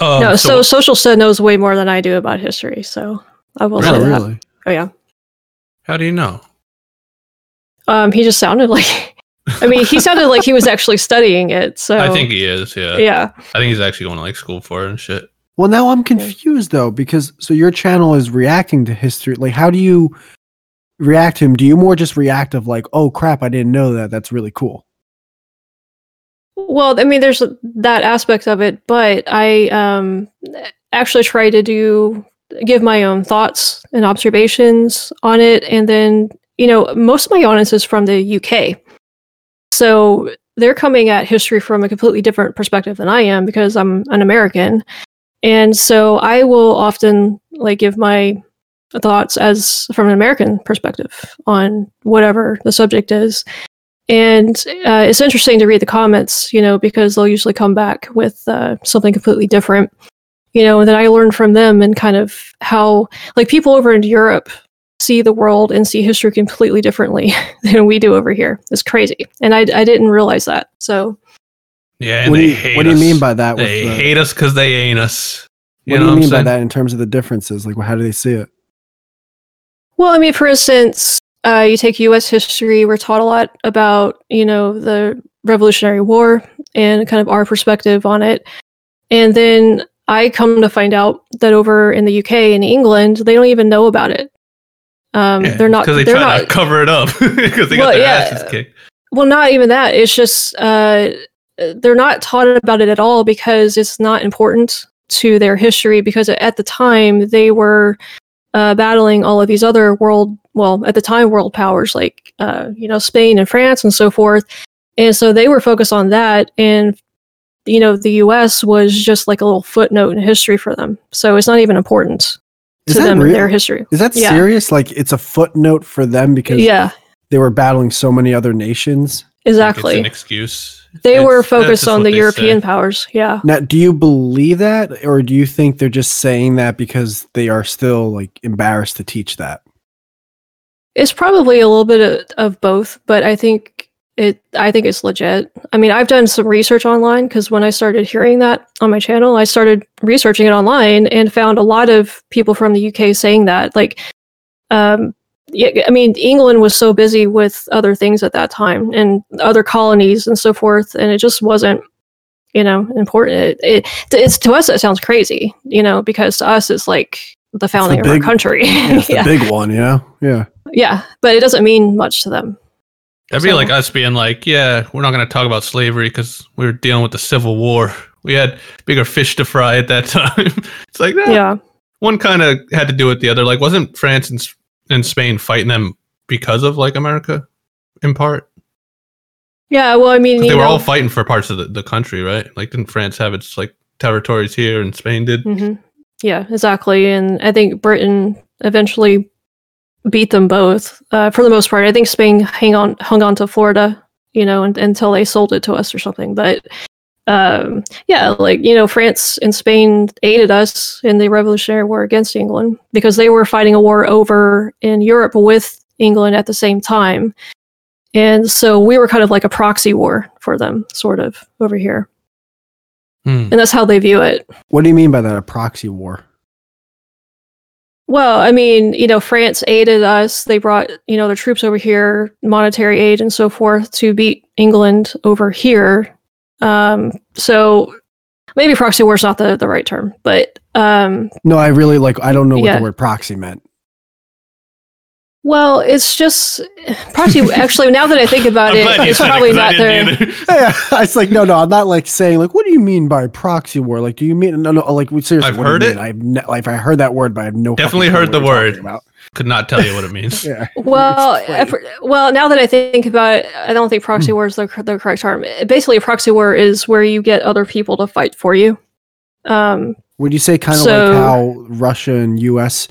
Um,
no, so, social stud knows way more than I do about history, so I will
Oh,
say that.
really?
Oh yeah.
how do you know?
Um, he just sounded like. [laughs] I mean, he sounded like he was actually studying it. So
I think uh, he is. Yeah.
yeah.
I think he's actually going to like school for it and shit.
Well, now I'm confused though because so your channel is reacting to history. Like, how do you react to him? Do you more just react of like, "Oh crap, I didn't know that. That's really cool."
Well, I mean, there's that aspect of it, but I um, actually try to do give my own thoughts and observations on it, and then you know, most of my audience is from the UK, so they're coming at history from a completely different perspective than I am because I'm an American, and so I will often like give my thoughts as from an American perspective on whatever the subject is and uh, it's interesting to read the comments you know because they'll usually come back with uh, something completely different you know and then i learn from them and kind of how like people over in europe see the world and see history completely differently [laughs] than we do over here it's crazy and i, I didn't realize that so
Yeah. And
what
they
do you,
hate
what do you
us.
mean by that? with
They
the-
hate us because they ain't us. You
what do
know
you
what
mean
I'm
by
saying?
that in terms of the differences? Like, how do they see it?
Well, I mean, for instance, uh, you take U.S. history. We're taught a lot about you know the Revolutionary War and kind of our perspective on it, and then I come to find out that over in the U.K. and England, they don't even know about it. Um,
Yeah,
they're not.
because they
they're
try
not.
to cover it up [laughs] because they got
Well,
their
yeah.
asses kicked.
Well, not even that. It's just uh, they're not taught about it at all because it's not important to their history. Because at the time they were uh, battling all of these other world, well, at the time world powers like uh, you know Spain and France and so forth, and so they were focused on that, and you know the U.S. was just like a little footnote in history for them. So it's not even important
Is
to
that
them in
real?
their history.
Is that
Yeah.
serious? Like, it's a footnote for them because
Yeah,
they were battling so many other nations.
Like, It's an
exactly.
excuse.
They
It's-
were
that's
focused
just
on
what
the
they say.
European powers. Yeah.
Now, do you believe that, or do you think they're just saying that because they are still like embarrassed to teach that?
It's probably a little bit of, of both, but I think it I think it's legit. I mean, I've done some research online because when I started hearing that on my channel, I started researching it online and found a lot of people from the UK saying that. Like um yeah, I mean, England was so busy with other things at that time and other colonies and so forth, and it just wasn't, you know, important. It, it it's to us it sounds crazy, you know, because to us it's like the founding of
big-
our
[laughs]
country.
Yeah, it's the big one, you know? Yeah.
Yeah, but it doesn't mean much to them.
That'd be
So-
like us being like, yeah, we're not going to talk about slavery because we were dealing with the Civil War. We had bigger fish to fry at that [laughs] time. it's like, nah,
Yeah.
one kind of had to do with the other. Like, wasn't France and, S- and Spain fighting them because of like America in part?
Yeah, well, I mean,
But
you
they were
know,
all fighting for parts of the, the country, right? Like, didn't France have its like territories here, and Spain did?
hmm Yeah, exactly. And I think Britain eventually beat them both uh, for the most part. I think Spain hang on, hung on to Florida, you know, un until they sold it to us or something. But um, yeah, like, you know, France and Spain aided us in the Revolutionary War against England because they were fighting a war over in Europe with England at the same time. And so we were kind of like a proxy war for them, sort of, over here.
Hmm.
And that's how they view it.
What do you mean by that? A proxy war?
Well, I mean, you know, France aided us. They brought, you know, their troops over here, monetary aid and so forth to beat England over here. Um, so maybe proxy war's not the, the right term, but um,
No, I really like. I don't know what
Yeah.
the word proxy meant. [laughs]
well, it's just
[laughs]
proxy. actually, now that I think about it,
you
it's
said it,
probably
'cause I
not
didn't
their.
either.
Yeah, it's like no, no. I'm not like saying like, what do you mean by proxy war? Like, do you mean no, no? Like, we seriously.
I've
what do you
heard
mean?
it.
I've ne- like I heard that word, but I have no. fucking
Definitely
clue
heard
what
the
you're talking
word.
about.
Could not tell you what it means. [laughs]
Yeah.
[laughs] Well,
Explain.
I for- well, now that I think about it, I don't think
Hmm.
proxy war is the, cor- the correct term. Basically, a proxy war is where you get other people to fight for you. Um,
Would you say kind of
So-
like how Russia and U.S.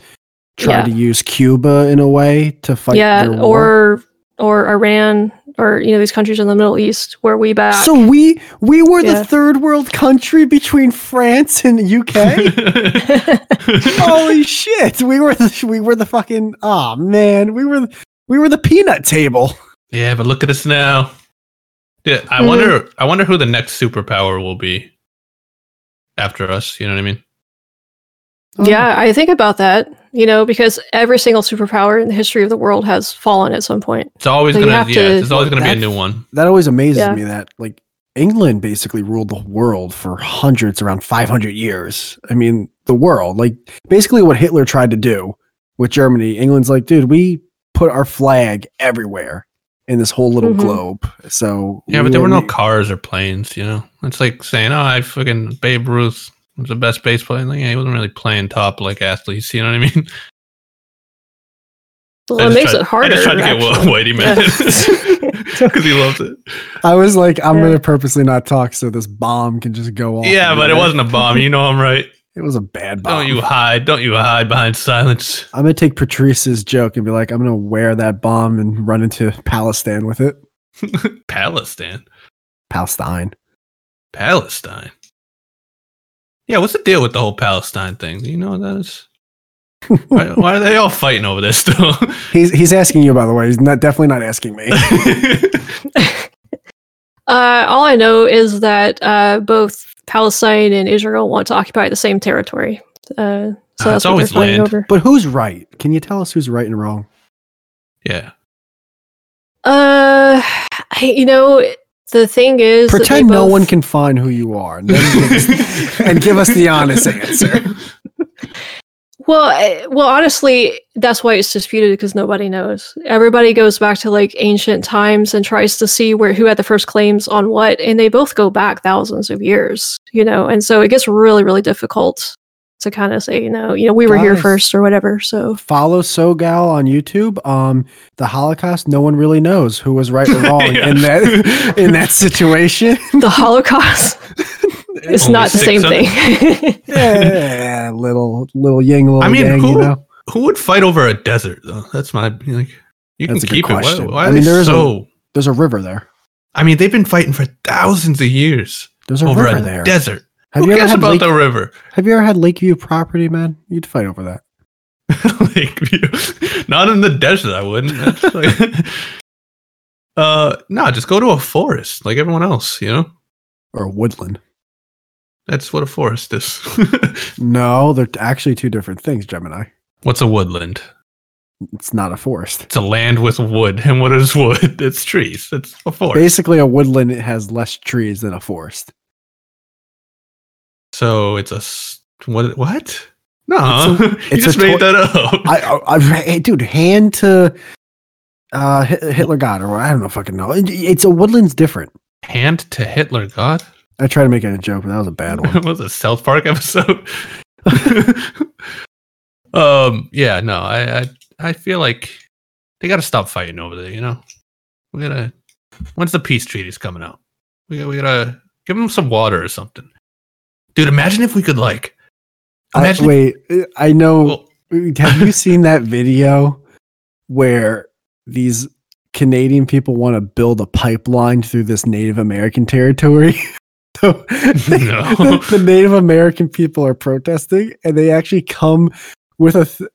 try
Yeah.
to use Cuba in a way to fight?
yeah,
their war?
or or Iran, or you know these countries in the Middle East where we back.
So we we were
Yeah.
the third world country between France and the
[laughs]
UK. Holy shit! We were the we were the fucking ah man. We were we were the peanut table.
[laughs] yeah, but look at us now. Yeah, I
Mhm.
wonder. I wonder who the next superpower will be after us. You know what I mean? Oh.
yeah, I think about that. You know, because every single superpower in the history of the world has fallen at some point.
It's always
So you
gonna.
have
Yeah,
to-
there's always gonna be a
That's-
new one.
That always amazes
Yeah.
me. That like England basically ruled the world for hundreds, around five hundred years. I mean, the world like basically what Hitler tried to do with Germany. England's like, dude, we put our flag everywhere in this whole little
Mhm.
globe. So
Yeah, but there
we-
were no cars or planes. You know, it's like saying, "Oh, I fucking Babe Ruth was the best bass player." Like, yeah, he wasn't really playing top like athletes. You know what I mean? [laughs]
Well,
I
it
just
makes
tried-
it harder.
I just tried to get
actually.
Wa- Whitey
[laughs]
[laughs] mad because he loves it.
I was like, I'm
Yeah.
gonna purposely not talk so this bomb can just go off.
Yeah, but it
everywhere.
wasn't a bomb. You know I'm right.
It was a bad bomb.
Don't you hide. Don't you hide behind silence. [laughs]
I'm gonna take Patrice's joke and be like, I'm gonna wear that bomb and run into Palestine with it.
Palestine.
Palestine.
Palestine. Yeah, what's the deal with the whole Palestine thing? You know that is. Why,
[laughs]
why are they all fighting over this though? [laughs]
He's he's asking you, by the way. He's not definitely not asking me.
[laughs] Uh, all I know is that uh, both Palestine and Israel want to occupy the same territory. Uh, so
Ah, it's
that's what they're
always
fighting
land.
over.
but who's right? Can you tell us who's right and wrong?
yeah,
Uh, I- you know, the thing is, that they
Pretend no
both-
one can find who you are, and, then give
[laughs]
us, and give us
[laughs]
the honest answer.
Well, I- well, honestly, that's why it's disputed because nobody knows. Everybody goes back to like ancient times and tries to see where who had the first claims on what, and they both go back thousands of years, you know. And so it gets really, really difficult to kind of say, you know, you know, we were here
Guys.
first or whatever. So [laughs]
Follow SoGal on YouTube. Um, the Holocaust. No one really knows who was right or
[laughs]
wrong in that in that situation.
the Holocaust [laughs] is
Only
not the same
600
thing.
yeah, little little ying, little
I mean,
yang, you
who-
know.
Who would fight over a desert though? That's my like. You
That's a
can
good
keep it. Why,
question.
why
I
are
mean,
they
there is a-
so?
There's a river there.
I mean, they've been fighting for thousands of years
There's a
over
river
a
there.
desert.
Have
Who
you ever
cares
had
about
lake,
the river?
Have you ever had Lakeview property, man? You'd fight over that.
[laughs] Lakeview. Not in the desert,
[laughs]
I wouldn't. That's like- [laughs] uh, no, just go to a forest like everyone else, you know?
Or woodland.
That's what a forest is. [laughs]
No, they're actually two different things, Gemini.
What's a woodland?
It's not a forest.
It's a land with wood. And what is wood? [laughs] It's trees. It's a forest.
Basically, a woodland has less trees than a forest.
So it's a. s- What? what? No. [laughs] you
it's a
just made
toi-
that up.
I, I, I hey, dude, hand to uh, Hi- Hitler God, or I don't know, fucking know. It- It's a woodland's different.
Hand to Hitler, God?
I tried to make it a joke, but that was a
[laughs]
bad one.
It was a South Park episode. [laughs] um, yeah, no, I, I I feel like they gotta stop fighting over there, you know? We gotta When's the peace treaties coming out? We got, we gotta give them some water or something. Dude, imagine if we could like.
I,
Imagine if-
wait, I know.
well,
Have
[laughs]
you seen that video where these Canadian people want to build a pipeline through this Native American territory? [laughs] so they-
No.
[laughs] the, the Native American people are protesting, and they actually come with a th-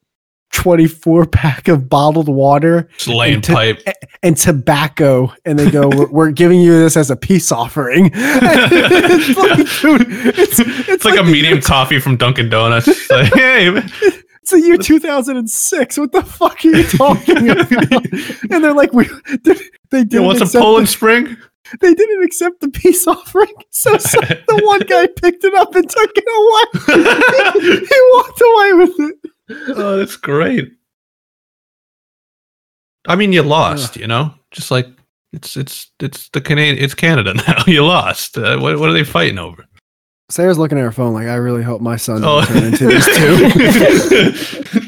24 pack of bottled water
just laying
to-
pipe.
and tobacco, and they
[laughs]
go, "We're, we're giving you this as a peace offering." [laughs] [laughs] it's like, dude, it's, it's,
It's like a medium coffee from Dunkin' Donuts.
[laughs]
It's like, hey, man.
It's the year 2006. What the fuck are you talking about?
[laughs]
and they're like, we they
you
didn't
want some
accept
Poland Spring?
the, they didn't accept the peace offering. [laughs] So, so the one guy picked it up and took it away. [laughs] he
oh,
walked away with it.
[laughs] that's great. I mean, you lost. You know, just like it's it's it's the Canadian. It's Canada [laughs] now. You lost. Uh, what what are they fighting over?
Sarah's looking at her phone like, I really hope my son
Oh.
doesn't turn into these
[laughs]
two.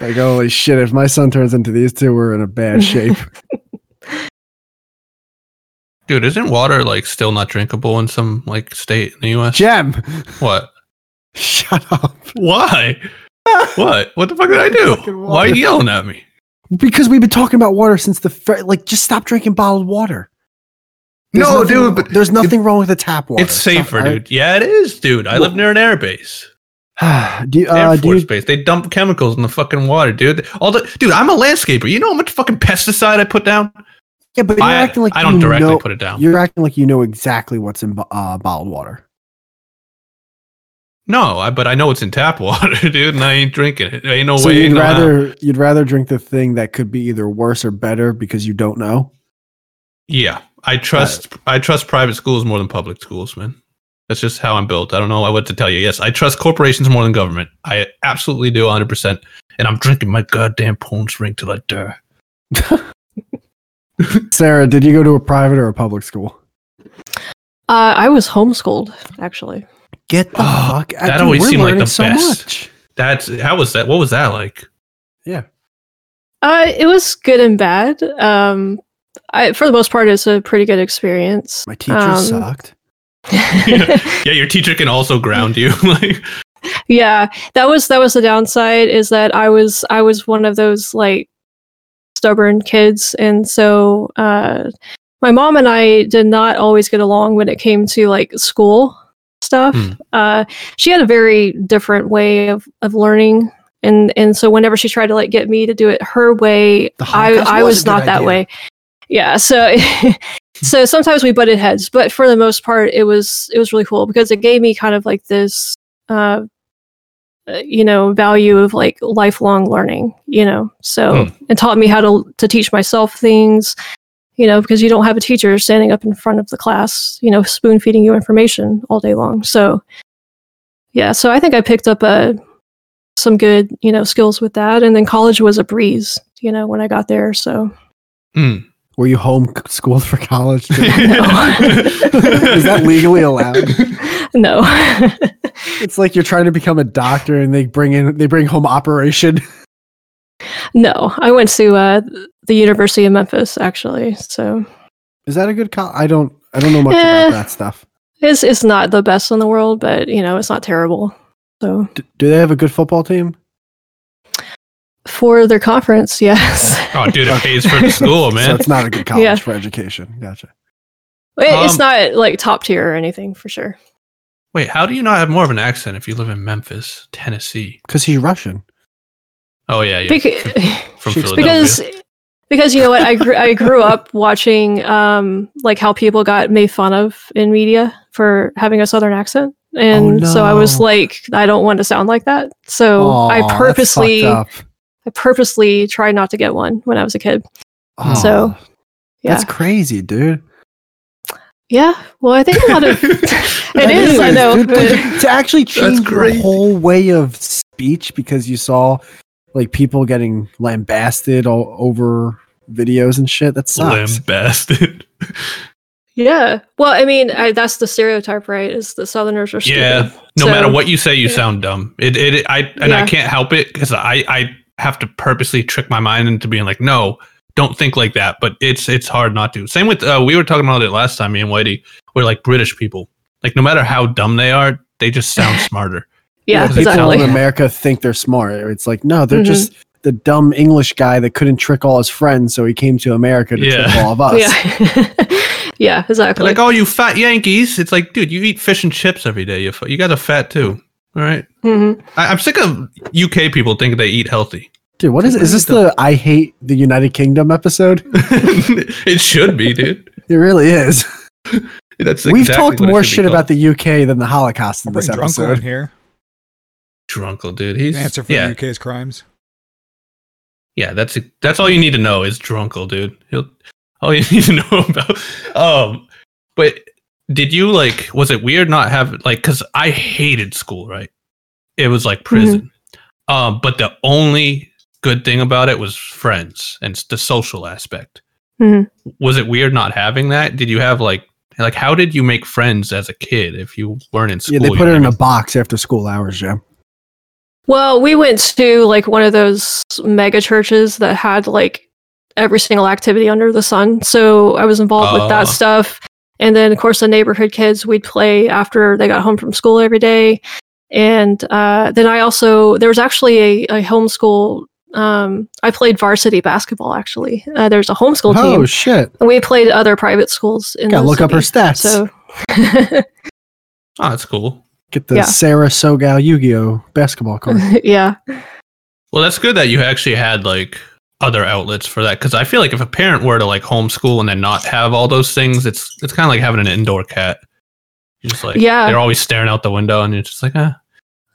Like, holy shit, if my son turns into these two, we're in a bad
[laughs]
shape.
Dude, isn't water like still not drinkable in some like state in the U.S.?
Jem,
what?
shut up.
Why? what? What the fuck did I
[laughs]
do?
Fucking
Why are
water.
you yelling at me?
Because we've been talking about water since the, fir- like, just stop drinking bottled water. There's
no,
nothing-
dude, but
there's nothing wrong with the tap water.
it's safer,
All right?
dude. Yeah, it is, dude. I live near an air base,
[sighs] do you,
air
uh, do
force
you,
base. They dump chemicals in the fucking water, dude. All the dude, I'm a landscaper. You know how much fucking pesticide I put down?
yeah, but you're
I,
acting like
I don't
you
directly
know,
put it down.
You're acting like you know exactly what's in bo- uh, bottled water.
No, I, but I know it's in tap [laughs] water, dude, and I ain't drinking it. There ain't no
so
way.
you'd
no how.
rather you'd rather drink the thing that could be either worse or better because you don't know.
Yeah, I trust I trust private schools more than public schools, man. That's just how I'm built. I don't know what to tell you. Yes, I trust corporations more than government. I absolutely do 100%. And I'm drinking my goddamn Poland Spring till I die.
Sarah, did you go to a private or a public school?
[laughs] Uh, I was homeschooled, actually.
Get the
Oh,
fuck out.
[gasps] that
dude,
always
we're
seemed like
learning
the best. That's how was that? What was that like? [laughs]
Uh, it was good and bad. Um, I, for the most part, it's a pretty
[laughs]
good experience. [laughs]
My teacher
Um,
sucked.
Yeah, your teacher can also ground you. [laughs] like,
yeah, that was that was the downside is that I was I was one of those like stubborn kids, and so uh, my mom and I did not always get along when it came to like school stuff.
Hmm.
Uh, she had a very different way of of learning. And and so whenever she tried to like get me to do it her way,
The
I,
Holocaust was
I
a
was
good
not that
idea.
way. Yeah, so [laughs] so sometimes we butted heads, but for the most part, it was it was really cool because it gave me kind of like this, uh, uh, you know, value of like lifelong learning, you know.
Hmm.
So it taught me how to to teach myself things, you know, because you don't have a teacher standing up in front of the class, you know, spoon feeding you information all day long. So yeah, so I think I picked up a some good you know skills with that, and then college was a breeze, you know, when I got there. So [laughs]
Were you homeschooled for college?
[laughs]
too? Is
is
that legally allowed?
no. [laughs]
It's like you're trying to become a doctor and they bring in they bring home operation.
No, I went to uh, the University of Memphis actually. So
Is that a good call? I don't I don't know much
Eh.
about that stuff.
it's it's not the best in the world, but you know it's not terrible. So
D- do they have a good football team?
for their conference, [laughs] yes,
Oh, dude, it pays
[laughs]
for the school,
So
man.
it's not a [laughs] good college
Yeah.
for education. Gotcha.
It-
Um,
it's not like top tier or anything for sure.
Wait, how do you not have more of an accent if you live in Memphis, Tennessee?
Because he's Russian.
Oh yeah, yeah.
[laughs] Beca-
from
Shakespeare.
Philadelphia.
because because you know what I grew I grew up watching um like how people got made fun of in media for having a southern accent. And so I was
no.
like, I don't want to sound like that. So Oh, I
Aw, that's
purposely, I
fucked up.
purposely tried not to get one when I was a kid.
Aw,
so, yeah.
Oh, that's crazy, dude.
Yeah. Well, I think a lot of [laughs] it
That
is. I know.
dude.
but-
Like, to actually change your
crazy.
whole way of speech because you saw like people getting lambasted all over videos and shit. That sucks. [laughs]
lambasted.
yeah. Well, I mean, I, that's the stereotype, right? Is the Southerners are stupid.
Yeah. No
So-
matter what you say, you
yeah.
sound dumb. It, it, I, and I
Yeah.
can't help it because I, I have to purposely trick my mind into being like, no, don't think like that, but it's it's hard not to. Same with uh, we were talking about it last time, me and Whitey. We're like British people. Like no matter how dumb they are, they just
[laughs]
sound smarter.
Yeah,
people
exactly.
in America think they're smart. It's like, no, they're
Mhm.
just the dumb English guy that couldn't trick all his friends, so he came to America to
Yeah.
trick all of us.
[laughs] Yeah, yeah,
They're
exactly.
like, oh, you fat Yankees. It's like, dude, you eat fish and chips every day. You you guys are fat too. All right.
oh.
Mhm.
I, I'm sick of UK people think they eat healthy. [laughs]
Dude, what is is this the I hate the United Kingdom episode? [laughs]
it should be, dude.
It really is.
That's
We've
exactly
talked
what it
more
should be
shit
called.
about the UK than the Holocaust in
Bring
this
Drunkle in
episode.
here.
Drunkle, dude. He's
Answer for
yeah,
UK's crimes.
yeah. That's that's all you need to know is Drunkle, dude. He'll all you [laughs] need to know about. Um, but did you like? Was it weird not have like? Because I hated school, right? It was
Mm-hmm.
like prison. Um, but the only good thing about it was friends and s- the social aspect.
Mhm.
Was it weird not having that? Did you have like like how did you make friends as a kid if you weren't in school?
Yeah, they
You
put it
know
in
what I
a
mean?
box after school hours, Jim.
Well, we went to like one of those mega churches that had like every single activity under the sun. So I was involved with
Ah.
Oh.
that stuff. And then, of course, the neighborhood kids, we'd play after they got home from school every day. And uh, then I also, there was actually a, a homeschool. Um, I played varsity basketball actually. Uh, there's a homeschool
Oh
team.
shit!
and we played other private schools in
Gotta
the
look up her
city.
stats.
So,
Oh, that's cool.
Get the
yeah.
Sarah Sogal Yu-Gi-Oh basketball
[laughs]
card.
[laughs] yeah.
Well, that's good that you actually had like other outlets for that because I feel like if a parent were to like homeschool and then not have all those things, it's it's kind of like having an indoor cat. You're just like
Yeah.
they're always staring out the window and you're just like ah.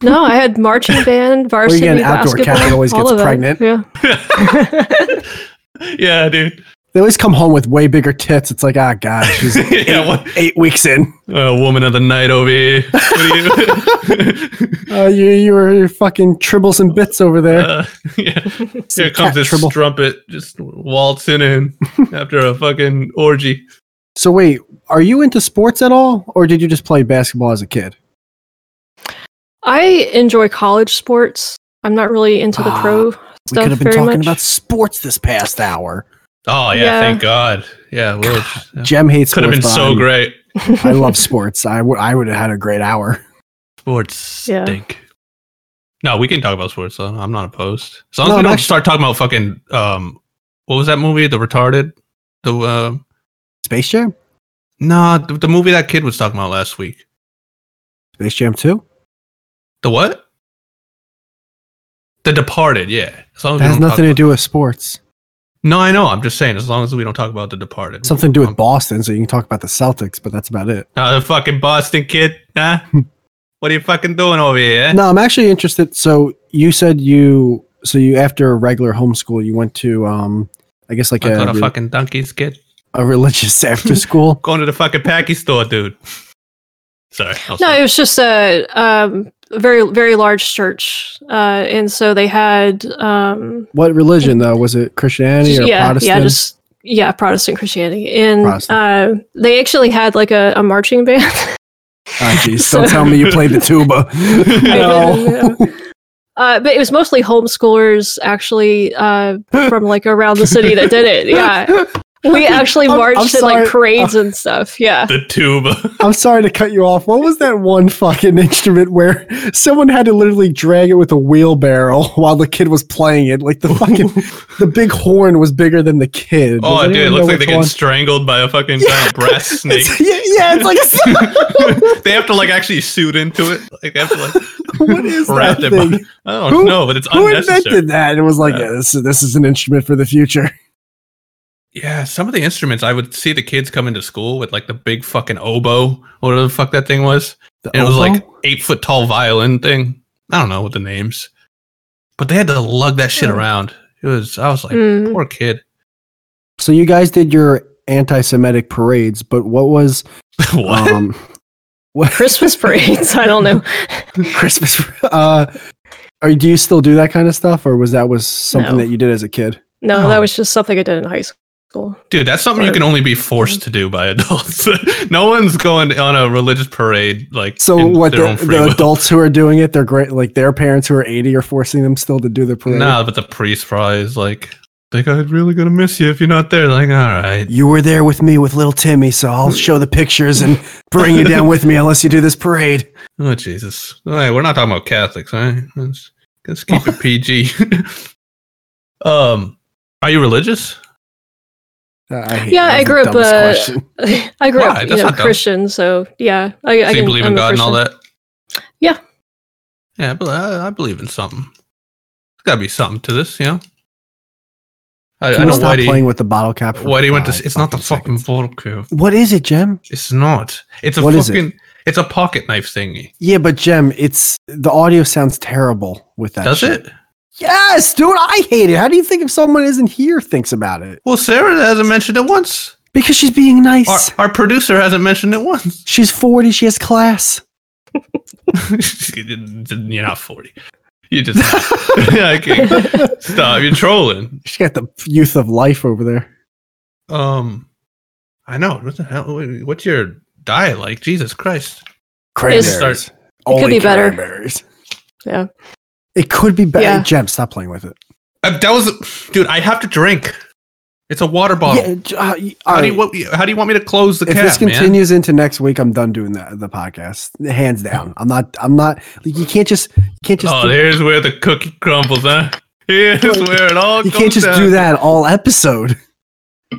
No, I
[laughs]
had marching band, varsity
an outdoor
basketball.
cat that always
all
gets
of that.
pregnant.
Yeah.
[laughs]
[laughs] yeah, dude. [laughs]
They always come home with way bigger tits. It's like, ah, god, she's
yeah, [laughs] what,
eight weeks in.
uh, woman of the night over here. [laughs] What
Uh,
are [laughs] you?
you you were fucking tribbles and bits over there.
uh, yeah. [laughs] Here
cat
comes this
trouble.
strumpet just
[laughs]
waltzing in after a fucking orgy.
So wait, are you into sports at all, or did you just play basketball as a kid?
I enjoy college sports. I'm not really into the
Ah,
pro [laughs]
We could
stuff
have been
very
talking
much.
about sports this past hour.
Oh yeah,
Yeah.
thank God. Yeah, we're, yeah.
Jem hates
could have
sports, but
been so
I'm-
great.
I love sports. I would I would have had a great hour. [laughs]
Sports
Yeah.
stink. No, we can talk about sports. Though. I'm not opposed. As long
No,
as we
I'm
don't
actu-
start talking about fucking um, what was that movie? The retarded. The uh,
Space Jam,
nah, the, the movie that kid was talking about last week.
Space Jam Two.
The what? The Departed. Yeah. As long as
That has
we don't
nothing to
talk
do with sports.
about- no, I know. I'm just saying. As long as we don't talk about the Departed.
Something to do with
Um,
Boston, so you can talk about the Celtics, but that's about it.
Nah, the fucking Boston kid.
[laughs]
Huh? what are you fucking doing over here? eh?
No, I'm actually interested. So you said you so you after regular homeschool, you went to um I guess like
Going
a,
to the
re-
fucking donkeys kid.
a religious [laughs]
[laughs]
after school.
Going to the fucking packy store, dude. Sorry. I'll
No,
stop.
it was just a um, a very very large church, uh, and so they had um,
What religion though? Was it Christianity or
yeah
Protestant?
yeah just yeah Protestant Christianity, and
Protestant.
Uh, they actually had like a, a marching band. [laughs]
Oh, jeez,
So-
don't tell me you played the
[laughs]
tuba. [laughs] no.
Uh, but it was mostly homeschoolers, actually,
[laughs]
uh, from like around the city that did it. Yeah, we
[laughs]
actually
I'm- I'm
marched in
sorry. Oh.
like parades and stuff. Yeah,
the tuba.
I'm sorry to cut you off. What was that one fucking [laughs] instrument where someone had to literally drag it with a wheelbarrow [laughs] while the kid was playing it? Like the [laughs] fucking the big horn was bigger than the kid. Does
Oh,
anyone
dude, it
know
looks like they
which
get
one?
strangled by a fucking giant brass snake.
It's- [laughs] yeah, yeah, it's like
[laughs] they have to like actually suit into it. Like they have to like
[laughs] what is
wrap
that
their
thing?
[laughs] body. I don't
Who-
know, but it's
Who
unnecessary.
invented that? It was like yeah, this is this is an instrument for the future.
Yeah, some of the instruments I would see the kids come into school with like the big fucking oboe, or whatever the fuck that thing was. And [laughs] it was like eight foot tall violin thing. I don't know what the names, but they had to lug that
Hmm.
shit around. It was I was like,
Mm.
poor kid. [laughs]
so you guys did your anti-Semitic parades, but what was
what?
um [laughs] what
Christmas parades. [laughs] I don't know.
[laughs] Christmas? Uh, are, do you still do that kind of stuff, or was that was something
No.
that you did as a kid?
No, that
Oh.
was just something I did in high school. [laughs]
Dude, that's something you can only be forced to do by adults. [laughs] no one's going on a religious parade like
So
in
what
their
the,
own free
the
will.
adults who are doing it, they're great. Like their parents who are eighty are forcing them still to do the parade.
Nah, but the priest probably is like, Like, I'm really gonna miss you if you're not there. Like, all right.
You were there with me with little Timmy, so
[laughs]
I'll show the pictures and bring you down with me unless you do this
[laughs]
parade.
Oh Jesus! All right, we're not talking about Catholics, all right? Let's, let's
[laughs]
keep it PG. [laughs] um, are you religious?
I hate
Yeah,
that.
I
That's the
grew up,
dumbest
uh,
question.
I grew
Why?
up, you
That's
know,
not dumb.
Christian, so yeah, I, I
Do
can
you believe
I'm
in
a
God and all
Christian.
that?
Yeah.
Yeah, but I, I believe in something. There's got to be something to this, you know. I, I
Can we
know
stop playing
Whitey.
with the bottle cap? for
Whitey went to.
five
s- It's not the fucking
seconds?
vodka.
What is it, Jem?
It's not. It's a
What is it?
fucking. It's a pocket knife thingy.
Yeah, but Jem, it's the audio sounds terrible with that.
Does
shit.
it?
Yes, dude, I hate it. How do you think if someone isn't here thinks about it?
Well, Sarah hasn't mentioned it once.
Because she's being nice.
Our, our producer hasn't mentioned it [laughs] once.
she's 40, she has class.
You're not forty. You just. [laughs] yeah, I can't. Stop. You're trolling.
She got the youth of life over there.
Um, I know. What the hell? wait, What's your diet like? Jesus Christ!
Cranberries.
Start-
Only
be better.
cranberries.
Yeah.
It could be better.
Yeah.
Jem, stop playing with it.
Uh, that was, dude. I have to drink. It's a water bottle.
Yeah, j- uh, y- all
how do you
right.
what, How do you want me to close the
if
cap,
this
man?
continues into next week, I'm done doing the, the podcast. Hands down. I'm not I'm not like, you can't just you can't just
Oh,
do-
there's where the cookie crumbles, huh? Here's where it all
you
comes
can't just
down.
do that all episode.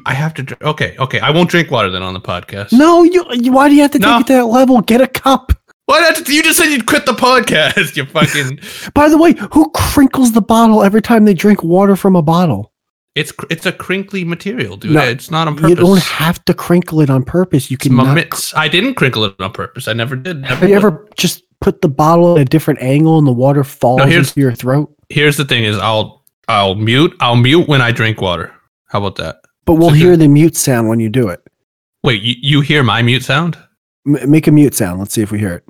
I have to. dr- Okay, okay. I won't drink water then on the podcast.
No, you, you why do you have to
No.
take it to that level? Get a cup.
Why not? You just said you'd quit the podcast.
[laughs]
You fucking.
By the way, who crinkles the bottle every time they drink water from a bottle?
it's cr- it's a crinkly material, dude.
No,
it's not on purpose.
You don't have to crinkle it on purpose. You
It's
can.
my
Not,
mitts. I didn't crinkle it on purpose. I never did. Never
have you
would.
ever just put the bottle at a different angle and the water falls
here's-
into your throat?
here's the thing is I'll I'll mute I'll mute when I drink water. How about that?
But we'll
So
hear
good.
the mute sound when you do it.
Wait, you, you hear my mute sound?
M- make a mute sound. Let's see if we hear it.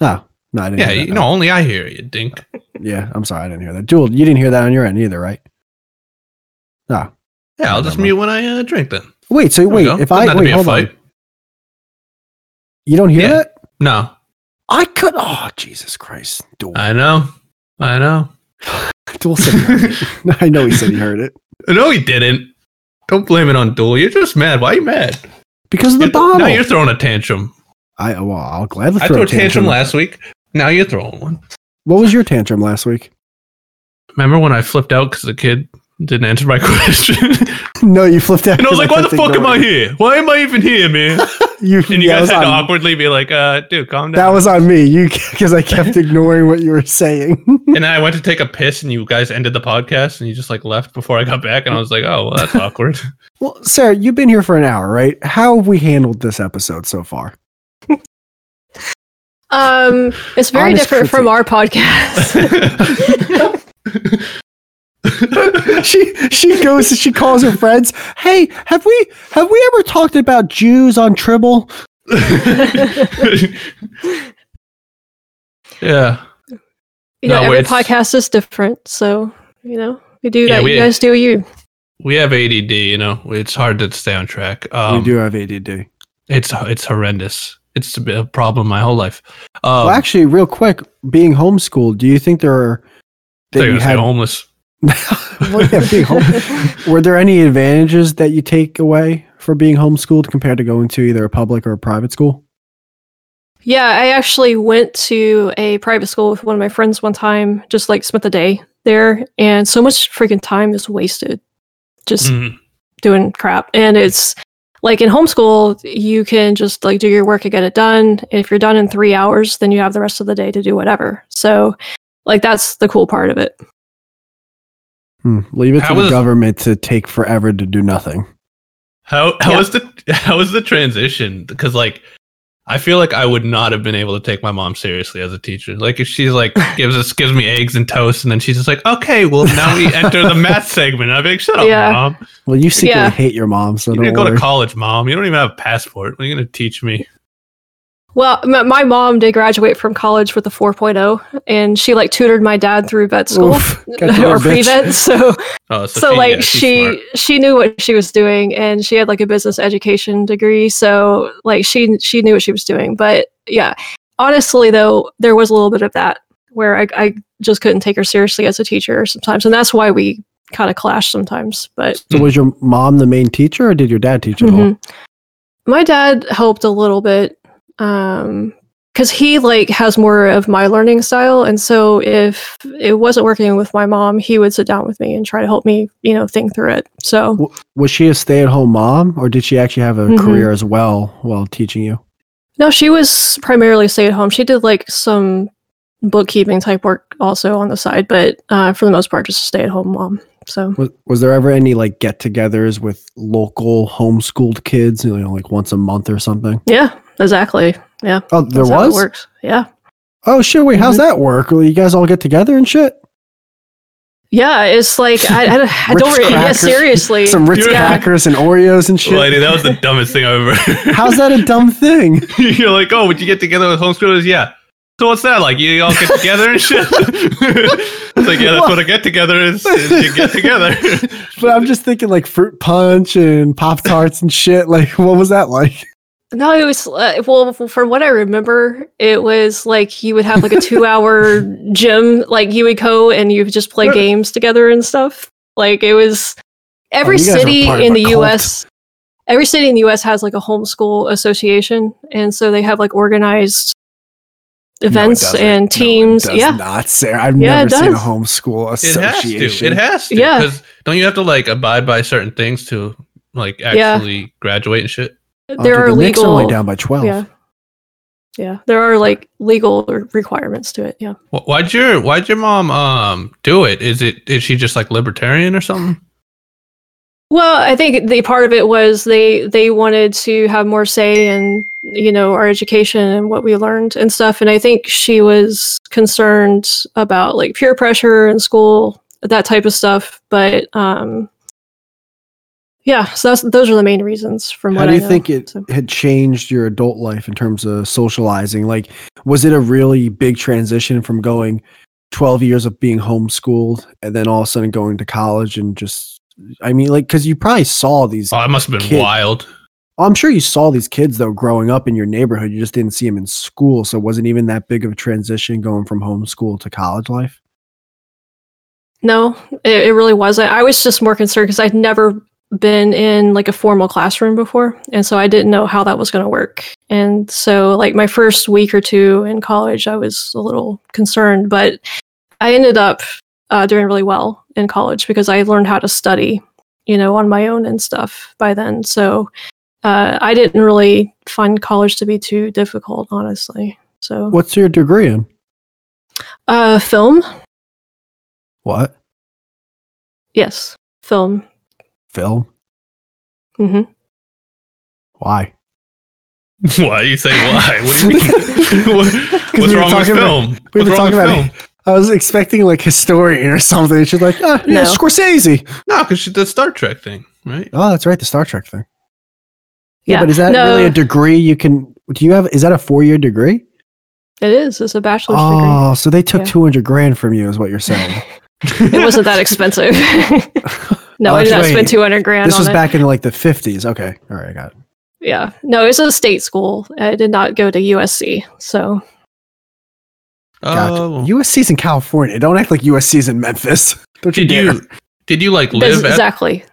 No, no, I didn't.
Yeah,
hear that,
you
no.
know, only I hear you, dink.
Yeah, I'm sorry, I didn't hear that. Duel, you didn't hear that on your end either, right? Ah.
Yeah, I'll
Never
just
mind.
mute when I uh, drink then.
Wait, so
There we
wait,
go.
if
Doesn't
I
have to
wait,
be a
hold on,
fight.
you don't hear
Yeah.
that?
No,
I could. Oh, Jesus Christ, Duel.
I know, I know. [laughs]
Duel said. He heard it. [laughs] I know he said he heard it
No, he didn't. Don't blame it on Duel. You're just mad. Why are you mad?
because of the
You're-
bottle.
Now you're throwing a tantrum.
I well, I'll gladly
I
throw
threw
a
a tantrum
tantrum.
last week. Now you're throwing one.
what was your tantrum last week? [laughs]
Remember when I flipped out because the kid didn't answer my [laughs] question? and
no, you flipped out.
I was like, why the
kept
fuck am I
ignoring
here? Why am I even here, man?
[laughs] it. You,
And you
yeah,
guys
that
had
was
to
on,
awkwardly be like, uh, dude, calm down.
that was on me. You [laughs] because I
[laughs]
kept ignoring what you were saying. [laughs]
and then I went to take a piss, and you guys ended the podcast, and you just like left before I got back, and I was like, "Oh, well, that's awkward." [laughs]
[laughs] well, Sarah, you've been here for an hour, right? How have we handled this episode so far?
Um, it's very
Honest
different from
critique.
[laughs]
our podcast.
[laughs]
[laughs]
she she goes she calls her friends. Hey, have we have we ever talked about Jews on Tribble?
yeah,
you know,
No,
every
it's-
podcast is different, so you know we do
Yeah,
that.
we-
you guys do you.
we have ADD. You know, it's hard to stay on track. Um,
we do have ADD.
It's it's horrendous. It's a bit of a problem my whole life. Um,
Well, actually, real quick, being homeschooled, do you think there are
they're
that
gonna
you
say
had
homeless.
well, yeah, being home- were there any advantages that you take away for being homeschooled compared to going to either a public or a private school?
Yeah, I actually went to a private school with one of my friends one time, just like spent the day there, and so much freaking time is wasted just
Mm.
doing crap. And it's like in homeschool, you can just like do your work and get it done. If you're done in three hours, then you have the rest of the day to do whatever. So, like, that's the cool part of it.
Hmm, Leave it
How
to the
was-
government to take forever to do nothing.
How how
Yeah.
was the how was the transition? Because like I feel like I would not have been able to take my mom seriously as a teacher. Like if she's
[laughs]
like gives us gives me eggs and toast, and then she's just like, okay, well now we enter
[laughs]
the math segment. I'd be like, shut up,
Yeah.
mom.
Well, you secretly
Yeah.
hate your mom, so
You
don't
didn't go
worry.
to college, mom. You don't even have a passport. What are you gonna teach me?
Well, my, my mom did graduate from college with a 4.0, and she like tutored my dad through vet school
Oof, got
[laughs]
your
[laughs]
little
or
bitch.
pre vet. So,
Oh,
so
she-
like
[laughs] yeah, she's smart.
she she knew what she was doing and she had like a business education degree so like she she knew what she was doing but yeah honestly though there was a little bit of that where i, I just couldn't take her seriously as a teacher sometimes and that's why we kind of clash sometimes. But
So was your mom the main teacher, or did your dad teach at all?
Mhm.
Mm-hmm.
my dad helped a little bit um because he like has more of my learning style and so if it wasn't working with my mom he would sit down with me and try to help me you know think through it so
Was she a stay-at-home mom, or did she actually have a
Mm-hmm.
Mhm.
career as well while teaching you?
No, she was primarily stay at home. She did like some bookkeeping type work also on the side, but uh, for the most part, just a stay at home mom. So
Was, was there ever any like get-togethers with local homeschooled kids, you know, like once a month or something?
yeah, exactly. Yeah,
Oh, there
that's how it
was.
works. Yeah,
Oh shit! Wait, how's that work? Well, You guys all get together and shit.
yeah. It's like I, I, I
Ritz
don't really, yeah,
crackers.
seriously.
Some Ritz
Yeah.
crackers and Oreos and shit.
Lady, that was the dumbest thing I've ever.
How's that a dumb thing? [laughs]
[laughs] You're like, oh, would you get together with homeschoolers? Yeah. So what's that like? You all get together and shit. [laughs] it's like, yeah, that's what a get together is. is
[laughs]
you get together.
But I'm just thinking like fruit punch and pop tarts and shit. Like, what was that like?
No, it was uh, well. From what I remember, it was like you would have like
[laughs]
a two-hour gym, like you would go and you would just play games together and stuff. Like it was every
Oh, you guys were
city
part of
in
a
the
cult.
U.S. Every city in the U.S. has like a homeschool association, and so they have like organized events
doesn't.
and teams.
No, it does
yeah,
not Sarah. I've
Yeah,
never
it
seen a
does.
homeschool
It has to.
association.
It has to.
Yeah.
Because don't you have to like abide by certain things to like
Yeah.
actually graduate and shit?
there
Under
are
Oh, the Knicks
legal.
only down by twelve.
yeah, yeah, there are like legal re- requirements to it. Yeah.
Wh- Why'd your Why'd your mom um do it? Is it is she just like libertarian or something?
Well, I think the part of it was they they wanted to have more say in you know our education and what we learned and stuff, and I think she was concerned about like peer pressure in school, that type of stuff. But um, yeah, so that's, those are the main reasons from
How
what
do
I
you
know.
think it
So-
had changed your adult life in terms of socializing? Like, was it a really big transition from going 12 years of being homeschooled and then all of a sudden going to college and just, I mean, like, because you probably saw these,
Oh, I must have been
Kid.
wild. [laughs]
I'm sure you saw these kids though growing up in your neighborhood. You just didn't see them in school. So it wasn't even that big of a transition going from homeschool to college life.
No, it, it really wasn't. I was just more concerned because I'd never been in like a formal classroom before. And so I didn't know how that was going to work. And so, like, my first week or two in college, I was a little concerned, but I ended up uh, doing really well in college because I learned how to study, you know, on my own and stuff by then. So uh, I didn't really find college to be too difficult, honestly. So,
What's your degree in?
uh, film,
What?
yes, film.
Film?
hmm
Why?
Why
[laughs]
you say why? What do you mean? What-
'Cause we
what's
were
wrong with
talking about-
film?
we
what's
were
wrong
talking
with
about
film?
I was expecting like historian or something. She's like, ah, yeah,
No.
Scorsese.
No, because the Star Trek thing, right?
Oh, that's right, the Star Trek thing. Yeah,
Yeah,
but is that
no.
really a degree you can? Do you have? Is that a four-year degree?
It is. It's a bachelor's
Oh, so they took
Yeah.
two hundred grand from you, is what you're saying?
degree. [laughs] It
[laughs]
wasn't that expensive. [laughs] no,
Oh,
I
that's
did not
right.
spend two hundred grand
this
on
was
it.
back in like the fifties. Okay, all right, I got it.
yeah, no, it's a state school. I did not go to USC. So
Gotcha.
Oh,
USC's in California. Don't act like USC's in Memphis. [laughs] Don't you
did
dare.
you did you like
That's
live at
exactly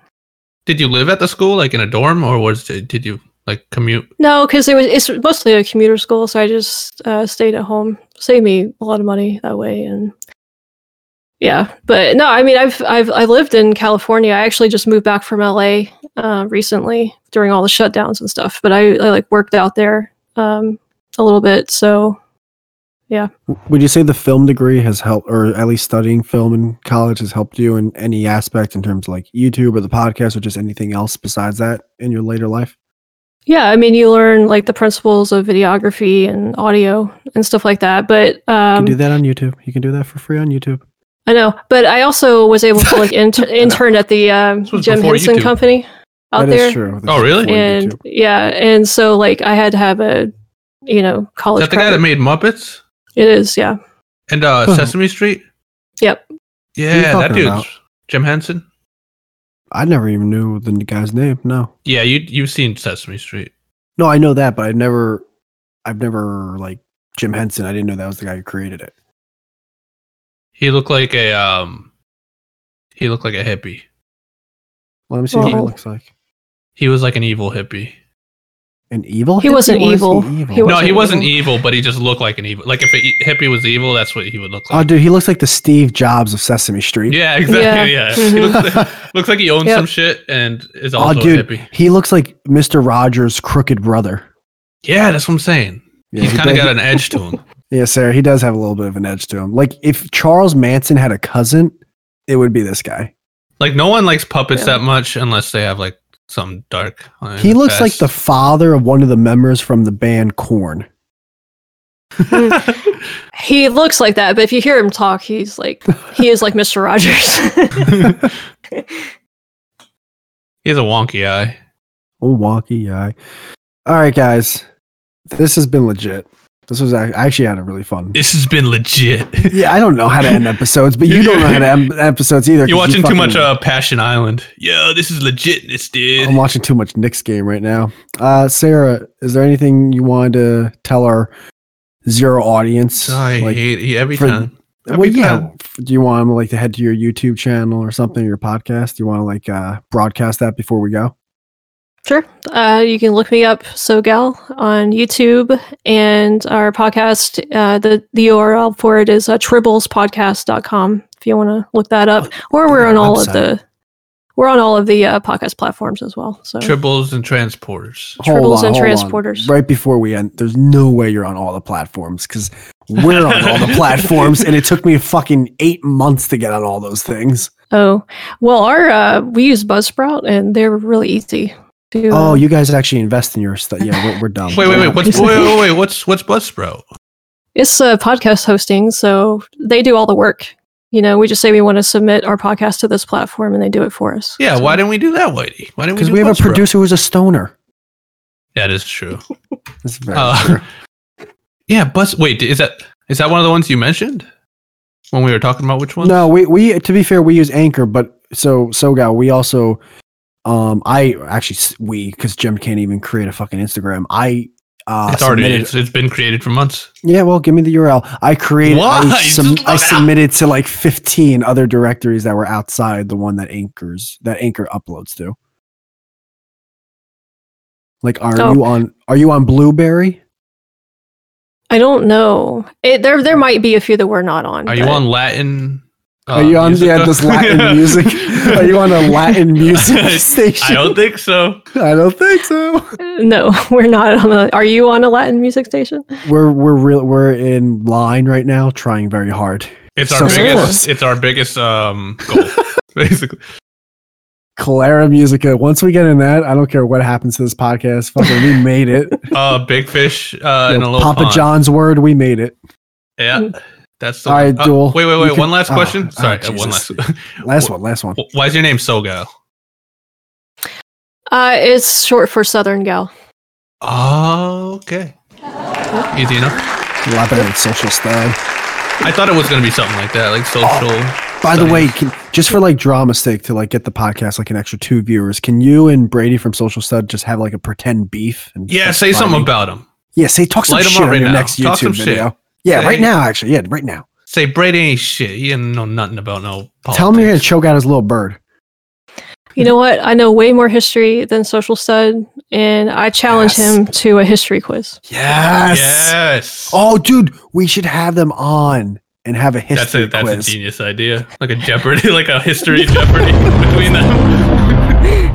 Did you live at the school, like in a dorm, or was it, did you like commute?
no, because it was it's mostly a commuter school, so I just uh, stayed at home, saved me a lot of money that way, and yeah. But no, I mean, I've I've I lived in California. I actually just moved back from LA uh, recently during all the shutdowns and stuff. But I, I like worked out there um, a little bit, so
Would you say the film degree has helped, or at least studying film in college has helped you in any aspect in terms of like YouTube or the podcast or just anything else besides that in your later life?
Yeah, I mean, you learn like the principles of videography and audio and stuff like that. But
You
um,
can do that on YouTube. You can do that for free on YouTube.
I know, but I also was able to
[laughs]
like inter- intern at the um,
This was
Jim
before
Henson
YouTube.
company out
That is
there,
true.
Oh, really?
Before
and
YouTube.
yeah, and so like I had to have a you know
Is
college.
that the guy that made
credit.
Muppets
it is, yeah,
and uh,
Huh.
Sesame Street?
Yep.
Uh-huh. you
Yeah, that
talking
dude,
about?
Jim Henson.
I never even knew the guy's name. No,
Yeah, you you've seen Sesame Street.
no, I know that, but I never, I've never like Jim Henson. I didn't know that was the guy who created it.
He looked like a um, He looked like a hippie.
Let me see what he
Well-
looks like.
He was like an evil hippie.
An evil?
He
hippie?
wasn't
Why is
evil. He
no, he
wasn't
wasn't evil, but he just looked like an evil. Like if a e- hippie was evil, that's what he would look
Oh,
like.
dude, he looks like the Steve Jobs of Sesame Street. [laughs]
yeah, exactly.
[laughs]
Yeah, he
Mhm.
looks, looks like he owns
Yep.
some shit and is
Oh,
also a
dude,
hippie.
he looks like Mr. Rogers' crooked brother.
Yeah, that's what I'm saying.
Yeah,
He's
he
kind of
does- [laughs]
got an edge to him.
Yeah, Sarah, he does have a little bit of an edge to him. Like if Charles Manson had a cousin, it would be this guy.
Like no one likes puppets
Yeah.
that much unless they have like something dark. on
He
the
looks like
past.
the father of one of the members from the band Corn.
[laughs]
He looks like that, but if you hear him talk, he's like he is like Mr. Rogers. [laughs]
he has a wonky eye.
Oh, wonky eye. All right, guys, this has been legit. This was ac- I actually had a really fun.
This has been
[laughs]
legit.
Yeah, I don't know how to end episodes, but you don't know how to
[laughs]
end episodes either. 'cause you
You're watching too
fucking- Oh
much uh, Passion Island. Yo, this is legitness, dude.
I'm watching too much Knicks game right now. Uh, Sarah, is there anything you wanted to tell our zero audience?
Oh, I
Like,
hate it every
for-
time.
well,
every
yeah.
time.
Do you want them like to head to your YouTube channel or something, your podcast? Do you want to like uh, broadcast that before we go?
Sure. Uh, you can look me up, SoGal, on YouTube, and our podcast, uh, the, the URL for it is uh, tribblespodcast.com if you want to look that up. Or we're
our
on all
Oh, website.
of the we're on all of the uh, podcast platforms as well. So
Tribbles and transporters.
Tribbles and
hold
transporters.
Right before we end, there's no way you're on all the platforms because we're on all the platforms, and it took me fucking eight months to get on all those things.
oh well, our uh, we use Buzzsprout, and they're really easy. To, uh,
Oh, you guys actually invest in your stuff? Yeah, we're, we're dumb.
Wait, wait, wait. What's
He's
[laughs]
wait,
like-
wait, wait, What's what's Buzzsprout?
it's uh, podcast hosting, so they do all the work. You know, we just say we want to submit our podcast to this platform, and they do it for us.
Yeah,
So-
why didn't we do that, Whitey? Why didn't
Because
do
we have a
Buzzsprout?
producer who's a stoner.
That is true.
That's very
Uh, [laughs]
true.
Yeah, Buzz. Wait, is that is that one of the ones you mentioned when we were talking about which one?
No, we we to be fair, we use Anchor, but so so gal, we also um I actually s- we cuz Jim can't even create a fucking Instagram. I uh
it's already
submitted-
it's, it's been created for months.
Yeah, well, give me the URL. I created
Why?
I, sub-
Just
I
look it up.
submitted to like 15 other directories that were outside the one that Anchor's that Anchor uploads to. Like are
Oh.
you on are you on
[laughs]
Blueberry?
I don't know. It, there, there might be a few that we're not on.
Are you
but-
on Latin? uh,
are you on
music?
yeah,
[laughs]
this Latin music? Are you on a Latin music
I
station? [laughs]
[laughs] don't think so.
I don't think so.
[laughs] No, [laughs] we're not on. A, are you on a Latin music station?
we're we're real we're in line right now, trying very hard.
It's our
So
biggest.
close.
It's our biggest um goal, [laughs] basically.
Clara Musica. Once we get in that, I don't care what happens to this podcast. Fucking, we made it.
Uh, big fish. Uh,
You
[laughs] in a
know,
little
Papa
pond.
John's word, we made it.
Yeah, that's the.
All right,
uh,
Duel,
wait, wait,
you
wait.
can-
one last
oh,
question.
oh,
Sorry, uh, one last.
Jesus. Last one, last one.
Why is your name Soga?
Uh, it's short for Southern Gal.
Oh, okay. Easy enough.
Lebanon social style.
I thought it was gonna be something like that, like social.
By the way, can, just for like drama's sake, to like get the podcast like an extra two viewers, can you and Brady from Social Stud just have like a pretend beef? And
yeah,
like,
say
fighting?
something about him.
Yeah, say talk some
Light 'em
shit
up
on
right
your
now.
next
Talk some
YouTube
shit.
video. Yeah,
Say-
right now, actually. Yeah, right now.
Say Brady ain't shit. He didn't know nothing about no. Politics.
Tell him you're gonna choke out his little bird.
You know what? I know way more history than Social Stud, and I challenge
Yes.
him to a history quiz.
Yes.
Yes.
Oh, dude, we should have them on and have a
that's
history
a that's
quiz.
a genius idea, like a Jeopardy, [laughs] like a history Jeopardy [laughs] between them.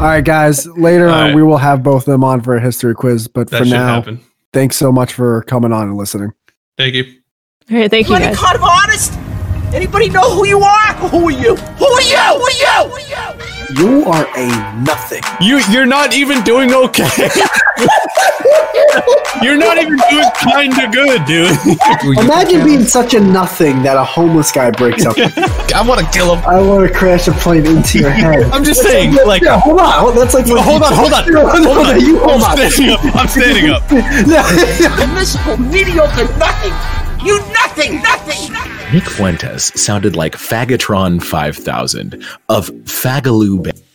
All right, guys. Later
All
on,
right.
we will have both of them on for a history quiz. But
That
for
should
now,
happen.
thanks so much for coming on and listening.
Thank you.
All right, thank you
Bloody
guys.
kind of honest. Anybody know who you are? Who are you? Who are you? Who are you? Who are you?
You are a nothing.
You you're not even doing okay. [laughs] you're not even doing kind of good, dude.
Imagine being such a nothing that a homeless guy breaks
[laughs]
up.
I want to kill him.
I want to crash a plane into
[laughs]
your head.
I'm just saying, like.
yeah, hold on. hold- That's like [laughs]
Hold on,
[laughs]
hold on,
No, no,
hold
no,
on.
you hold on.
I'm standing up. I'm standing up.
Miserable, mediocre, nothing. You nothing, nothing.
Nick Fuentes sounded like Fagatron 5000 of Fagaloo Bay.